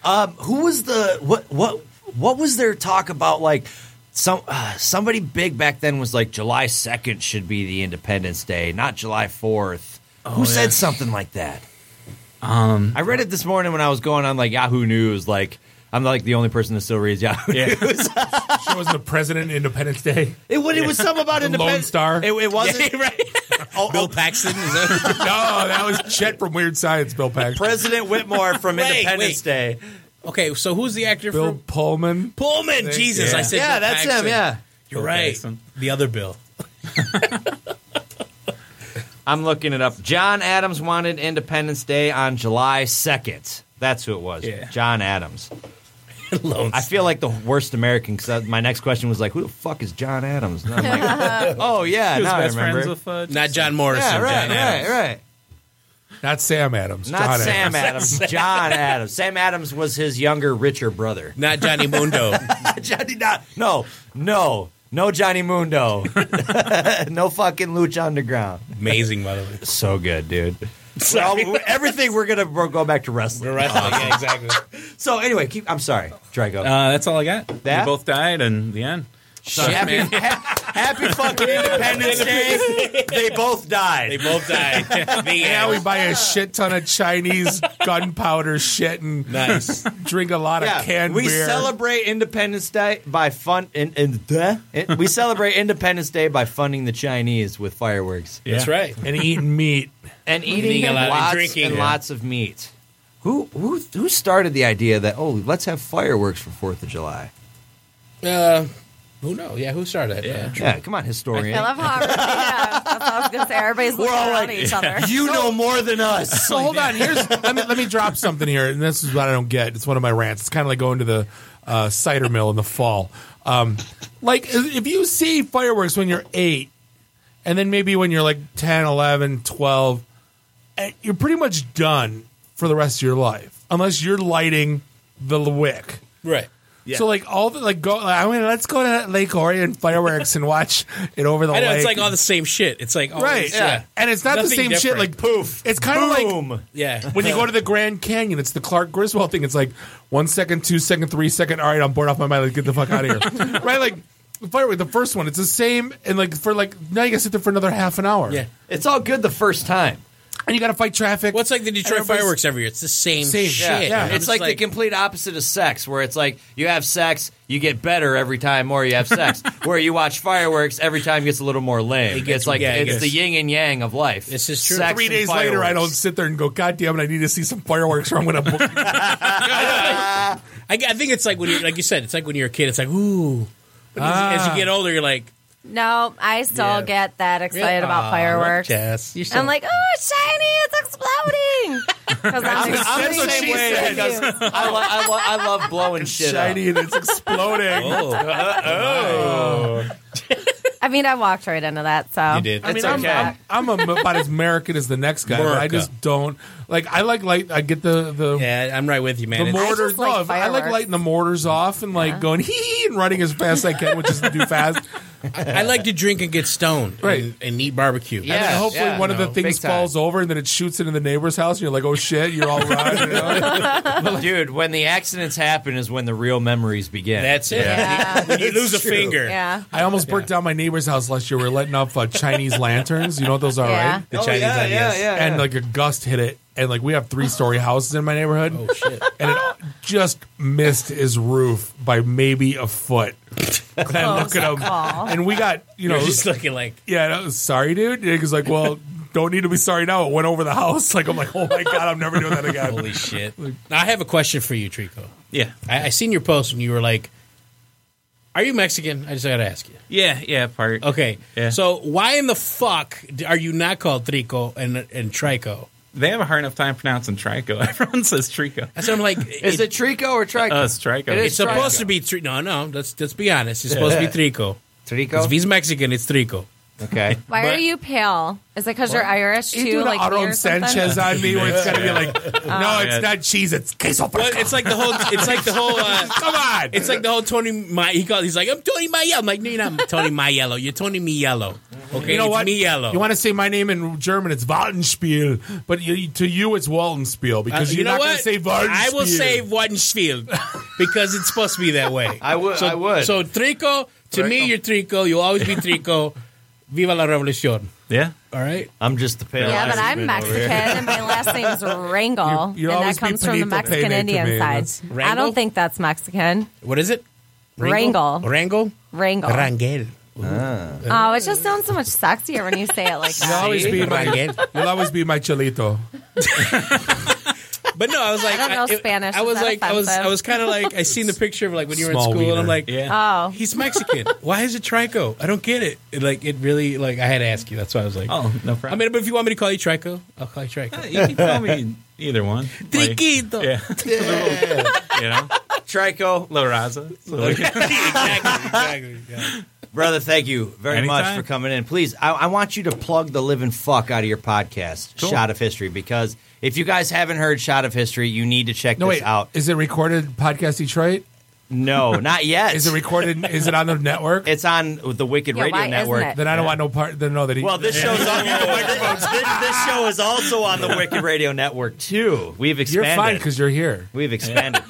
Speaker 4: Um, who was the what what what was their talk about like some uh, somebody big back then was like July 2nd should be the Independence Day, not July 4th. who
Speaker 19: Oh, yeah.
Speaker 4: said something like that? Um I read it this morning when I was going on like Yahoo News like I'm like the only person that still reads Yahoo News.
Speaker 6: She wasn't the president Independence Day.
Speaker 4: It, wa- it was something about
Speaker 6: The Lone
Speaker 4: Independence
Speaker 6: Star.
Speaker 4: It, it wasn't
Speaker 17: Oh, Bill Paxton. Is
Speaker 6: no,
Speaker 17: that-
Speaker 6: that was Chet from Weird Science. Bill Paxton.
Speaker 4: President Whitmore from
Speaker 17: Wait,
Speaker 4: Independence Day.
Speaker 17: Okay, so who's the actor
Speaker 6: Bill
Speaker 17: from
Speaker 6: Pullman.
Speaker 17: Pullman? Jesus,
Speaker 6: Yeah.
Speaker 17: I said
Speaker 4: Yeah,
Speaker 17: Bill
Speaker 4: that's him,
Speaker 17: Paxton.
Speaker 4: yeah.
Speaker 17: You're
Speaker 19: Bill
Speaker 17: right.
Speaker 19: Paxton.
Speaker 17: The other Bill.
Speaker 4: I'm looking it up. John Adams wanted Independence Day on July 2nd. That's who it was.
Speaker 17: Yeah.
Speaker 4: John Adams.
Speaker 17: Lone
Speaker 4: I feel like the worst American because my next question was like, "Who the fuck is John Adams?" And I'm like, "Oh yeah,
Speaker 19: He was
Speaker 4: now I
Speaker 19: best
Speaker 4: remember."
Speaker 19: friends with uh,
Speaker 17: Not John Morrison.
Speaker 4: yeah, right,
Speaker 17: John
Speaker 4: right,
Speaker 17: Adams.
Speaker 4: right.
Speaker 6: Not Sam Adams.
Speaker 4: Not
Speaker 6: John
Speaker 4: Sam
Speaker 6: Adams.
Speaker 4: Adams. John Adams. Sam Adams was his younger, richer brother.
Speaker 17: Not Johnny Mundo.
Speaker 4: Johnny, not no, no, no Johnny Mundo. no fucking Lucha Underground.
Speaker 17: Amazing, by the way.
Speaker 4: So good, dude. Well, everything we're gonna we're go back to wrestling.
Speaker 17: We're wrestling. Yeah, exactly.
Speaker 4: So anyway, keep. I'm sorry, Drago.
Speaker 19: Uh, that's all I got.
Speaker 4: That?
Speaker 19: They both died, and the end.
Speaker 4: So happy, ha- happy fucking Independence Day. They both died.
Speaker 17: They both died. The
Speaker 6: Now we
Speaker 17: end.
Speaker 6: buy a shit ton of Chinese gunpowder shit and
Speaker 17: Nice.
Speaker 6: drink a lot of canned
Speaker 4: we
Speaker 6: beer.
Speaker 4: celebrate Independence Day by fun. In, in, duh. It- we celebrate Independence Day by funding the Chinese with fireworks
Speaker 17: That's right.
Speaker 6: and eating meat.
Speaker 4: and eating,
Speaker 17: Eating a lot and
Speaker 4: lots
Speaker 17: drinking.
Speaker 4: and
Speaker 17: Yeah.
Speaker 4: lots of meat. Who who who started the idea that oh let's have fireworks for Fourth of July?
Speaker 17: Uh, who knows? Yeah, who started that? Uh,
Speaker 4: Yeah, come on, historian.
Speaker 16: I love how everybody, yeah, that's what I was gonna say. Everybody's looking
Speaker 4: all like,
Speaker 16: around at each other.
Speaker 4: You know more than us.
Speaker 6: So hold on. Here's let me let me drop something here, and this is what I don't get. It's one of my rants. It's kind of like going to the uh, cider mill in the fall. Um, like if you see fireworks when you're eight, and then maybe when you're like 10, 11, 12, and eh, you're pretty much done for the rest of your life, unless you're lighting the wick.
Speaker 17: Right. Yeah.
Speaker 6: So like all the like go. I mean, let's go to Lake Orion fireworks and watch it over the.
Speaker 17: I know
Speaker 6: lake.
Speaker 17: it's like all the same shit. It's like all
Speaker 6: right,
Speaker 17: this-
Speaker 6: yeah. and it's not the
Speaker 17: Nothing
Speaker 6: same shit.
Speaker 17: different.
Speaker 6: Like poof, it's kind of like
Speaker 4: Boom.
Speaker 17: yeah.
Speaker 6: when you go to the Grand Canyon, it's the Clark Griswold thing. It's like one second, two second, three second. All right, I'm bored off my mind. Let's get the fuck out of here. right? Like the firework, the first one, it's the same. And like for like now, you got to sit there for another half an hour.
Speaker 17: yeah.
Speaker 4: It's all good the first time.
Speaker 6: and you got to fight traffic.
Speaker 17: What's like the Detroit
Speaker 6: Everybody's-
Speaker 17: fireworks every year? It's the same,
Speaker 6: Same,
Speaker 17: shit.
Speaker 6: yeah, yeah.
Speaker 17: I'm
Speaker 4: It's
Speaker 17: just
Speaker 4: like, the complete opposite of sex, where it's like you have sex, you get better every time more you have sex. where you watch fireworks, every time gets a little more lame.
Speaker 17: It gets-
Speaker 4: it's like
Speaker 17: yeah, it
Speaker 4: it's
Speaker 17: gets-
Speaker 4: the yin and yang of life.
Speaker 17: This is true.
Speaker 4: Sex
Speaker 6: Three
Speaker 4: and
Speaker 6: days later, I don't
Speaker 4: fireworks.
Speaker 6: sit there and go, God damn it, I need to see some fireworks or I'm going to book.
Speaker 17: I, I think it's like when you like you said, it's like when you're a kid. It's like ooh. But as,
Speaker 6: Ah.
Speaker 17: as you get older, you're like "Ah,
Speaker 16: No, I still
Speaker 17: Yeah.
Speaker 16: get that excited about fireworks.
Speaker 17: Yes,
Speaker 16: I'm like, oh, it's shiny, it's exploding. Because I'm,
Speaker 4: I'm the
Speaker 16: extremely
Speaker 4: same way because
Speaker 16: confused.
Speaker 4: I, lo- I, lo- I love blowing shit up. Oh.
Speaker 6: Shiny and it's exploding.
Speaker 17: oh,
Speaker 16: I've mean, I walked right into that. So
Speaker 17: You did.
Speaker 6: I mean, I'm, I'm, I'm am- about as American as the next guy, but I
Speaker 17: America.
Speaker 6: just don't like. I like light. I get the the
Speaker 17: yeah. I'm right with you, man.
Speaker 6: The
Speaker 17: It's- I
Speaker 6: mortars.
Speaker 17: just like
Speaker 6: no, if- I like
Speaker 17: fireworks.
Speaker 6: lighting the mortars off and like going hee hee and running as fast as I can, which isn't too fast.
Speaker 17: I like to drink and get stoned,
Speaker 6: Right.
Speaker 17: And, and eat barbecue.
Speaker 6: and then hopefully one of the things falls over and then it shoots into the neighbor's house and you're like, oh shit, you're all right. you know?
Speaker 4: Dude, when the accidents happen is when the real memories begin.
Speaker 17: That's it. When you lose a finger.
Speaker 16: Yeah.
Speaker 6: I almost burnt down my neighbor's house last year. We are letting off uh, Chinese lanterns. You know what those are,
Speaker 16: Yeah.
Speaker 6: right?
Speaker 17: The Oh, Chinese yeah,
Speaker 4: yeah, ideas. yeah, yeah.
Speaker 6: And like a gust hit it, and like we have three story houses in my neighborhood. Oh shit! And it just missed his roof by maybe a foot. And
Speaker 19: Oh,
Speaker 6: I look at him,
Speaker 17: call.
Speaker 6: and we got you know
Speaker 17: You're just looking like-
Speaker 6: yeah. and I was, sorry, dude. And He's like, well. Don't need to be sorry now. It went over the house. Like I'm like, oh my god, I'm never doing that again.
Speaker 17: Holy shit! Now, I have a question for you, Trico.
Speaker 19: Yeah.
Speaker 17: I, I seen your post and you were like, "Are you Mexican?" I just got to ask you.
Speaker 19: Yeah, yeah, part.
Speaker 17: Okay.
Speaker 19: Yeah.
Speaker 17: So why in the fuck d- are you not called Trico and and Trico?
Speaker 19: They have a hard enough time pronouncing trico. Everyone says trico.
Speaker 17: So I'm like,
Speaker 19: Is
Speaker 4: it Trico or Trico?
Speaker 19: Uh, it's Trico.
Speaker 17: It's
Speaker 19: It is
Speaker 17: supposed
Speaker 19: Trico.
Speaker 17: to be Trico. No, no. Let's let's be honest. It's
Speaker 19: Yeah.
Speaker 17: supposed to be Trico.
Speaker 4: Trico.
Speaker 17: 'Cause If he's Mexican, it's Trico.
Speaker 4: Okay.
Speaker 16: Why are you pale? Is it because you're Irish
Speaker 6: You
Speaker 16: too?
Speaker 6: do
Speaker 16: Like
Speaker 6: the
Speaker 16: me or
Speaker 6: Aaron
Speaker 16: something?
Speaker 6: Sanchez on me, where it's gonna be
Speaker 17: Yeah.
Speaker 6: like, no, it's not cheese, it's queso.
Speaker 17: Well, it's like the whole. It's like the whole. Uh,
Speaker 6: Come on.
Speaker 17: It's like the whole Tony. My, he called. He's like, I'm Tony Maiello. I'm like, no, you're not Tony Maiello. You're Tony Miello. Okay,
Speaker 6: you know
Speaker 17: it's
Speaker 6: what?
Speaker 17: Miello.
Speaker 6: You want to say my name in German? It's Waldenspiel, but you, to you it's Waldenspiel because
Speaker 17: Uh,
Speaker 6: you're not going to say Waldenspiel.
Speaker 17: I will say Wardenspiel because it's supposed to be that way. I
Speaker 4: would.
Speaker 17: So,
Speaker 4: I would.
Speaker 17: So Trico, to me, you're Trico. You'll always be Trico. Viva la revolución.
Speaker 19: Yeah.
Speaker 17: All right.
Speaker 4: I'm just the pale.
Speaker 16: Yeah, but I'm
Speaker 4: Irishman over here.
Speaker 16: Mexican and my last name's Rangel,
Speaker 4: You'll- you'll
Speaker 16: and
Speaker 4: always
Speaker 16: that
Speaker 4: be
Speaker 16: comes from the
Speaker 4: Benito
Speaker 16: Mexican
Speaker 4: Pene to
Speaker 16: Indian
Speaker 4: me,
Speaker 16: side.
Speaker 4: that's-
Speaker 16: I
Speaker 17: Rangel?
Speaker 16: don't think that's Mexican.
Speaker 17: What is it?
Speaker 16: Wrangle.
Speaker 17: Wrangle.
Speaker 16: Wrangle.
Speaker 17: Rangel.
Speaker 6: Ah.
Speaker 16: Oh, it just sounds so much sexier when you say it like
Speaker 6: Uh, You'll
Speaker 16: that.
Speaker 6: always be my. You'll always be my chelito.
Speaker 17: But no, I was like,
Speaker 16: I don't know Spanish.
Speaker 17: I
Speaker 16: Is
Speaker 17: was
Speaker 16: that
Speaker 17: like, I was,
Speaker 16: offensive?
Speaker 17: I was kind of like, I seen the picture of like when you were in
Speaker 6: Small
Speaker 17: school, and
Speaker 6: wiener.
Speaker 17: I'm like,
Speaker 4: Uh,
Speaker 16: Yeah. Oh.
Speaker 17: he's Mexican. Why is it Trico? I don't get it. It, Like, it really, like, I had to ask you. That's why I was like,
Speaker 19: Oh, no problem.
Speaker 17: I mean, but if you want me to call you Trico, I'll call you Trico.
Speaker 19: You can call me either one. Like,
Speaker 17: Triquito.
Speaker 19: yeah. you know?
Speaker 4: Trico.
Speaker 19: La Raza. So like,
Speaker 17: exactly.
Speaker 4: Brother, thank you very much
Speaker 19: Anytime.
Speaker 4: for coming in. Please, I, I want you to plug the living fuck out of your podcast,
Speaker 6: Cool.
Speaker 4: Shot of History, because if you guys haven't heard Shot of History, you need to check
Speaker 6: No
Speaker 4: this
Speaker 6: wait,
Speaker 4: out.
Speaker 6: is it recorded podcast Detroit?
Speaker 4: No, not yet.
Speaker 6: Is it recorded? Is it on the network?
Speaker 4: It's on the Wicked
Speaker 6: Yeah,
Speaker 4: Radio
Speaker 6: why isn't
Speaker 4: Network.
Speaker 6: it? Then I don't want no part. Then no, that he-
Speaker 4: Well, this
Speaker 6: Yeah.
Speaker 4: show's on the microphones. This, this show is also on the Wicked Radio Network too. We've
Speaker 6: You're
Speaker 4: expanded.
Speaker 6: fine because you're here.
Speaker 4: We've expanded.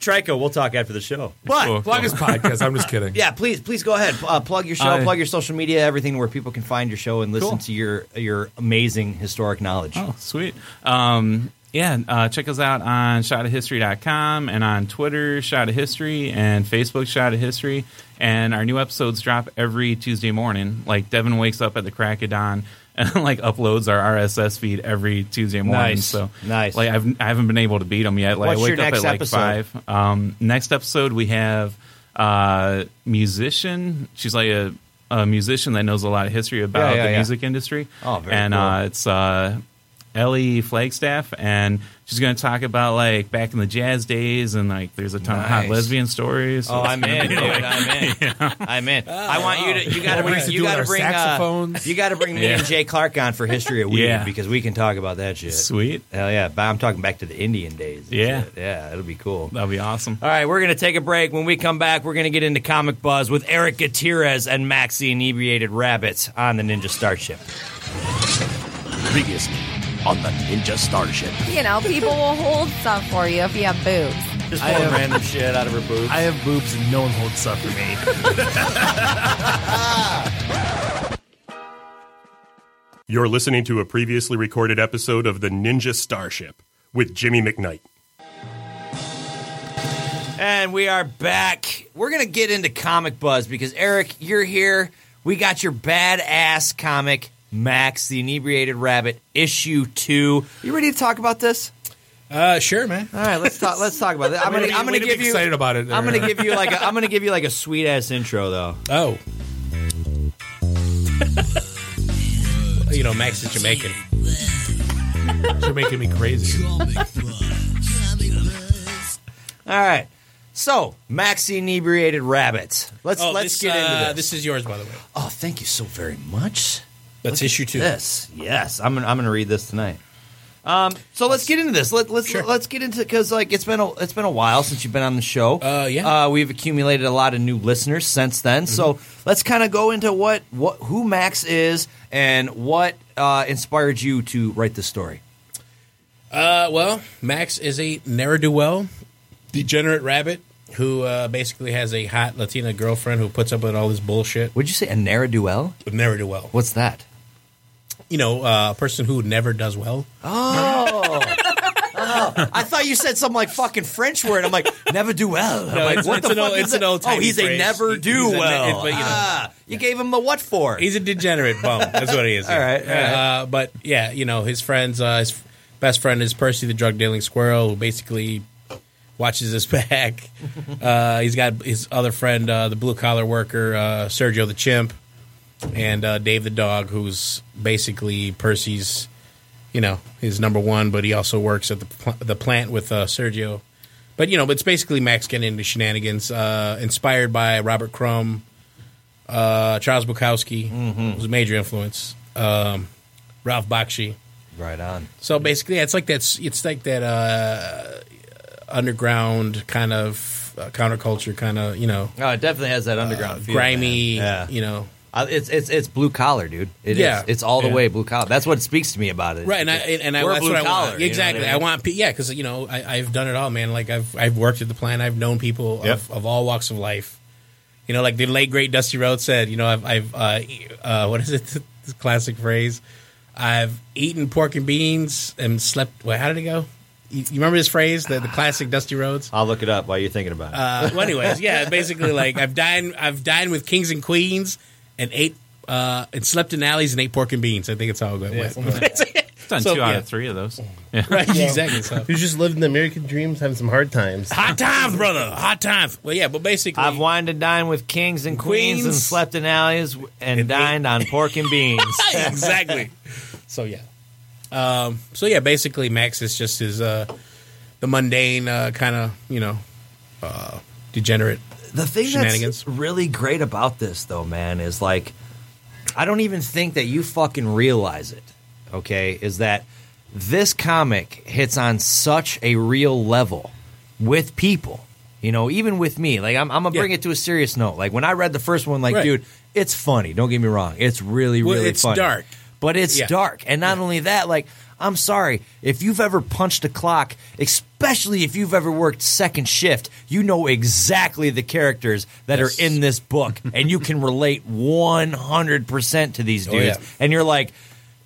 Speaker 4: Trico, we'll talk after the show. But
Speaker 6: Cool, Plug cool. his podcast. I'm just kidding.
Speaker 4: Yeah, please, please go ahead. Uh, plug your show,
Speaker 6: I-
Speaker 4: plug your social media, everything where people can find your show and listen to your your amazing historic knowledge.
Speaker 19: Oh, sweet. Um, yeah, uh, check us out on shotofhistory.com and on Twitter, Shot of History, and Facebook, Shot of History. And our new episodes drop every Tuesday morning. Like, Devin wakes up at the crack of dawn and, like, uploads our RSS feed every Tuesday morning.
Speaker 4: Nice.
Speaker 19: So,
Speaker 4: Nice.
Speaker 19: Like, I've, I haven't been able to beat him yet. Like,
Speaker 4: What's
Speaker 19: I wake
Speaker 4: your
Speaker 19: up
Speaker 4: next
Speaker 19: at, like,
Speaker 4: episode?
Speaker 19: 5. Um, next episode, we have uh musician. She's, like, a, a musician that knows a lot of history about
Speaker 4: yeah,
Speaker 19: the
Speaker 4: yeah.
Speaker 19: music industry.
Speaker 4: Oh, very
Speaker 19: And
Speaker 4: cool.
Speaker 19: uh, it's uh, Ellie Flagstaff, and she's going to talk about like back in the jazz days, and like there's a ton of hot
Speaker 4: Nice.
Speaker 19: lesbian stories.
Speaker 4: Oh,
Speaker 19: It's
Speaker 4: I'm
Speaker 19: gonna be,
Speaker 4: in, dude.
Speaker 19: like-
Speaker 4: I'm in. I'm in. I want you to. You got to
Speaker 6: What we
Speaker 4: bring.
Speaker 6: used to
Speaker 4: You
Speaker 6: do with
Speaker 4: got to
Speaker 6: our
Speaker 4: bring. Uh,
Speaker 6: saxophones.
Speaker 4: you got to bring me
Speaker 19: Yeah.
Speaker 4: and Jay Clark on for history of weed
Speaker 19: Yeah.
Speaker 4: because we can talk about that shit.
Speaker 19: Sweet.
Speaker 4: Hell yeah! But I'm talking back to the Indian days. and
Speaker 19: Yeah.
Speaker 4: shit. Yeah, it'll be cool.
Speaker 19: That'll be awesome.
Speaker 4: All right, we're going to take a break. When we come back, we're going to get into comic buzz with Eric Gutierrez and Maxi Inebriated Rabbits on the Ninja Starship.
Speaker 20: Previously on the Ninja Starship.
Speaker 16: You know, people will hold stuff for you if you have boobs.
Speaker 4: Just
Speaker 5: I
Speaker 4: pulling
Speaker 5: have-
Speaker 4: random shit out of her boobs.
Speaker 5: I have boobs and no one holds up for me.
Speaker 1: You're listening to a previously recorded episode of The Ninja Starship with Jimmy McKnight.
Speaker 4: And we are back. We're going to get into comic buzz because, Eric, you're here. We got your badass comic, Max the Inebriated Rabbit, issue two. You ready to talk about this?
Speaker 17: Uh, sure, man.
Speaker 4: All right, let's talk. Let's talk about it. I'm gonna,
Speaker 6: Way to be-
Speaker 4: I'm gonna
Speaker 6: way to be
Speaker 4: give you
Speaker 6: excited about it
Speaker 4: I'm
Speaker 6: there.
Speaker 4: gonna give you like a, I'm gonna give you like a sweet ass intro though.
Speaker 17: Oh. you know, Max is Jamaican.
Speaker 6: You're making me crazy.
Speaker 4: All right. So, Maxi inebriated rabbits. Let's
Speaker 17: Oh,
Speaker 4: let's
Speaker 17: this,
Speaker 4: get into
Speaker 17: uh,
Speaker 4: this.
Speaker 17: This is yours, by the way.
Speaker 4: Oh, thank you so very much.
Speaker 17: That's
Speaker 4: at
Speaker 17: issue two.
Speaker 4: This, yes, I'm gonna, I'm going to read this tonight. Um, so let's get into this. Let, let's let's get into because like it's been a it's been a while since you've been on the show. Uh, yeah. we've accumulated a lot of new listeners since then. So let's kind of go into what what who Max is and what uh, inspired you to write this story.
Speaker 17: Uh, well, Max is a ne'er do well, degenerate rabbit who uh, basically has a hot Latina girlfriend who puts up with all this bullshit.
Speaker 4: Would you say a ne'er do well?
Speaker 17: Ne'er do well.
Speaker 4: What's that?
Speaker 17: You know, uh, a person who never does well.
Speaker 4: Oh. Oh, I thought you said some like fucking French word. I'm like never do well. I'm
Speaker 17: No,
Speaker 4: like,
Speaker 17: it's-
Speaker 4: what
Speaker 17: it's
Speaker 4: the
Speaker 17: an
Speaker 4: fuck
Speaker 17: old-
Speaker 4: is
Speaker 17: it's
Speaker 4: that?
Speaker 17: an old
Speaker 4: Oh, he's
Speaker 17: timey
Speaker 4: a
Speaker 17: phrase.
Speaker 4: never
Speaker 17: He-
Speaker 4: do
Speaker 17: he's a ne-
Speaker 4: well.
Speaker 17: but, you know.
Speaker 4: ah, you gave him the what for?
Speaker 17: He's a degenerate bum. That's what he is.
Speaker 4: All right, all right.
Speaker 17: Uh, but yeah, you know, his friends, uh, his f- best friend is Percy the drug dealing squirrel, who basically watches his back. Uh, he's got his other friend, uh, the blue collar worker, uh, Sergio the chimp, and uh, Dave the dog, who's basically Percy's, you know, his number one, but he also works at the, pl- the plant with uh, Sergio. But, you know, it's basically Max getting into shenanigans, uh, inspired by Robert Crumb uh, Charles Bukowski
Speaker 4: Mm-hmm.
Speaker 17: was a major influence. Um, Ralph Bakshi.
Speaker 4: Right on.
Speaker 17: So basically, yeah, it's like that's it's like that uh, underground kind of uh, counterculture kind of you know
Speaker 4: Oh, it definitely has that underground feel,
Speaker 17: grimy,
Speaker 4: man.
Speaker 17: you know.
Speaker 4: Uh, it's it's it's blue collar, dude. It is.
Speaker 17: Yeah.
Speaker 4: It's all the
Speaker 17: Yeah.
Speaker 4: way blue collar. That's what speaks to me about it.
Speaker 17: Right, and I and, and I,
Speaker 4: We're
Speaker 17: that's
Speaker 4: blue
Speaker 17: what I
Speaker 4: collar, you know
Speaker 17: want.
Speaker 4: what I
Speaker 17: Exactly, I
Speaker 4: mean?
Speaker 17: want. pe- Yeah, because you know I, I've done it all, man. Like I've I've worked at the plant. I've known people of, of all walks of life. You know, like the late great Dusty Rhodes said. You know, I've I've uh, e- uh, what is it? this classic phrase. I've eaten pork and beans and slept. Wait, how did it go? You, you remember this phrase? The, the classic Dusty Rhodes.
Speaker 4: Ah. I'll look it up while you're thinking about it.
Speaker 17: Uh, well, anyways, yeah, basically, like I've dined, I've dined with kings and queens, and ate, uh, and slept in alleys and ate pork and beans. I think it's how it went.
Speaker 5: Yeah, something like
Speaker 19: It's done
Speaker 17: So,
Speaker 19: two out
Speaker 17: yeah.
Speaker 19: of three of those. Yeah.
Speaker 17: Right, exactly. So.
Speaker 5: Who's just living the American dreams, having some hard times.
Speaker 17: Hot times, brother. Hot times. Well, yeah, but basically,
Speaker 4: I've wined and dined with kings and queens, and
Speaker 17: Queens.
Speaker 4: slept in alleys w- and, dined on pork and beans.
Speaker 17: exactly. So yeah. Um, so yeah, basically, Max is just his uh, the mundane uh, kind of you know uh, degenerate.
Speaker 4: The thing
Speaker 17: shenanigans.
Speaker 4: that's really great about this, though, man, is like I don't even think that you fucking realize it. Okay, is that this comic hits on such a real level with people. You know, even with me, like I'm, I'm gonna bring it to a serious note. Like when I read the first one, like
Speaker 17: Right.
Speaker 4: dude, it's funny. Don't get me wrong, it's really,
Speaker 17: Well,
Speaker 4: really
Speaker 17: it's
Speaker 4: funny.
Speaker 17: dark.
Speaker 4: but it's
Speaker 17: Yeah.
Speaker 4: dark. And not only that, like, I'm sorry, if you've ever punched a clock, especially if you've ever worked second shift, you know exactly the characters that
Speaker 17: Yes.
Speaker 4: are in this book, and you can relate 100% to these
Speaker 17: Oh,
Speaker 4: dudes.
Speaker 17: yeah.
Speaker 4: And you're like,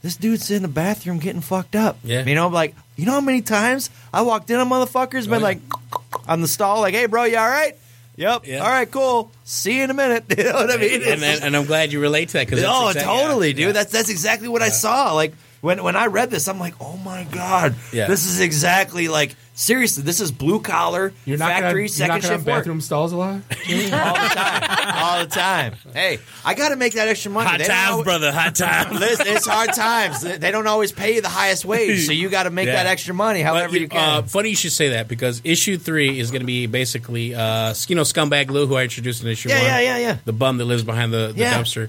Speaker 4: this dude's in the bathroom getting fucked up.
Speaker 17: Yeah.
Speaker 4: You know, I'm like, you know how many times I walked in on motherfuckers,
Speaker 17: Oh,
Speaker 4: been like on the stall, like, hey, bro, you all right? Yep. All right, cool. See you in a minute. you know what I mean?
Speaker 17: and, and, and I'm glad you relate to that because
Speaker 4: oh, totally, dude. That's that's exactly what I saw. Like when when I read this, I'm like, oh my god,
Speaker 17: Yeah.
Speaker 4: this is exactly like seriously, this is blue collar
Speaker 6: You're not
Speaker 4: factory
Speaker 6: gonna,
Speaker 4: 2nd
Speaker 6: you're not gonna
Speaker 4: shift
Speaker 6: have
Speaker 4: work
Speaker 6: bathroom stalls a lot.
Speaker 4: all the time. Hey, I got to make that extra money.
Speaker 17: Hot
Speaker 4: They don't
Speaker 17: times,
Speaker 4: always-
Speaker 17: brother, hot times.
Speaker 4: Listen, it's hard times. They- They don't always pay you the highest wage, so you got to make that extra money however you, can.
Speaker 17: Uh, funny you should say that because issue three is going to be basically uh, you know scumbag Lou who I introduced in issue
Speaker 4: Yeah,
Speaker 17: one.
Speaker 4: yeah, yeah, yeah.
Speaker 17: The bum that lives behind the, the
Speaker 4: Yeah.
Speaker 17: dumpster.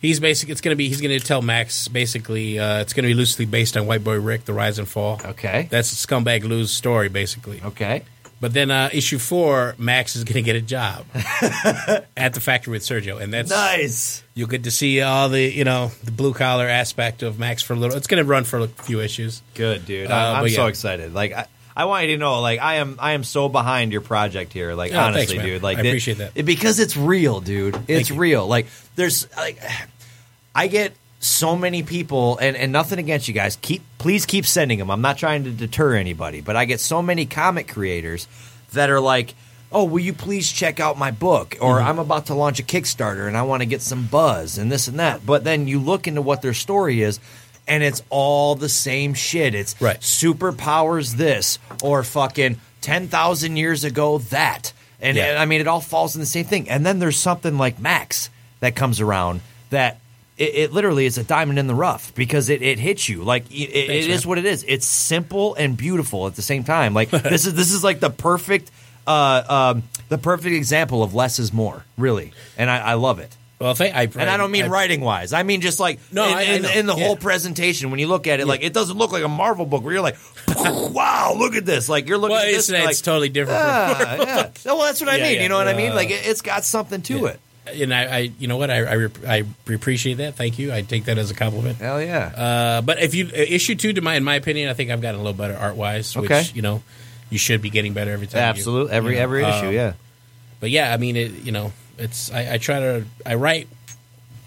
Speaker 17: He's basically it's going to be he's going to tell Max basically uh, it's going to be loosely based on White Boy Rick, the rise and fall.
Speaker 4: Okay,
Speaker 17: that's scumbag Lou's story basically.
Speaker 4: Okay.
Speaker 17: But then uh, issue four, Max is going to get a job at the factory with Sergio, and that's
Speaker 4: nice.
Speaker 17: You'll get to see all the you know the blue collar aspect of Max for a little. It's going to run for a few issues.
Speaker 4: Good, dude.
Speaker 17: Uh,
Speaker 4: I, I'm
Speaker 17: but
Speaker 4: so
Speaker 17: yeah.
Speaker 4: excited. Like I, I want you to know, like I am, I am so behind your project here. Like
Speaker 17: Oh, thanks,
Speaker 4: honestly,
Speaker 17: man.
Speaker 4: dude. Like
Speaker 17: I
Speaker 4: it-
Speaker 17: appreciate that.
Speaker 4: it- because it's real, dude. It's real. Like there's like, I get so many people, and and nothing against you guys. Keep please keep sending them. I'm not trying to deter anybody, but I get so many comic creators that are like. Oh, will you please check out my book? Or I'm about to launch a Kickstarter and I want to get some buzz and this and that. But then you look into what their story is and it's all the same shit. It's right. superpowers this or fucking 10,000 years ago that. And,
Speaker 17: Yeah.
Speaker 4: and I mean, it all falls in the same thing. And then there's something like Max that comes around that it, it literally is a diamond in the rough because it, it hits you. Like, it, it-
Speaker 17: Thanks,
Speaker 4: it is
Speaker 17: man.
Speaker 4: what it is. It's simple and beautiful at the same time. Like, this is this is like the perfect uh, um, the perfect example of less is more, really, and I, I love it.
Speaker 17: Well, I,
Speaker 4: and I don't mean writing wise. I mean just like
Speaker 17: No,
Speaker 4: in,
Speaker 17: I- I
Speaker 4: in,
Speaker 17: know.
Speaker 4: in the
Speaker 17: Yeah.
Speaker 4: whole presentation when you look at it, like it doesn't look like a Marvel book where you're like, wow, look at this. Like you're looking
Speaker 17: Well,
Speaker 4: at this.
Speaker 17: it's,
Speaker 4: and
Speaker 17: it's
Speaker 4: you're like,
Speaker 17: totally different.
Speaker 4: "Ah,
Speaker 17: from Marvel.
Speaker 4: yeah." No, well, that's what I
Speaker 17: Yeah,
Speaker 4: mean.
Speaker 17: yeah.
Speaker 4: you know what I mean?
Speaker 17: Uh,
Speaker 4: Like it, it's got something to it.
Speaker 17: And I, I, you know what, I, I, rep- I appreciate that. Thank you. I take that as a compliment.
Speaker 4: Hell yeah.
Speaker 17: Uh, but if you uh, issue two, to my in my opinion, I think I've gotten a little better art wise. Which,
Speaker 4: Okay.
Speaker 17: You know, you should be getting better every time. you-
Speaker 4: Absolute. Every-
Speaker 17: you know, um,
Speaker 4: every
Speaker 6: Um,
Speaker 4: issue, yeah.
Speaker 17: But yeah, I mean, it, you know, it's I, I try to I write.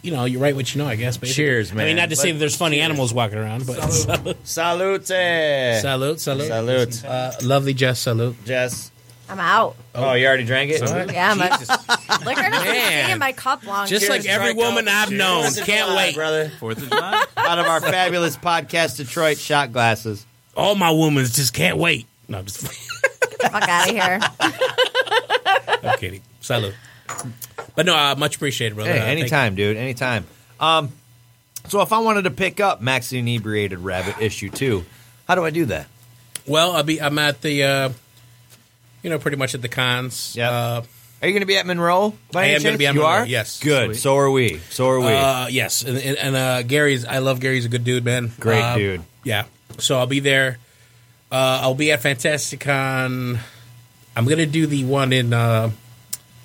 Speaker 17: You know, you write what you know, I guess. basically.
Speaker 4: Cheers,
Speaker 17: I
Speaker 4: man.
Speaker 17: mean, not to say
Speaker 4: But-
Speaker 17: that there's funny animals walking around, but
Speaker 4: salute,
Speaker 17: salute, salute, salute. Uh, lovely Jess, salute,
Speaker 4: Jess.
Speaker 16: I'm out.
Speaker 4: Oh, you already drank it.
Speaker 16: Yeah, my liquor doesn't stay in my cup long.
Speaker 17: Just like every woman I've known, can't wait.
Speaker 4: brother. Fourth of July. Out of our fabulous podcast, Detroit shot glasses.
Speaker 17: All my women just can't wait. No, I'm just
Speaker 16: Fuck out of here.
Speaker 17: I'm kidding. Salute. But no, uh, much appreciated, brother.
Speaker 4: Hey,
Speaker 17: Uh, thank-
Speaker 4: anytime, dude. Anytime. Um, so if I wanted to pick up Max the Inebriated Rabbit issue two, how do I do that?
Speaker 17: Well, I'll be. I'm at the. Uh, you know, pretty much at the cons. Yeah. Uh,
Speaker 4: are you going to be at Monroe? by
Speaker 17: I
Speaker 4: any
Speaker 17: am going
Speaker 4: chance?
Speaker 17: to be at
Speaker 4: You
Speaker 17: Monroe.
Speaker 4: are?
Speaker 17: Yes.
Speaker 4: Good. So are we. So are we.
Speaker 17: Uh, yes, and and, and, uh, Gary's. I love Gary's a good dude, man.
Speaker 4: Great
Speaker 17: Uh,
Speaker 4: dude.
Speaker 17: Yeah. So I'll be there. Uh, I'll be at Fantasticon. I'm gonna do the one in uh,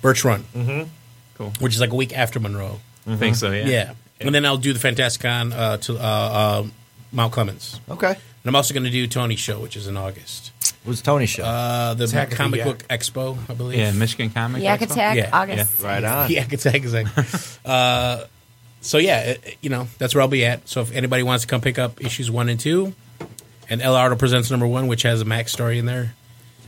Speaker 17: Birch Run,
Speaker 19: Mm-hmm. Cool.
Speaker 17: which is like a week after Monroe.
Speaker 19: I think so, yeah.
Speaker 17: Yeah. And then I'll do the Fantasticon uh, to uh, uh, Mount Clemens.
Speaker 4: Okay.
Speaker 17: And I'm also going to do Tony's show, which is in August.
Speaker 4: What's Tony's show?
Speaker 17: Uh, the
Speaker 19: Attack of the
Speaker 17: comic
Speaker 19: Yak.
Speaker 17: book expo, I believe.
Speaker 19: Yeah, Michigan Comic
Speaker 16: Yak
Speaker 19: Expo?
Speaker 16: Attack, Yeah. August.
Speaker 4: Yeah. Right on.
Speaker 17: Yak Attack is like. uh, so yeah, it- it- you know that's where I'll be at. So if anybody wants to come pick up issues one and two, and El Ardo presents number one, which has a Max story in there,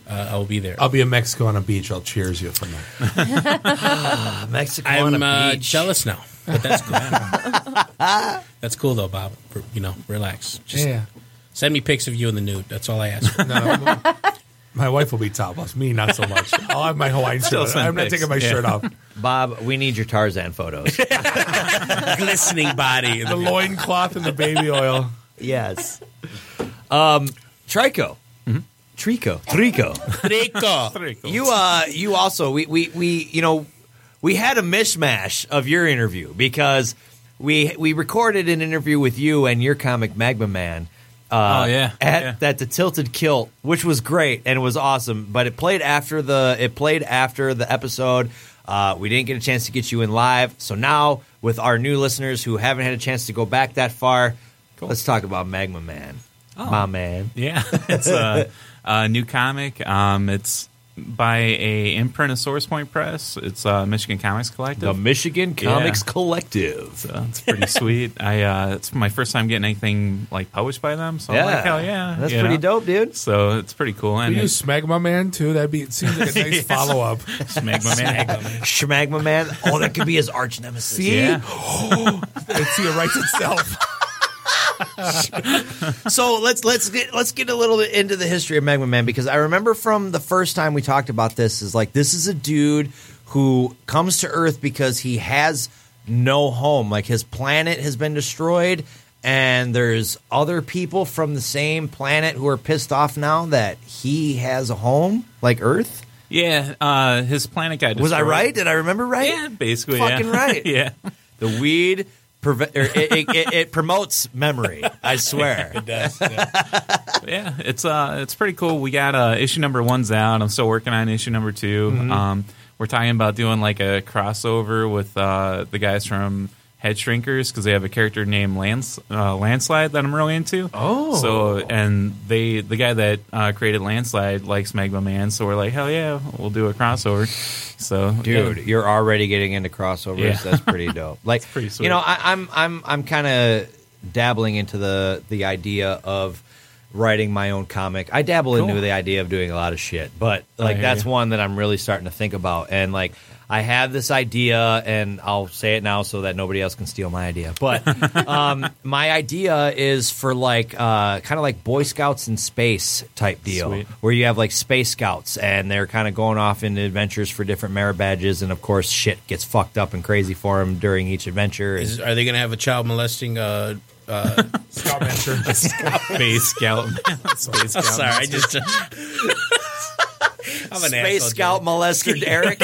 Speaker 17: uh, I will be there.
Speaker 6: I'll be in Mexico on a beach. I'll cheers you from that.
Speaker 4: Mexico
Speaker 17: I'm
Speaker 6: on a
Speaker 17: uh,
Speaker 6: beach.
Speaker 17: jealous now, but that's cool. that's cool though, Bob. For- you know, relax. Just
Speaker 6: Yeah.
Speaker 17: send me pics of you in the nude. That's all I ask. For.
Speaker 6: My wife will be topless. Me, not so much. I'll have my Hawaiian shirt. on. I'm not taking my shirt off.
Speaker 4: Bob, we need your Tarzan photos.
Speaker 17: Glistening body.
Speaker 6: The loincloth and the baby oil.
Speaker 4: Yes. Um, Trico. Trico. Trico.
Speaker 17: Trico.
Speaker 4: You uh you also we, we we you know we had a mishmash of your interview because we we recorded an interview with you and your comic Magma Man. Uh,
Speaker 19: Oh, yeah.
Speaker 4: at
Speaker 19: Yeah.
Speaker 4: at the Tilted Kilt, which was great and it was awesome, but it played after the it played after the episode. Uh, we didn't get a chance to get you in live, so now with our new listeners who haven't had a chance to go back that far, let's talk about Magma Man,
Speaker 19: Oh.
Speaker 4: my man.
Speaker 19: Yeah, it's a, a new comic. Um, it's by a imprint of Source Point Press. It's uh, Michigan Comics Collective.
Speaker 4: The Michigan Comics Collective.
Speaker 19: So it's pretty sweet. I uh, it's my first time getting anything like published by them. So I'm
Speaker 6: Yeah.
Speaker 19: like, hell yeah,
Speaker 6: That's pretty
Speaker 4: dope, dude.
Speaker 19: So it's pretty cool.
Speaker 6: Will
Speaker 19: And uh,
Speaker 6: you
Speaker 19: it-
Speaker 6: smegma man too? That'd be it seems like a nice
Speaker 19: Yes.
Speaker 6: follow up.
Speaker 19: Smegma Man.
Speaker 4: Schmagma Man. Oh, that could be his arch nemesis.
Speaker 6: See?
Speaker 19: Yeah.
Speaker 6: it's your rights itself.
Speaker 4: so let's let's get let's get a little bit into the history of Magma Man because I remember from the first time we talked about this is like this is a dude who comes to Earth because he has no home. Like his planet has been destroyed and there's other people from the same planet who are pissed off now that he has a home like Earth.
Speaker 19: yeah, uh, his planet got destroyed.
Speaker 4: Was I right? Did I remember right?
Speaker 19: Yeah, basically.
Speaker 4: Fucking
Speaker 19: yeah.
Speaker 4: right.
Speaker 19: yeah.
Speaker 4: The weed preve- or it, it, it, it promotes memory. I swear. it
Speaker 17: does.
Speaker 19: yeah, it's uh, it's pretty cool. We got uh, issue number one's out. I'm still working on issue number 2
Speaker 4: Mm-hmm.
Speaker 17: Mhm.
Speaker 19: Um, we're talking about doing like a crossover with uh, the guys from Head Shrinkers because they have a character named Lance uh, Landslide that I'm really into.
Speaker 6: Oh.
Speaker 19: so and they the guy that uh, created Landslide likes Magma Man, so we're like, hell yeah, we'll do a crossover. So
Speaker 4: Dude,
Speaker 19: yeah.
Speaker 4: you're already getting into crossovers.
Speaker 19: Yeah.
Speaker 4: That's pretty dope. Like,
Speaker 19: pretty sweet.
Speaker 4: you know, I, I'm I'm I'm kind of dabbling into the the idea of writing my own comic. I dabble into
Speaker 19: Cool.
Speaker 4: the idea of doing a lot of shit, but
Speaker 19: I
Speaker 4: like
Speaker 19: hear
Speaker 4: that's
Speaker 19: you.
Speaker 4: one that I'm really starting to think about. And like, I have this idea, and I'll say it now so that nobody else can steal my idea. But um, my idea is for like uh, kind of like Boy Scouts in space type deal,
Speaker 19: Sweet.
Speaker 4: where you have like space scouts and they're kind of going off into adventures for different merit badges, and of course shit gets fucked up and crazy for them during each adventure.
Speaker 17: Is, are they going to have a child molesting uh, uh, scout master?
Speaker 19: Space scout, space scout.
Speaker 17: Sorry, I
Speaker 19: master.
Speaker 17: just
Speaker 4: Space Scout molester Derek.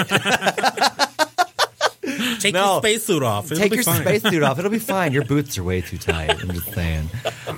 Speaker 17: Take
Speaker 4: No.
Speaker 17: your spacesuit off. It'll
Speaker 4: Take
Speaker 17: be
Speaker 4: your
Speaker 17: fine.
Speaker 4: space suit off. It'll be fine. Your boots are way too tight. I'm just saying.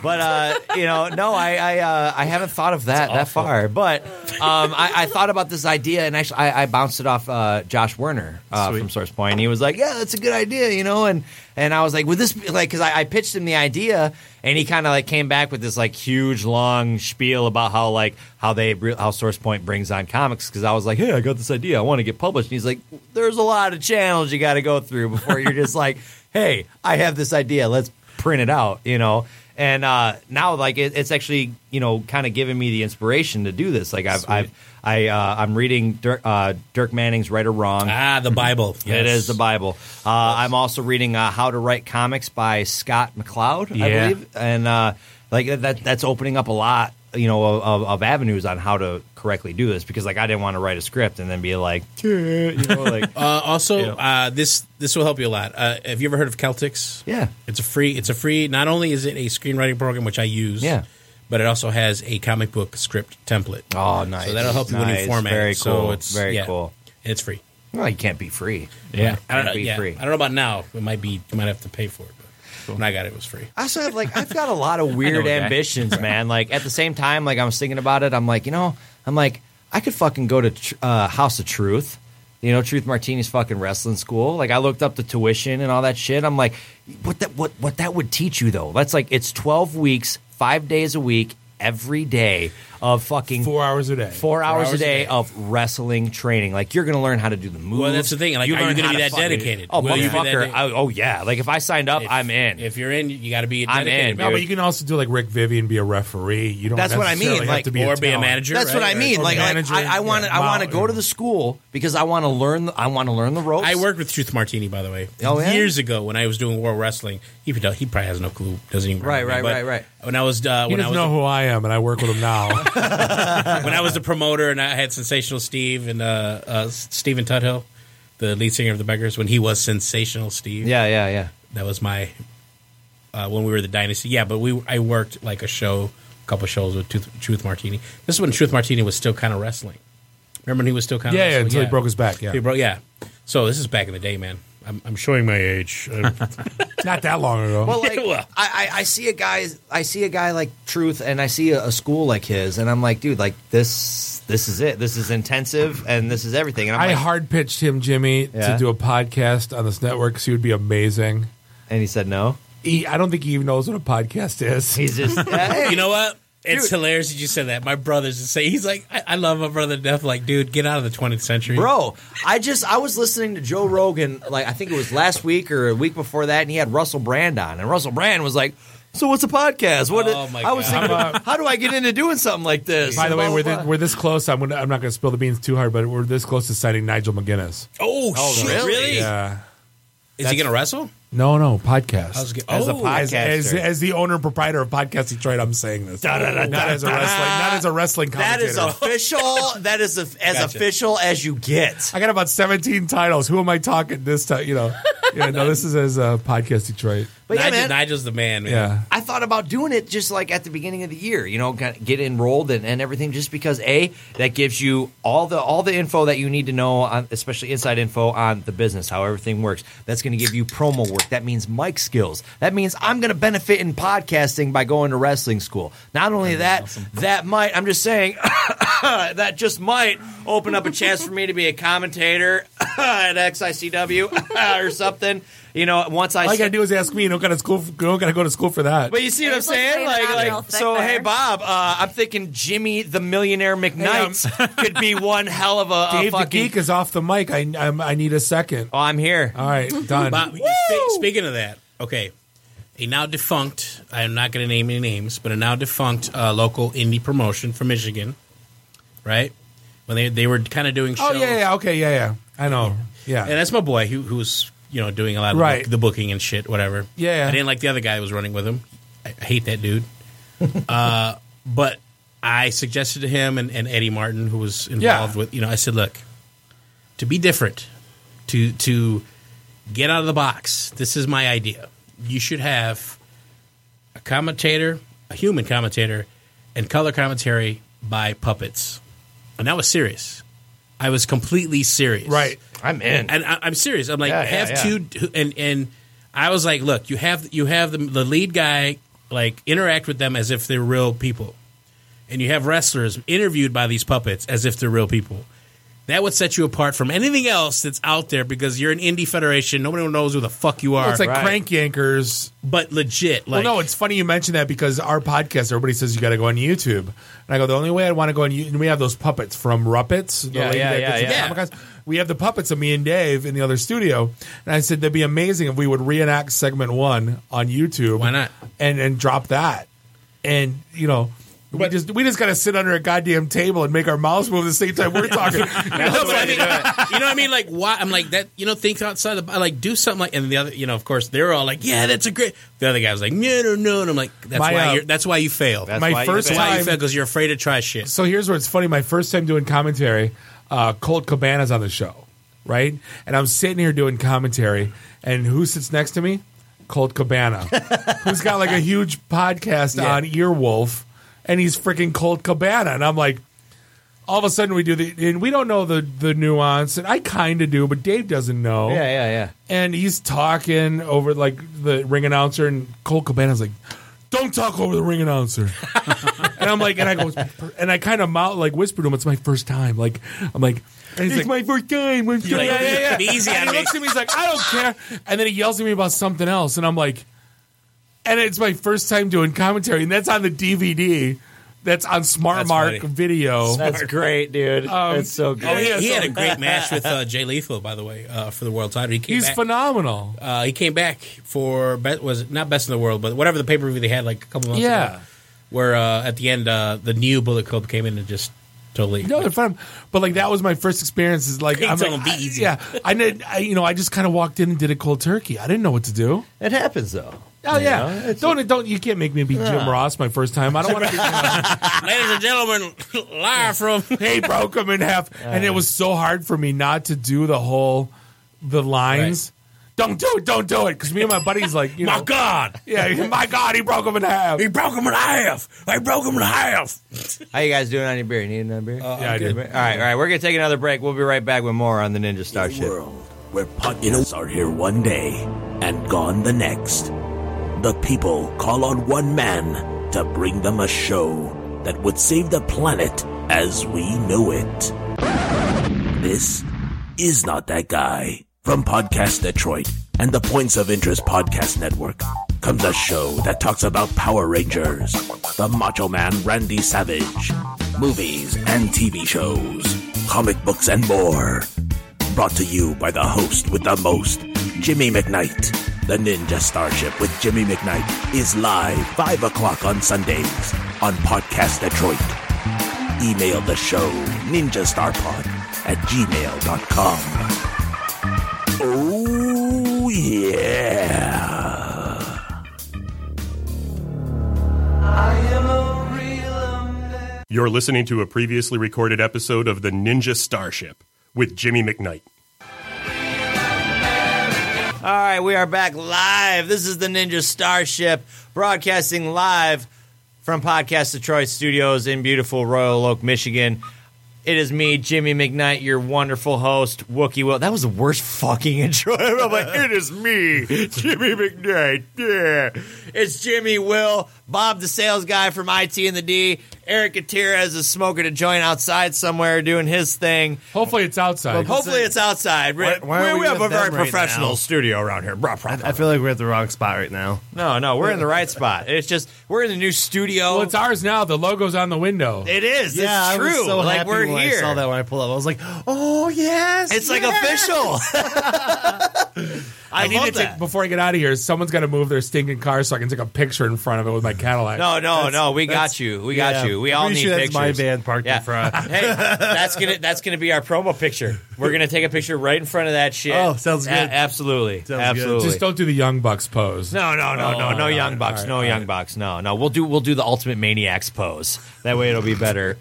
Speaker 4: But uh, you know, no, I I, uh, I haven't thought of that that far. But um, I, I thought about this idea, and actually, I, I bounced it off uh, Josh Werner uh,
Speaker 21: Sweet.
Speaker 4: from Source Point. He was like, "Yeah, that's a good idea," you know, and and I was like, "Would this be like?" Because I, I pitched him the idea, and he kind of like came back with this like huge long spiel about how like how they re- how Source Point brings on comics. Because I was like, "Hey, I got this idea. I want to get published." And he's like, "There's a lot of channels you got to go through before you're just like, hey, I have this idea. Let's print it out," you know. And uh, now, like, it, it's actually you know kind of giving me the inspiration to do this. Like, I've, I've I uh, I'm reading Dirk, uh, Dirk Manning's Right or Wrong.
Speaker 17: Ah, the Bible.
Speaker 4: It
Speaker 17: Yes.
Speaker 4: is the Bible. Uh, I'm also reading uh, How to Write Comics by Scott McCloud, I
Speaker 17: Yeah.
Speaker 4: believe, and uh, like that that's opening up a lot, you know, of, of, of avenues on how to correctly do this because like I didn't want to write a script and then be like, you know, like
Speaker 17: uh, also, uh, this this will help you a lot. Uh, have you ever heard of Celtics?
Speaker 4: Yeah,
Speaker 17: it's a free. It's a free. Not only is it a screenwriting program which I use,
Speaker 4: Yeah.
Speaker 17: but it also has a comic book script template.
Speaker 4: Oh, nice.
Speaker 17: So that'll help you when
Speaker 4: Nice.
Speaker 17: you format.
Speaker 4: Very
Speaker 17: it. So
Speaker 4: cool.
Speaker 17: it's
Speaker 4: Very
Speaker 17: yeah.
Speaker 4: cool.
Speaker 17: And It's free.
Speaker 4: well, you can't be free.
Speaker 17: Yeah, I don't
Speaker 4: Can't
Speaker 17: know.
Speaker 4: be
Speaker 17: yeah.
Speaker 4: free.
Speaker 17: I don't know about now. It might be. You might have to pay for it. But When I got it, it was free.
Speaker 4: I also have like I've got a lot of
Speaker 17: I know
Speaker 4: weird
Speaker 17: a guy.
Speaker 4: ambitions, man. Like at the same time, like I was thinking about it, I'm like, you know, I'm like, I could fucking go to tr- uh, House of Truth, you know, Truth Martini's fucking wrestling school. Like I looked up the tuition and all that shit. I'm like, what that what what that would teach you though? That's like it's 12 weeks, five days a week, every day of fucking
Speaker 6: four hours a day,
Speaker 4: four, hours, a day, of wrestling training. Like you're gonna learn how to do the moves.
Speaker 17: Well, that's the thing. Like, are you
Speaker 4: learn
Speaker 17: gonna
Speaker 4: how
Speaker 17: be that
Speaker 4: fucking-
Speaker 17: dedicated?
Speaker 4: Oh,
Speaker 17: Will you be that
Speaker 4: motherfucker!
Speaker 17: dedicated?
Speaker 4: I- oh yeah. Like if I signed up, I'm in.
Speaker 17: If you're in, you got to be.
Speaker 4: I'm
Speaker 17: dedicated,
Speaker 4: in,
Speaker 17: dude.
Speaker 6: No, but you can also do like Rick Vivian, be a referee. You don't.
Speaker 4: That's what I
Speaker 6: necessarily
Speaker 4: mean.
Speaker 6: have
Speaker 4: Like
Speaker 6: to be
Speaker 17: or be a
Speaker 6: talent.
Speaker 17: manager,
Speaker 4: That's what I mean.
Speaker 6: Or
Speaker 4: Like, like,
Speaker 6: manager,
Speaker 4: I want to.
Speaker 6: yeah.
Speaker 4: I want to
Speaker 6: Wow.
Speaker 4: go to the school because I want to learn. the- I want to learn the ropes.
Speaker 17: I worked with Truth Martini, by the way.
Speaker 4: Oh, yeah?
Speaker 17: Years ago when I was doing World Wrestling, even though he probably has no clue, doesn't even
Speaker 4: Right,
Speaker 17: remember me,
Speaker 4: right,
Speaker 17: but
Speaker 4: right,
Speaker 17: When I was uh,
Speaker 6: He
Speaker 17: when I
Speaker 6: doesn't
Speaker 17: was
Speaker 6: know who I am, and I work with him now.
Speaker 17: when I was the promoter and I had Sensational Steve and uh, uh, Stephen Tuthill, the lead singer of the Beggars, when he was Sensational Steve.
Speaker 4: Yeah, yeah, yeah.
Speaker 17: That was my uh, when we were the Dynasty. Yeah, but we I worked like a show, a couple shows with Truth, Truth Martini. This is when Truth Martini was still kind of wrestling. Remember when he was still kind of
Speaker 6: Yeah, yeah,
Speaker 17: wrestling?
Speaker 6: until he broke his back, yeah.
Speaker 17: he broke. Yeah, so this is back in the day, man. I'm, I'm showing my age.
Speaker 6: Not that long ago.
Speaker 4: Well, like I, I, I see a guy. I see a guy like Truth, and I see a, a school like his, and I'm like, dude, like this. This is it. This is intensive, and this is everything. And I'm
Speaker 6: I
Speaker 4: like,
Speaker 6: hard pitched him, Jimmy,
Speaker 4: Yeah.
Speaker 6: to do a podcast on this network because he would be amazing.
Speaker 4: And he said no.
Speaker 6: He, I don't think he even knows what a podcast is.
Speaker 4: He's just
Speaker 17: you know what? It's
Speaker 6: Dude.
Speaker 17: hilarious that you said that. My brother's the same. He's like, I, I love my brother to death. Like, dude, get out of the 20th century, Oh,
Speaker 4: Bro, I just I was listening to Joe Rogan like I think it was last week or a week before that, and he had Russell Brand on, and Russell Brand was like, "So what's a podcast? What?" is-"
Speaker 6: Oh, my
Speaker 4: I was
Speaker 6: God.
Speaker 4: thinking,
Speaker 6: I'm,
Speaker 4: how do I get into doing something like this?
Speaker 6: By the way,
Speaker 4: Blah,
Speaker 6: we're,
Speaker 4: blah,
Speaker 6: thi- we're this close. I'm gonna, I'm not going to spill the beans too hard, but we're this close to signing Nigel McGuinness.
Speaker 17: Oh, shit! Really?
Speaker 6: Yeah.
Speaker 17: Is he going to wrestle?
Speaker 6: No, no, podcast.
Speaker 17: I was get-
Speaker 6: as, a
Speaker 17: Oh,
Speaker 6: pod- as, as,
Speaker 17: podcaster.
Speaker 6: as the owner and proprietor of Podcast Detroit, I'm saying this. not as a wrestling, not as a wrestling
Speaker 4: That
Speaker 6: commentator.
Speaker 4: is official. that is a, as
Speaker 6: Gotcha.
Speaker 4: official as you get.
Speaker 6: I got about 17 titles. Who am I talking this time? You know, yeah, no, this is as uh, Podcast Detroit.
Speaker 4: But yeah,
Speaker 17: Nigel,
Speaker 4: man.
Speaker 17: Nigel's the man, man.
Speaker 6: Yeah.
Speaker 4: I thought about doing it just like at the beginning of the year, you know, get get enrolled and, and everything, just because a that gives you all the all the info that you need to know, on, especially inside info on the business, how everything works. That's going to give you promo work. That means mic skills. That means I'm going to benefit in podcasting by going to wrestling school. Not only that, that might I'm just saying that just might open up a chance for me to be a commentator at XICW or something. You know, once I
Speaker 6: All you gotta do is ask me. You don't gotta school. You don't gotta go to school for that.
Speaker 4: But you see what I'm saying? Like, like so, hey Bob, uh, I'm thinking Jimmy the Millionaire McKnight could be one hell of a, a
Speaker 6: Dave the
Speaker 4: uh, fucking.
Speaker 6: Geek is off the mic. I I'm, I need a second.
Speaker 4: Oh, I'm here.
Speaker 6: All right, done.
Speaker 17: Bob, spe- speaking of that, okay, a now defunct, I'm not going to name any names, but a now defunct uh, local indie promotion from Michigan, right? When they, they were kind of doing shows.
Speaker 6: oh yeah, yeah, okay, yeah, yeah. I know. Yeah.
Speaker 17: And that's my boy who who's you know doing a lot of
Speaker 6: Right.
Speaker 17: book- the booking and shit, whatever.
Speaker 6: Yeah, yeah.
Speaker 17: I didn't like the other guy who was running with him. I, I hate that dude. uh, but I suggested to him and, and Eddie Martin, who was involved with you know, I said, look, to be different, to to get out of the box. This is my idea. You should have a commentator, a human commentator, and color commentary by puppets. And that was serious. I was completely serious.
Speaker 6: Right.
Speaker 4: I'm in.
Speaker 17: And I, I'm serious. I'm like
Speaker 4: Yeah,
Speaker 17: have
Speaker 4: yeah, yeah.
Speaker 17: two d- and and I was like, look, you have you have the, the lead guy like interact with them as if they're real people, and you have wrestlers interviewed by these puppets as if they're real people. That would set you apart from anything else that's out there because you're an indie federation. Nobody knows who the fuck you are.
Speaker 6: Well, it's like crank yankers,
Speaker 17: but legit. Like,
Speaker 6: well, no, it's funny you mentioned that because our podcast, everybody says you got to go on YouTube, and I go the only way I want to go on. You- And we have those puppets from Ruppets. the
Speaker 4: Yeah,
Speaker 6: lady
Speaker 4: yeah,
Speaker 6: that
Speaker 4: yeah,
Speaker 6: did some
Speaker 4: yeah.
Speaker 6: Comic-Cons. We have the puppets of me and Dave in the other studio, and I said that'd be amazing if we would reenact segment one on YouTube. Why
Speaker 17: not?
Speaker 6: And and drop that, and you know. we just we just gotta sit under a goddamn table and make our mouths move at the same time we're talking.
Speaker 17: you know what I mean? Like, why? I'm like that. You know, think outside the bo- like, do something like. And the other, you know, of course, they're all like, "Yeah, that's a great." The other guy was like, "No, no, no," and I'm like, "That's
Speaker 6: My,
Speaker 17: why.
Speaker 6: uh,
Speaker 17: you're, that's why you fail.
Speaker 6: my why you first fail.
Speaker 17: why you
Speaker 6: time-
Speaker 17: fail because you're afraid to try shit."
Speaker 6: So here's where it's funny. My first time doing commentary, uh, Colt Cabana's on the show, right? And I'm sitting here doing commentary, and who sits next to me? Colt Cabana, who's got like a huge podcast on Earwolf, and he's freaking Colt Cabana, and I'm like. All of a sudden, we do the, and we don't know the the nuance, and I kind of do, but Dave doesn't know.
Speaker 4: Yeah, yeah, yeah.
Speaker 6: And he's talking over like the ring announcer, and Colt Cabana's like, "Don't talk over the ring announcer." and I'm like, and I go, and I kind of mouth like whisper to him, "It's my first time." Like I'm like, and he's
Speaker 8: It's
Speaker 6: like, my first time. I'm
Speaker 8: You're like, "Be easy
Speaker 6: And
Speaker 8: on me."
Speaker 6: he looks at me, he's like, I don't care. And then he yells at me about something else, and I'm like, and it's my first time doing commentary, and that's on the DVD. That's on Smart
Speaker 17: That's
Speaker 6: Mark
Speaker 17: funny.
Speaker 6: video. Um,
Speaker 17: That's
Speaker 4: great, dude.
Speaker 17: That's
Speaker 4: so
Speaker 17: Oh, he, he had a great match with uh, Jay Lethal, by the way, uh, for the world title. He came
Speaker 6: He's
Speaker 17: back,
Speaker 6: phenomenal.
Speaker 17: Uh, he came back for be- was it not best in the world, but whatever the pay per view they had like a couple months
Speaker 6: Yeah.
Speaker 17: ago, where uh, at the end uh, the new Bullet Club came in and just totally
Speaker 6: No, they're fun. But like that was my first experience. Is like
Speaker 17: Hey,
Speaker 6: I'm
Speaker 17: tell
Speaker 6: like,
Speaker 17: them, be
Speaker 6: I-
Speaker 17: easy.
Speaker 6: yeah. I did. I, you know, I just kind of walked in and did a cold turkey. I didn't know what to do.
Speaker 4: It happens though.
Speaker 6: Oh
Speaker 4: You
Speaker 6: yeah,
Speaker 4: know,
Speaker 6: don't don't you can't make me be Jim
Speaker 17: Yeah.
Speaker 6: Ross my first time. I don't want to.
Speaker 17: Ladies and gentlemen, live from
Speaker 6: Hey, broke him in half, and it was so hard for me not to do the whole the lines. Don't do it! Don't do it! Because me and my buddies like, you
Speaker 8: My
Speaker 6: know,
Speaker 8: God.
Speaker 6: yeah, my God, he broke him in half. He
Speaker 17: broke him in half. I broke him in half.
Speaker 4: How you guys doing on your beer? You need another beer?
Speaker 6: Yeah, I
Speaker 4: All
Speaker 6: did.
Speaker 4: right, all right. We're gonna take another break. We'll be right back with more on the Ninja Starship.
Speaker 12: Where podcasts are here one day and gone the next. The people call on one man to bring them a show that would save the planet as we know it. This is not that guy. From Podcast Detroit and the Points of Interest Podcast Network comes a show that talks about Power Rangers, the Macho Man Randy Savage, movies and TV shows, comic books, and more. Brought to you by the host with the most, Jimmy McKnight. The Ninja Starship with Jimmy McKnight is live 5 o'clock on Sundays on Podcast Detroit email the show ninjastarpod at gmail.com. Oh, yeah.
Speaker 1: You're listening to a previously recorded episode of The Ninja Starship with Jimmy McKnight.
Speaker 4: All right, we are back live. This is the Ninja Starship broadcasting live from Podcast Detroit Studios in beautiful Royal Oak, Michigan. It is me, Jimmy McKnight, your wonderful host, Wookie Will. That was the worst fucking intro. I'm like, it is me, Jimmy McKnight. Yeah. It's Jimmy Will, Bob the sales guy from IT and the D. Eric Gutierrez is smoking a joint outside somewhere doing his thing.
Speaker 6: Hopefully it's outside.
Speaker 4: Hopefully it's outside.
Speaker 6: Why- why
Speaker 4: we,
Speaker 6: are
Speaker 4: we
Speaker 6: we
Speaker 4: have a
Speaker 6: with
Speaker 4: very
Speaker 6: them right
Speaker 4: professional
Speaker 6: now?
Speaker 4: studio around here. Brah, brah, brah.
Speaker 5: I feel like we're at the wrong spot right now.
Speaker 4: No, no, we're in the right spot. It's just we're in the new studio.
Speaker 6: Well, it's ours now. The logo's on the window.
Speaker 4: It is.
Speaker 5: yeah,
Speaker 4: it's
Speaker 5: I was
Speaker 4: true.
Speaker 5: so
Speaker 4: like
Speaker 5: happy
Speaker 4: we're
Speaker 5: when
Speaker 4: here.
Speaker 5: I saw that when I pulled up. I was like, oh yes,
Speaker 4: It's like official. I,
Speaker 6: need
Speaker 4: love
Speaker 6: to take,
Speaker 4: that.
Speaker 6: before I get out of here. Someone's got to move their stinking car so I can take a picture in front of it with my Cadillac.
Speaker 4: No, no,
Speaker 6: That's-
Speaker 4: no. We
Speaker 6: that's-
Speaker 4: got you. We got you. We all need pictures.
Speaker 5: parked
Speaker 4: Yeah. hey, that's gonna that's gonna be our promo picture. We're gonna take a picture right in front of that shit.
Speaker 6: Oh, sounds
Speaker 4: A-
Speaker 6: good.
Speaker 4: absolutely, absolutely.
Speaker 6: Just don't do the Young Bucks pose.
Speaker 4: No, no, no, no,
Speaker 5: Oh,
Speaker 4: no, Young Bucks, no Young Bucks, no, no. We'll do we'll do the Ultimate Maniacs pose. That way it'll be better.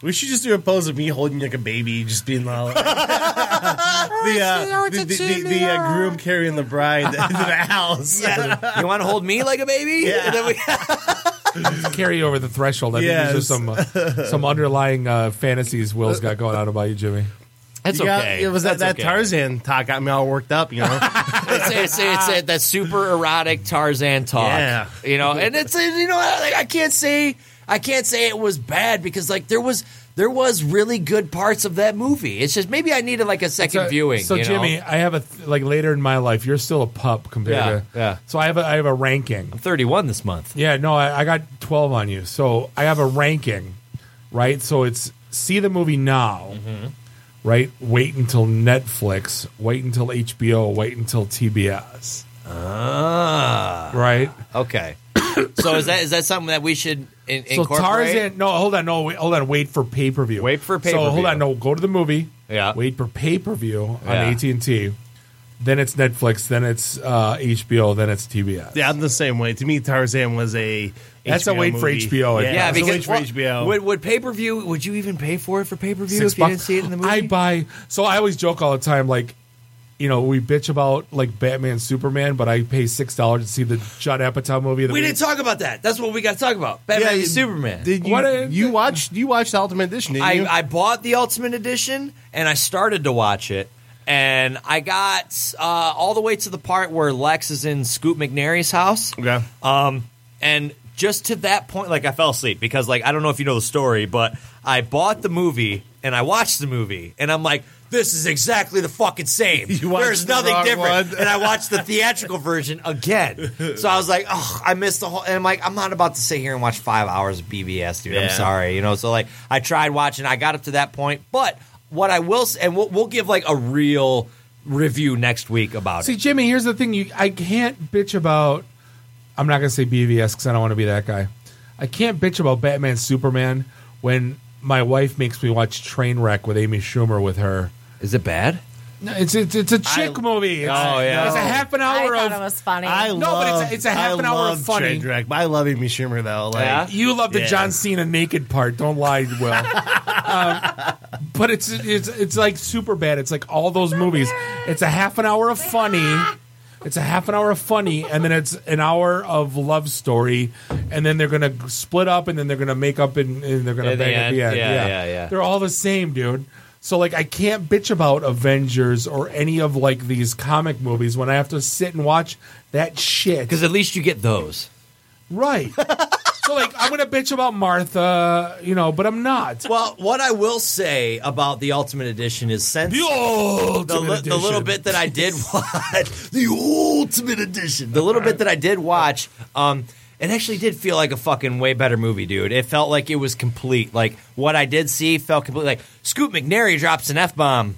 Speaker 5: We should just do a pose of me holding like a baby, just being like the uh, the, the, the, the, uh, groom carrying the bride into the house.
Speaker 4: you want to hold me like a baby?
Speaker 5: Yeah.
Speaker 4: And then we-
Speaker 6: carry over the threshold. I think these are some uh, some underlying uh, fantasies Will's got going on about you, Jimmy.
Speaker 5: You got- It was that, that Tarzan talk got me all worked up, you know?
Speaker 4: it's, it's, it's uh, that super erotic Tarzan talk.
Speaker 5: Yeah.
Speaker 4: You know, and it's uh, you know like, I can't say I can't say it was bad because like there was there was really good parts of that movie. It's just maybe I needed like a second
Speaker 6: So-
Speaker 4: viewing.
Speaker 6: So
Speaker 4: you know?
Speaker 6: Jimmy, I have a th- like later in my life. You're still a pup compared
Speaker 4: Yeah,
Speaker 6: to So I have a I have a ranking. I'm
Speaker 4: 31 this month.
Speaker 6: Yeah, no, I, I got 12 on you. So I have a ranking, right? So it's see the movie now,
Speaker 4: Mm-hmm.
Speaker 6: right? Wait until Netflix. Wait until HBO. Wait until TBS.
Speaker 4: Ah.
Speaker 6: Right.
Speaker 4: Okay. so is that is that something that we should in-
Speaker 6: So
Speaker 4: incorporate?
Speaker 6: Tarzan, no, hold on, no, wait, hold on, wait for pay per view. Wait
Speaker 4: for
Speaker 6: So
Speaker 4: pay-per-view.
Speaker 6: hold on, no, go to the movie.
Speaker 4: Yeah.
Speaker 6: Wait for pay per view on
Speaker 4: Yeah.
Speaker 6: AT and T. Then it's Netflix. Then it's uh, HBO. Then it's TBS.
Speaker 5: yeah, I'm the same way. To me, Tarzan was a.
Speaker 6: That's a
Speaker 5: HBO
Speaker 6: wait for
Speaker 5: movie.
Speaker 6: HBO, I think.
Speaker 5: Yeah, yeah
Speaker 6: Yeah,
Speaker 5: because
Speaker 6: because
Speaker 5: wait for
Speaker 6: what-
Speaker 5: HBO.
Speaker 4: Would, would pay per view? Would you even pay for it for pay per view
Speaker 6: Six
Speaker 4: if you didn't
Speaker 6: bucks.
Speaker 4: see it in the movie?
Speaker 6: I buy. So I always joke all the time, like, you know, we bitch about like Batman, Superman, but I pay six dollars to see the Judd Apatow movie. That
Speaker 4: We didn't talk about that. That's what we got to talk about. Batman v Superman.
Speaker 5: Did you, you watched you watched the Ultimate Edition? Didn't
Speaker 4: I,
Speaker 5: you?
Speaker 4: I bought the Ultimate Edition and I started to watch it. And I got uh, all the way to the part where Lex is in Scoot McNairy's house.
Speaker 5: Okay.
Speaker 4: Um, and just to that point, like I fell asleep because, like, I don't know if you know the story, but I bought the movie and I watched the movie and I'm like, this is exactly the fucking same.
Speaker 5: watched
Speaker 4: There's
Speaker 5: the
Speaker 4: nothing
Speaker 5: wrong
Speaker 4: different.
Speaker 5: one.
Speaker 4: and I watched the theatrical version again. So I was like, oh, I missed the whole. And I'm like, I'm not about to sit here and watch five hours of BBS, dude.
Speaker 22: Yeah.
Speaker 4: I'm sorry, you know. So like, I tried watching. I got up to that point, but what I will, s- and we'll, we'll give like a real review next week about
Speaker 6: See,
Speaker 4: it.
Speaker 6: Jimmy, here's the thing: you, I can't bitch about. I'm not gonna say BVS because I don't want to be that guy. I can't bitch about Batman Superman when my wife makes me watch Trainwreck with Amy Schumer with her.
Speaker 4: Is it bad?
Speaker 6: No, it's it's, it's a chick movie. It's,
Speaker 5: Oh, yeah.
Speaker 6: it's a half an hour
Speaker 16: I
Speaker 6: of.
Speaker 16: thought it was funny.
Speaker 5: I
Speaker 6: no,
Speaker 5: love,
Speaker 6: but it's a, it's a half
Speaker 5: I
Speaker 6: an hour
Speaker 5: love
Speaker 6: of funny.
Speaker 5: Trainwreck, but I love Amy Schumer though. Like
Speaker 6: You love the
Speaker 5: Yeah.
Speaker 6: John Cena naked part. Don't lie, Will. um, but it's it's it's like super bad. It's like all those movies. It's a half an hour of funny. It's a half an hour of funny, and then it's an hour of love story, and then they're gonna split up, and then they're gonna make up, and, and they're gonna
Speaker 4: At the
Speaker 6: bang at
Speaker 4: end.
Speaker 6: the end.
Speaker 4: Yeah, yeah, yeah.
Speaker 6: They're all the same, dude. So like, I can't bitch about Avengers or any of like these comic movies when I have to sit and watch that shit.
Speaker 4: Because at least you get those.
Speaker 6: Right. so like I'm gonna bitch about Martha, you know, but I'm not.
Speaker 4: Well, what I will say about the Ultimate Edition is since
Speaker 6: The Ultimate
Speaker 4: the, li- the little
Speaker 6: Edition.
Speaker 4: bit that I did watch, the Ultimate Edition, the little bit that I did watch, um, it actually did feel like a fucking way better movie, dude. It felt like it was complete. Like what I did see felt complete. Like Scoot McNairy drops an f bomb.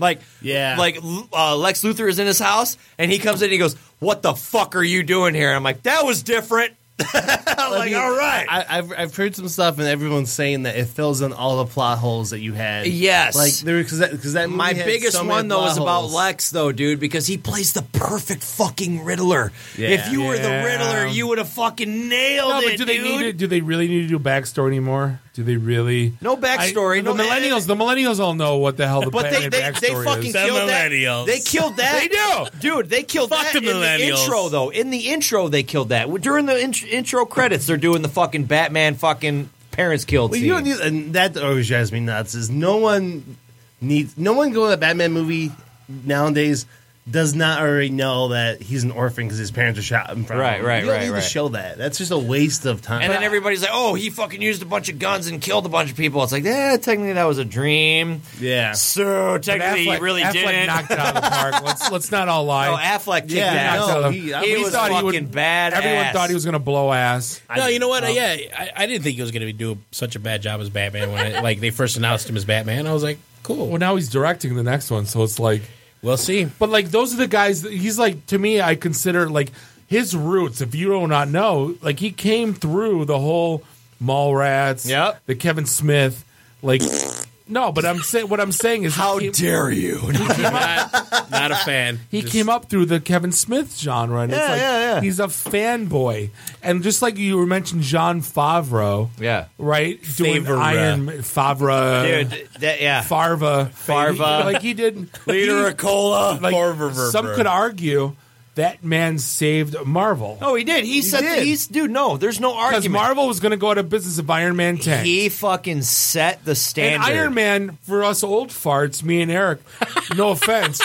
Speaker 4: Like
Speaker 5: Yeah.
Speaker 4: like uh, Lex Luthor is in his house and he comes in and he goes, "What the fuck are you doing here?" And I'm like, "That was different." like, all right.
Speaker 5: I, I've I've heard some stuff, and everyone's saying that it fills in all the plot holes that you had.
Speaker 4: Yes.
Speaker 5: like there because that because that movie
Speaker 4: My
Speaker 5: had
Speaker 4: biggest
Speaker 5: so many
Speaker 4: one though
Speaker 5: plot
Speaker 4: is about
Speaker 5: holes.
Speaker 4: Lex though, dude, because he plays the perfect fucking Riddler.
Speaker 6: Yeah.
Speaker 4: If you were
Speaker 6: Yeah.
Speaker 4: the Riddler, you would have fucking nailed
Speaker 6: No,
Speaker 4: it,
Speaker 6: but do they
Speaker 4: dude.
Speaker 6: need to, do they really need to do backstory anymore? Do they really
Speaker 4: No backstory,
Speaker 6: I- the
Speaker 4: no-
Speaker 6: millennials the millennials all know what the hell the
Speaker 4: But they,
Speaker 6: Batman
Speaker 4: they, they
Speaker 6: backstory
Speaker 4: fucking
Speaker 6: is.
Speaker 4: killed that. They killed that. they do, dude. They killed
Speaker 8: Fuck
Speaker 4: that
Speaker 8: the
Speaker 4: in the
Speaker 8: millennials.
Speaker 4: intro though. In the intro, they killed that during the int- intro credits. They're doing the fucking Batman fucking parents killed
Speaker 5: Well,
Speaker 4: scene.
Speaker 5: you don't need, and that always drives me nuts. Is no one needs no one going to a Batman movie nowadays does not already know that he's an orphan because his parents are shot in front.
Speaker 4: Right,
Speaker 5: of him.
Speaker 4: right,
Speaker 5: you don't
Speaker 4: right,
Speaker 5: Need
Speaker 4: right.
Speaker 5: to show that. That's just a waste of time.
Speaker 4: And then everybody's like, "Oh, he fucking used a bunch of guns and killed a bunch of people." It's like, yeah, technically that was a dream.
Speaker 5: Yeah.
Speaker 4: So Oh, technically,
Speaker 6: Affleck-
Speaker 4: he really
Speaker 6: Affleck
Speaker 4: didn't.
Speaker 6: knocked it out of the park. Let's let's not all lie.
Speaker 4: No, Affleck kicked
Speaker 6: Yeah,
Speaker 4: ass.
Speaker 6: knocked it out of-
Speaker 4: he, was fucking bad.
Speaker 6: Everyone thought he was gonna blow ass.
Speaker 17: no, you know what? yeah, I, I didn't think he was going to be doing such a bad job as Batman when I, like they first announced him as Batman. I was like, cool.
Speaker 6: Well, now he's directing the next one, so it's like
Speaker 17: we'll see.
Speaker 6: But like those are the guys. That he's like to me. I consider like his roots. If you do not know, like he came through the whole Mallrats, yeah, the Kevin Smith, like. No, but I'm saying what I'm saying is how
Speaker 17: dare you. Not a fan.
Speaker 6: He came up through the Kevin Smith genre, and it's
Speaker 17: Yeah,
Speaker 6: like
Speaker 17: yeah, yeah.
Speaker 6: he's a fanboy. And just like you were mentioning John Favreau,
Speaker 4: Yeah.
Speaker 6: right, doing
Speaker 4: Favre.
Speaker 6: Iron Favre,
Speaker 4: Dude, that, yeah.
Speaker 6: Farva,
Speaker 4: Farva.
Speaker 6: like he did
Speaker 4: Leader
Speaker 6: he-
Speaker 4: of cola.
Speaker 6: Like,
Speaker 4: Farva.
Speaker 6: some could argue that man saved Marvel.
Speaker 21: Oh, he did. He, said,
Speaker 6: did.
Speaker 21: he's dude. No, there's no
Speaker 6: Because
Speaker 21: argument.
Speaker 6: Marvel was going to go out of business if Iron Man 10.
Speaker 21: He fucking set the standard.
Speaker 6: And Iron Man, for us old farts, me and Eric, no offense.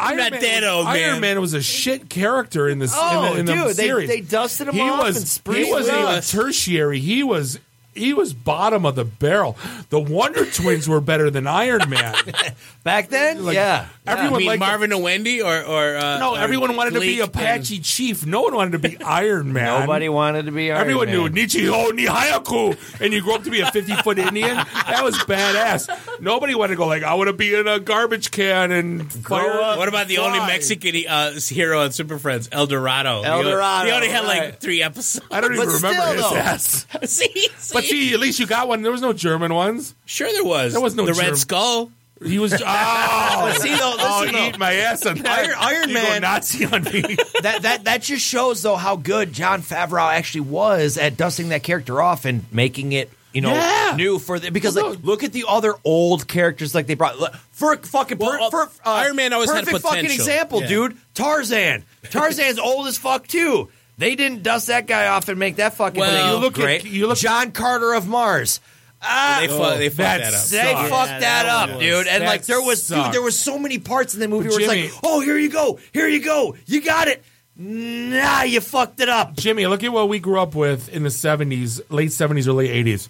Speaker 6: Iron
Speaker 21: not dead,
Speaker 6: was,
Speaker 21: old man.
Speaker 6: Iron Man was a shit character in this
Speaker 21: Oh,
Speaker 6: in the, in the
Speaker 21: dude, they-
Speaker 6: series.
Speaker 21: they dusted him
Speaker 6: he
Speaker 21: off
Speaker 6: was,
Speaker 21: and spreezed
Speaker 6: He was
Speaker 21: him
Speaker 6: a
Speaker 21: out.
Speaker 6: tertiary. He was he was bottom of the barrel. The Wonder Twins were better than Iron Man.
Speaker 21: Back then?
Speaker 17: yeah.
Speaker 6: Everyone
Speaker 17: I mean,
Speaker 6: liked
Speaker 17: Marvin and Wendy or or uh,
Speaker 6: No,
Speaker 17: or
Speaker 6: everyone wanted to be
Speaker 17: Gleek
Speaker 6: Apache Chief. No one wanted to be Iron Man.
Speaker 21: Nobody wanted to be Iron
Speaker 6: Everyone
Speaker 21: Man.
Speaker 6: knew Nichiho Nihayaku, and you grew up to be a fifty-foot Indian. That was badass. Nobody wanted to go like, I want to be in a garbage can and fire up.
Speaker 17: What about the only Mexican uh, hero on Super Friends, El Dorado?
Speaker 6: El Dorado,
Speaker 17: He only had like
Speaker 6: right.
Speaker 17: three episodes.
Speaker 6: I don't even remember his ass.
Speaker 17: see,
Speaker 6: But see, at least you got one. There was no German ones.
Speaker 17: Sure, there was.
Speaker 6: There was no
Speaker 17: the
Speaker 6: German.
Speaker 17: Red Skull.
Speaker 6: He was. Oh,
Speaker 21: But see, though, listen,
Speaker 6: oh,
Speaker 21: though.
Speaker 6: eat my ass on that.
Speaker 21: Iron, Iron
Speaker 6: You go
Speaker 21: Man
Speaker 6: Nazi on me.
Speaker 21: that that that just shows though how good John Favreau actually was at dusting that character off and making it you know
Speaker 17: Yeah.
Speaker 21: new for the because like look at the other old characters like they brought look, for fucking per,
Speaker 17: Well, uh,
Speaker 21: for, uh,
Speaker 17: Iron Man always had
Speaker 21: perfect fucking
Speaker 17: potential.
Speaker 21: example
Speaker 17: Yeah.
Speaker 21: dude Tarzan Tarzan's old as fuck too they didn't dust that guy off and make that fucking
Speaker 17: Well,
Speaker 21: thing
Speaker 17: you look at-
Speaker 21: great you look John Carter of Mars. Ah,
Speaker 17: They fu- Oh, they fucked that up.
Speaker 21: They
Speaker 17: sucked.
Speaker 21: fucked that,
Speaker 17: Yeah, that
Speaker 21: up,
Speaker 17: was-
Speaker 21: dude. And
Speaker 17: that
Speaker 21: like there was, dude,
Speaker 17: sucked.
Speaker 21: there was so many parts in the movie
Speaker 6: But
Speaker 21: where
Speaker 6: Jimmy-
Speaker 21: it's like, oh, here you go, here you go, you got it. Nah, you fucked it up.
Speaker 6: Jimmy, look at what we grew up with in the seventies, late seventies, early eighties.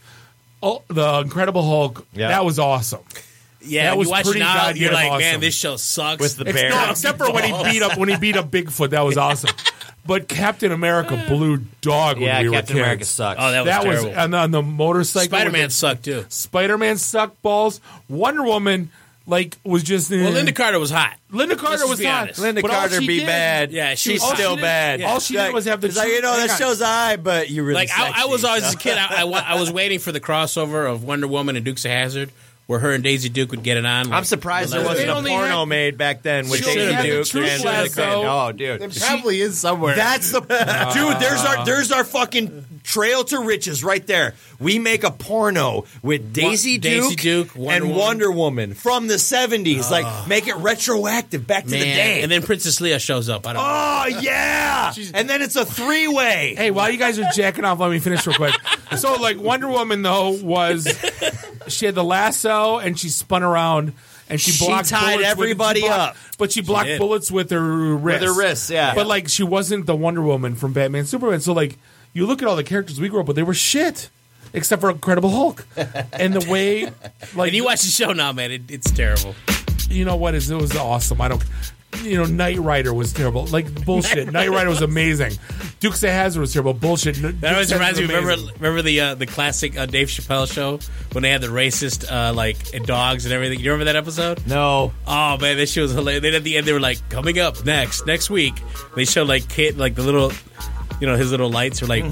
Speaker 6: Oh, the Incredible Hulk. That was awesome.
Speaker 17: Yeah,
Speaker 6: that was
Speaker 17: you watch it
Speaker 6: pretty
Speaker 17: now,
Speaker 6: goddamn
Speaker 17: you're like,
Speaker 6: awesome.
Speaker 17: man, this show sucks.
Speaker 21: With the
Speaker 17: It's
Speaker 21: bear.
Speaker 17: not-
Speaker 6: except for when he beat up when he beat up Bigfoot. That was awesome. But Captain America blew dog when
Speaker 21: Yeah,
Speaker 6: we were
Speaker 21: Captain
Speaker 6: kids.
Speaker 21: America sucks.
Speaker 17: Oh, that was terrible.
Speaker 6: and on the motorcycle.
Speaker 17: Spider-Man sucked too.
Speaker 6: Spider Man sucked balls. Wonder Woman like was just uh,
Speaker 17: Well, Linda Carter was hot.
Speaker 6: Linda
Speaker 17: Let's
Speaker 6: Carter
Speaker 17: just
Speaker 6: was
Speaker 17: be
Speaker 6: hot.
Speaker 17: honest.
Speaker 6: Linda But all Carter she be did- bad.
Speaker 17: Yeah,
Speaker 6: she
Speaker 17: she's
Speaker 6: was- all
Speaker 17: still
Speaker 6: she did-
Speaker 17: bad.
Speaker 6: all she did was have the
Speaker 4: It's like, you know,
Speaker 6: Hang
Speaker 4: that
Speaker 6: on.
Speaker 4: show's I, but you really
Speaker 17: like I, I was
Speaker 4: sexy,
Speaker 17: always
Speaker 4: so.
Speaker 17: as a kid. I, I, wa- I was waiting for the crossover of Wonder Woman and Dukes of Hazard, where her and Daisy Duke would get it on.
Speaker 4: I'm surprised
Speaker 17: the
Speaker 4: there
Speaker 17: level-
Speaker 4: wasn't a porno made back then with
Speaker 17: She only
Speaker 4: Daisy
Speaker 17: had the
Speaker 4: Duke
Speaker 17: True
Speaker 4: and
Speaker 17: Lasso.
Speaker 4: Oh, dude.
Speaker 5: It probably is somewhere.
Speaker 4: That's the dude. There's our there's our fucking trail to riches right there.
Speaker 21: We make a porno with
Speaker 4: Daisy
Speaker 21: Daisy Duke,
Speaker 4: Duke
Speaker 21: and
Speaker 17: Wonder Woman.
Speaker 21: Wonder Woman from the 70s. like, make it retroactive back to the
Speaker 17: Man,
Speaker 21: day.
Speaker 17: and then Princess Leia shows up. I don't
Speaker 21: oh, yeah. and then it's a three way.
Speaker 6: Hey, while you guys are jacking off, let me finish real quick. So, like Wonder Woman though was she had the lasso and she spun around and she
Speaker 21: She
Speaker 6: blocked
Speaker 21: tied
Speaker 6: bullets with- she
Speaker 21: everybody up.
Speaker 6: blocked- but she blocked
Speaker 21: did.
Speaker 6: bullets with her wrist.
Speaker 21: her wrist, yeah.
Speaker 6: But like she wasn't the Wonder Woman from Batman Superman. So like you look at all the characters we grew up with, they were shit. Except for Incredible Hulk, and the way, like
Speaker 17: And you watch the show now, man. It, it's terrible.
Speaker 6: you know what is it was awesome. I don't you know, Knight Rider was terrible. Like bullshit. Knight Rider was amazing. Dukes of Hazard was terrible. Bullshit.
Speaker 17: That always reminds me. Remember, remember the uh, the classic uh, Dave Chappelle show when they had the racist uh, like dogs and everything. You remember that episode?
Speaker 21: No.
Speaker 17: Oh man, that shit was hilarious. Then at the end, they were like, "Coming up next, next week." They showed like kid, like the little, you know, his little lights are like.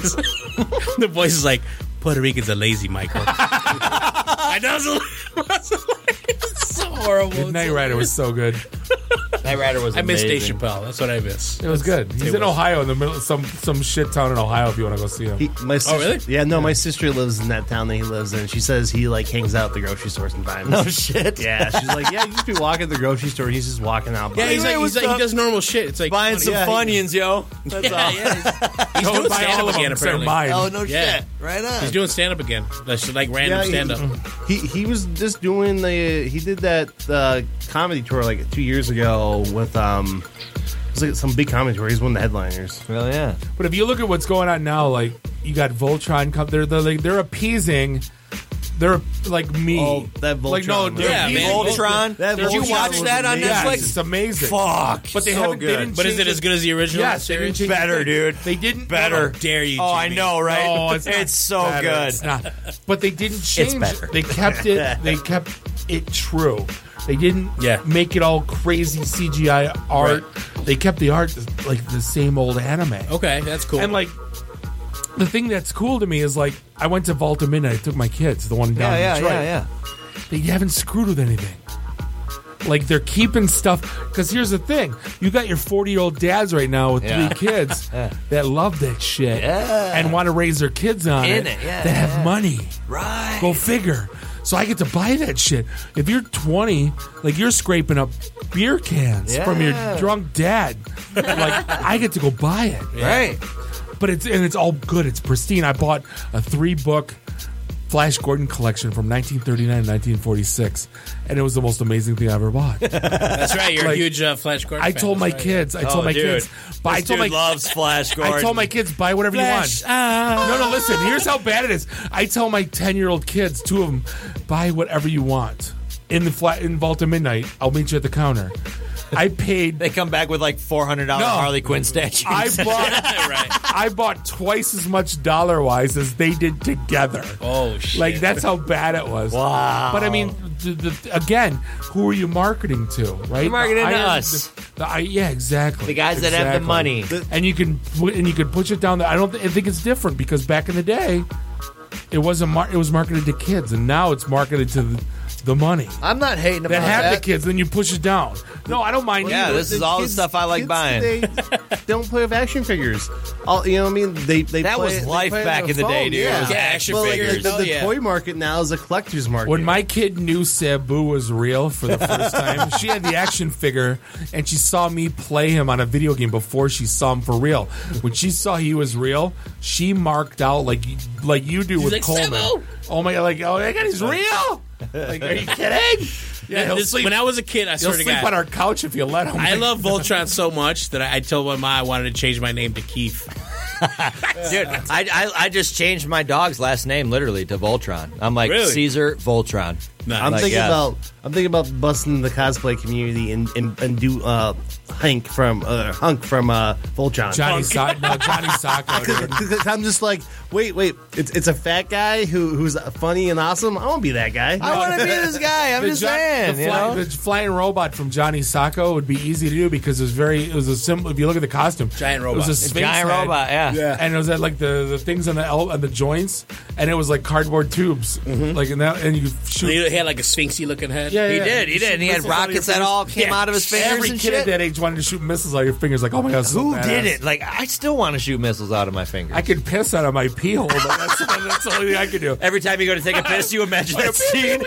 Speaker 17: the voice is like, "Puerto Ricans are lazy, Michael." I know. It's so horrible.
Speaker 6: Knight Rider was so good.
Speaker 4: That Rider was.
Speaker 17: I miss Dave
Speaker 4: amazing.
Speaker 17: Chappelle. That's what I miss.
Speaker 6: It was good. He's
Speaker 17: It
Speaker 6: in
Speaker 17: was.
Speaker 6: Ohio in the middle of some some shit town in Ohio if you want to go see him.
Speaker 5: He, my sister,
Speaker 17: Oh, really?
Speaker 5: Yeah, no, my sister lives in that town that he lives in. She says he like hangs out at the grocery store sometimes.
Speaker 4: No shit.
Speaker 5: Yeah, she's like, yeah, you just be walking to the grocery store. and He's just walking out.
Speaker 17: Yeah,
Speaker 5: by.
Speaker 17: he's like, he's like he does normal shit. It's like
Speaker 4: Buying
Speaker 17: funny.
Speaker 4: some
Speaker 17: Yeah, he-
Speaker 4: Funyuns, yo. That's all.
Speaker 17: He's
Speaker 6: Don't
Speaker 17: doing
Speaker 6: buy
Speaker 17: stand
Speaker 6: all of
Speaker 17: up
Speaker 6: them,
Speaker 17: again.
Speaker 6: they're
Speaker 17: Apparently,
Speaker 6: mine.
Speaker 4: Oh no
Speaker 17: Yeah.
Speaker 4: shit. Right on.
Speaker 17: he's doing stand up again. That's just like random
Speaker 5: he-
Speaker 17: stand up.
Speaker 5: He he was just doing the he did that uh, comedy tour like two years ago with um it was like some big comedy tour. He's one of the headliners.
Speaker 4: Well, yeah.
Speaker 6: But if you look at what's going on now, like you got Voltron come they're they're like they're appeasing they're like me.
Speaker 5: Oh, that
Speaker 6: Like no,
Speaker 5: Voltron
Speaker 6: they're
Speaker 17: Yeah,
Speaker 6: appeasing-
Speaker 17: man.
Speaker 4: Voltron.
Speaker 5: That
Speaker 4: Did you
Speaker 5: Voltron
Speaker 4: watch
Speaker 5: was
Speaker 4: that on
Speaker 5: amazing.
Speaker 6: Yes,
Speaker 4: Netflix?
Speaker 6: it's amazing.
Speaker 4: Fuck.
Speaker 6: But they
Speaker 4: so
Speaker 6: haven't.
Speaker 4: good.
Speaker 6: They didn't
Speaker 17: But is
Speaker 6: change
Speaker 17: it as good as the original?
Speaker 6: Yes, they didn't
Speaker 17: series?
Speaker 6: change
Speaker 4: Better,
Speaker 6: the-
Speaker 4: dude.
Speaker 6: They didn't
Speaker 4: Better.
Speaker 17: How dare you?
Speaker 4: Oh, I
Speaker 17: Jimmy.
Speaker 4: know, right?
Speaker 6: No, it's not
Speaker 4: so
Speaker 6: better.
Speaker 4: good.
Speaker 6: It's not. But they didn't change.
Speaker 4: better.
Speaker 6: They kept it. They kept it true. They didn't
Speaker 17: Yeah.
Speaker 6: make it all crazy CGI art. They kept the art like the same old anime.
Speaker 17: Okay, that's cool.
Speaker 6: And like the thing that's cool to me is like I went to Volta Midnight. I took my kids, the one down
Speaker 4: Yeah,
Speaker 6: in
Speaker 4: yeah,
Speaker 6: Detroit.
Speaker 4: yeah, yeah.
Speaker 6: They haven't screwed with anything. Like they're keeping stuff. Because here's the thing: you got your 40 year old dads right now with
Speaker 4: Yeah.
Speaker 6: three kids that love that shit
Speaker 4: Yeah.
Speaker 6: and want to raise their kids on
Speaker 4: In
Speaker 6: it.
Speaker 4: it, yeah,
Speaker 6: that
Speaker 4: yeah.
Speaker 6: have money.
Speaker 4: Right.
Speaker 6: Go figure. So I get to buy that shit. If you're 20, like you're scraping up beer cans from your
Speaker 7: Yeah.
Speaker 6: drunk dad. like I get to go buy it,
Speaker 7: Yeah. Right.
Speaker 6: But it's and it's all good. It's pristine. I bought a three book Flash Gordon collection from 1939 to 1946, and it was the most amazing thing I ever bought.
Speaker 17: That's right. You're
Speaker 6: Like,
Speaker 17: a huge uh, Flash Gordon.
Speaker 6: I
Speaker 17: fan,
Speaker 6: told my
Speaker 17: that's right.
Speaker 6: kids. I
Speaker 21: Oh,
Speaker 6: told my kids. But I
Speaker 17: This
Speaker 6: told my
Speaker 17: dude loves Flash
Speaker 6: I
Speaker 17: Gordon.
Speaker 6: told my kids buy whatever
Speaker 17: Flash, uh.
Speaker 6: you want. No, no. Listen. Here's how bad it is. I tell my ten year old kids, two of them, buy whatever you want in the flat in Vault of Midnight. I'll meet you at the counter. I paid.
Speaker 21: They come back with like four hundred dollar
Speaker 6: No.
Speaker 21: Harley Quinn statues.
Speaker 6: I bought. I bought twice as much dollar wise as they did together.
Speaker 17: Oh shit!
Speaker 6: Like that's how bad it was.
Speaker 17: Wow.
Speaker 6: But I mean, the, the, again, who are you marketing to? Right?
Speaker 21: You're marketing to
Speaker 6: The iron-
Speaker 21: us.
Speaker 6: the- the i- yeah, exactly.
Speaker 21: The guys that have the
Speaker 6: Exactly.
Speaker 21: money.
Speaker 6: and you can pu- and you can push it down. The, I don't. thi- I think it's different because back in the day, it wasn't. Mar- it was marketed to kids, and now it's marketed to the, the money.
Speaker 5: I'm not hating about
Speaker 6: That have
Speaker 5: that.
Speaker 6: the kids, then you push it down. No, I don't mind.
Speaker 5: Yeah,
Speaker 6: either.
Speaker 5: this is all the stuff I like buying. They don't play with action figures. All, you know what I mean? They they
Speaker 6: That
Speaker 5: play-
Speaker 6: was
Speaker 5: they
Speaker 6: life
Speaker 5: play on
Speaker 6: back
Speaker 5: their
Speaker 6: in the day,
Speaker 5: phone,
Speaker 6: dude.
Speaker 5: Yeah,
Speaker 6: It was action
Speaker 5: Well, like,
Speaker 6: figures.
Speaker 5: the
Speaker 6: Hell
Speaker 5: the
Speaker 6: yeah.
Speaker 5: toy market now is a collector's market.
Speaker 6: When my kid knew Sabu was real for the first time, she had the action figure and she saw me play him on a video game before she saw him for real. When she saw he was real, she marked out like like you do
Speaker 17: She's
Speaker 6: with
Speaker 17: like,
Speaker 6: Coleman.
Speaker 17: "Sabu!"
Speaker 6: Oh my god, like oh my god, he's real. Like, are you kidding?
Speaker 17: Yeah,
Speaker 6: he'll
Speaker 17: this-
Speaker 6: sleep-
Speaker 17: when I was a kid, I
Speaker 6: he'll
Speaker 17: swear to
Speaker 6: sleep
Speaker 17: God.
Speaker 6: on our couch if you let him.
Speaker 17: I love Voltron so much that I, I told my mom I wanted to change my name to Keith.
Speaker 21: Dude, I, I, I just changed my dog's last name literally to Voltron. I'm like
Speaker 5: Really?
Speaker 21: Caesar Voltron.
Speaker 5: I'm
Speaker 21: Like,
Speaker 5: thinking
Speaker 21: yeah.
Speaker 5: about I'm thinking about busting the cosplay community and and, and do uh, Hank from uh, Hunk from uh, Voltron.
Speaker 6: Johnny Sa- no, Johnny Sacco, dude.
Speaker 5: Because I'm just like, wait, wait, it's it's a fat guy who who's funny and awesome. I want to be that guy.
Speaker 21: I wanna be this guy. I'm
Speaker 6: The
Speaker 21: just
Speaker 6: John-
Speaker 21: saying,
Speaker 6: The,
Speaker 21: you
Speaker 6: fly-
Speaker 21: know?
Speaker 6: the flying robot from Johnny Sacco would be easy to do because it was very. It was a simple. If you look at the costume, giant
Speaker 21: robot.
Speaker 6: It was a
Speaker 21: It's
Speaker 6: sphinx
Speaker 21: giant
Speaker 6: head.
Speaker 21: robot, yeah. Yeah.
Speaker 6: And it was at like the, the things on the el- on the joints, and it was like cardboard tubes,
Speaker 21: Mm-hmm.
Speaker 6: like and that, and you shoot.
Speaker 17: He had like a sphinxy looking head.
Speaker 6: Yeah, yeah.
Speaker 21: he did, and he had
Speaker 6: Missiles out of
Speaker 21: rockets
Speaker 6: your
Speaker 21: that all
Speaker 6: fingers.
Speaker 21: came out of his fingers
Speaker 6: Every
Speaker 21: and
Speaker 6: kid
Speaker 21: shit.
Speaker 6: at that age wanted to shoot missiles out of your fingers. Like, oh my god, this is so
Speaker 21: Who did
Speaker 6: badass.
Speaker 21: it? Like I still want to shoot missiles out of my fingers.
Speaker 6: I could piss out of my pee hole, but that's, that's the only thing I could do.
Speaker 21: Every time you go to take a piss, you imagine that scene.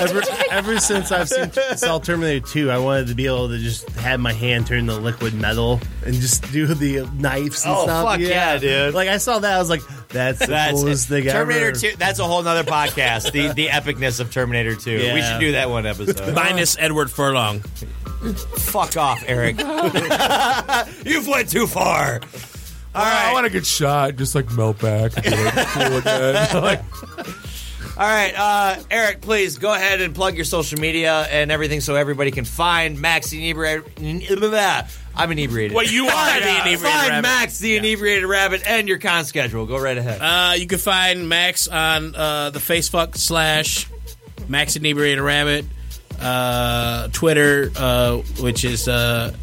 Speaker 5: ever, ever since I've seen Saw Terminator 2, I wanted to be able to just have my hand turn to liquid metal and just do the knives and
Speaker 21: Oh,
Speaker 5: stuff.
Speaker 21: fuck yeah, dude.
Speaker 5: Like, I saw that. I was like, that's the coolest thing
Speaker 21: Terminator
Speaker 5: ever.
Speaker 21: 2. That's a whole nother podcast. The the epicness of Terminator 2. We
Speaker 17: Yeah.
Speaker 21: should do that one episode.
Speaker 17: Minus Edward Furlong.
Speaker 21: Fuck off, Eric. You've went too far.
Speaker 6: All right. I want to get shot, just like melt back. and be like, cool again. Like,
Speaker 21: All right, uh, Eric, please go ahead and plug your social media and everything so everybody can find Max the Inebriated. I'm inebriated.
Speaker 17: Well, you are
Speaker 21: Find-
Speaker 17: the Inebriated
Speaker 21: Find
Speaker 17: Rabbit.
Speaker 21: Max the Inebriated Rabbit and your con schedule. Go right ahead.
Speaker 17: Uh, you can find Max on uh, the Facebook slash Max Inebriated Rabbit, uh, Twitter, uh, which is. Uh,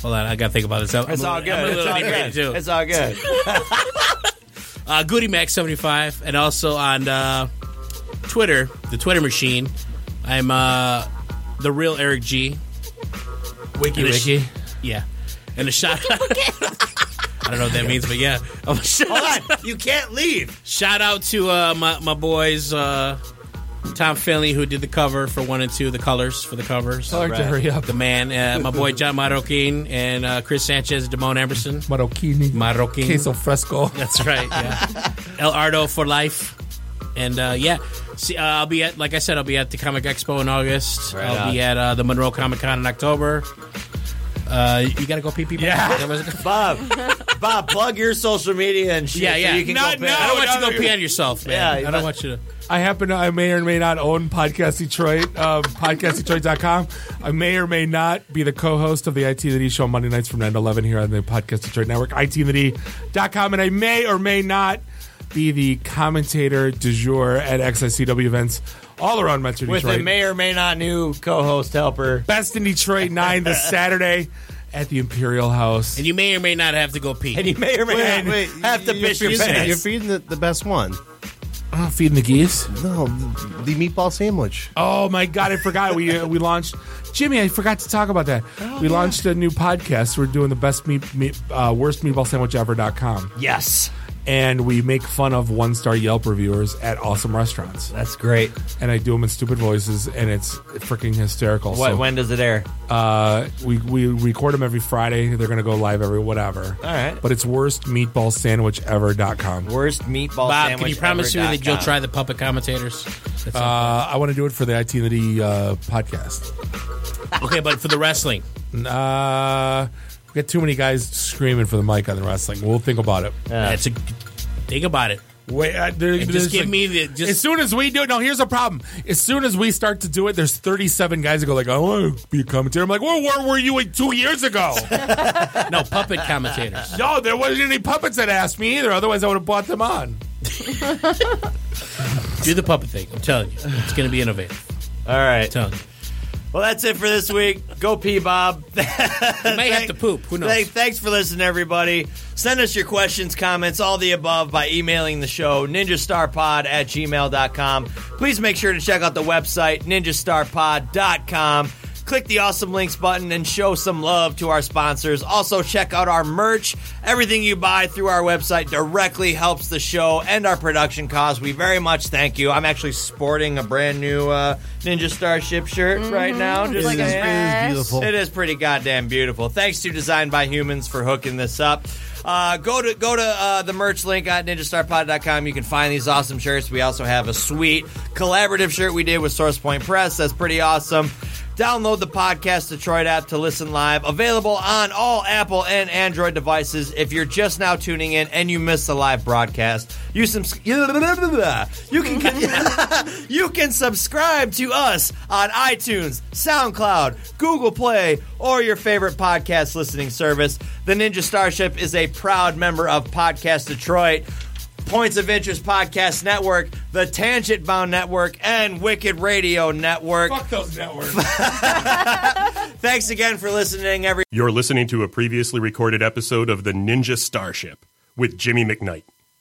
Speaker 17: hold on, I gotta think about this. I'm,
Speaker 21: It's
Speaker 17: I'm a-
Speaker 21: all good.
Speaker 17: I'm a
Speaker 21: It's
Speaker 17: little
Speaker 21: all
Speaker 17: inebriated,
Speaker 21: good.
Speaker 17: too.
Speaker 21: It's all good.
Speaker 17: uh, Goody Mac seventy five, and also on uh, Twitter, the Twitter machine. I'm uh, the real Eric G.
Speaker 6: Wiki
Speaker 17: And a
Speaker 6: wiki.
Speaker 17: yeah, and a shout. I don't know what that means, but yeah. Oh, shit.
Speaker 21: Hold on, you can't leave.
Speaker 17: Shout out to uh, my my boys. Uh, Tom Finley, who did the cover for one and two, the colors for the covers.
Speaker 6: Tell her to Right. hurry up.
Speaker 17: The man, uh, my boy John Marroquin and uh, Chris Sanchez, Damone Emerson.
Speaker 6: Marocchini.
Speaker 17: Marroquin.
Speaker 6: Queso fresco.
Speaker 17: That's right. Yeah. El Ardo for life. And uh, yeah, see, uh, I'll be at like I said, I'll be at the Comic Expo in August.
Speaker 21: Right
Speaker 17: I'll
Speaker 21: on.
Speaker 17: be at uh, the Monroe Comic Con in October. Uh, you gotta go pee pee. Yeah,
Speaker 21: Bob. Bob, plug your social media and shit.
Speaker 17: yeah,
Speaker 21: so
Speaker 17: yeah.
Speaker 21: you can
Speaker 17: No,
Speaker 21: go pay-
Speaker 17: no, I don't want you
Speaker 21: no,
Speaker 17: to go pee on yourself, man.
Speaker 21: Yeah,
Speaker 17: I don't want you to.
Speaker 6: I happen to, I may or may not own Podcast Detroit, uh, podcastdetroit.com. I may or may not be the co host of the IT and the D show on Monday nights from 9 to 11 here on the Podcast Detroit Network, itandthedee.com. And I may or may not be the commentator du jour at XICW events all around Metro
Speaker 21: With
Speaker 6: Detroit.
Speaker 21: a may or may not new co-host helper.
Speaker 6: Best in Detroit 9 this Saturday at the Imperial House.
Speaker 17: And you may or may not have to go pee.
Speaker 21: And you may or may
Speaker 5: Wait,
Speaker 21: not
Speaker 5: wait,
Speaker 21: have to
Speaker 5: you're
Speaker 21: piss your
Speaker 5: feeding-
Speaker 21: pants.
Speaker 5: You're feeding the, the best one.
Speaker 6: Oh, feeding the geese?
Speaker 5: No, the, the meatball sandwich.
Speaker 6: Oh my god, I forgot we uh, we launched Jimmy. I forgot to talk about that.
Speaker 5: Oh,
Speaker 6: we launched a new podcast. We're doing the best meat, meat uh, worst meatball sandwich ever.com.
Speaker 21: Yes.
Speaker 6: and we make fun of one star Yelp reviewers at awesome restaurants.
Speaker 4: That's great.
Speaker 6: And I do them in stupid voices, and it's freaking hysterical.
Speaker 4: What- when does it air?
Speaker 6: Uh, we, we record them every Friday. They're going to go live every whatever.
Speaker 4: All right.
Speaker 6: But it's worstmeatballsandwichever.com.
Speaker 4: Worst meatball
Speaker 17: Bob,
Speaker 4: sandwich.
Speaker 17: can you promise me
Speaker 4: ever
Speaker 17: that you'll
Speaker 4: dot com.
Speaker 17: try the puppet commentators? That sounds-
Speaker 6: Uh, I want to do it for the IT and the D, uh, podcast.
Speaker 17: okay, but for the wrestling,
Speaker 6: Uh, we got too many guys screaming for the mic on the wrestling. We'll think about it.
Speaker 17: that's a think about it.
Speaker 6: Wait, uh, there-
Speaker 17: And
Speaker 6: there's
Speaker 17: just give
Speaker 6: like-
Speaker 17: me the just
Speaker 6: as soon as we do it, no, here's the problem. As soon as we start to do it, there's 37 guys that go like, "I want to be a commentator." I'm like, "Well, where were you like two years ago?"
Speaker 17: no puppet commentators.
Speaker 6: no, there wasn't any puppets that asked me either. Otherwise, I would have bought them on.
Speaker 17: Do the puppet thing. I'm telling you, it's going to be innovative.
Speaker 4: All right,
Speaker 17: telling you.
Speaker 4: Well, that's it for this week. Go pee, Bob. you may
Speaker 17: have to poop. Who knows?
Speaker 4: thanks for listening, everybody. Send us your questions, comments, all the above by emailing the show, ninjastarpod at gmail.com. Please make sure to check out the website, ninjastarpod.com. Click the awesome links button and show some love to our sponsors. Also, check out our merch. Everything you buy through our website directly helps the show and our production costs. We very much thank you. I'm actually sporting a brand new uh, Ninja Starship shirt right now.
Speaker 5: Mhm.
Speaker 4: Just
Speaker 5: It is-
Speaker 4: saying.
Speaker 5: it is beautiful.
Speaker 4: It is pretty goddamn beautiful. Thanks to Design by Humans for hooking this up. Uh, go to go to uh, the merch link at ninjastarpod.com. You can find these awesome shirts. We also have a sweet collaborative shirt we did with SourcePoint Press. That's pretty awesome. Download the Podcast Detroit app to listen live. Available on all Apple and Android devices. If you're just now tuning in and you missed the live broadcast, you subs- you can you can subscribe to us on iTunes, SoundCloud, Google Play, or your favorite podcast listening service. The Ninja Starship is a proud member of Podcast Detroit, Points of Interest Podcast Network, the Tangent Bound Network, and Wicked Radio Network. Fuck
Speaker 6: those networks.
Speaker 4: Thanks again for listening, everybody.
Speaker 1: You're listening to a previously recorded episode of The Ninja Starship with Jimmy McKnight.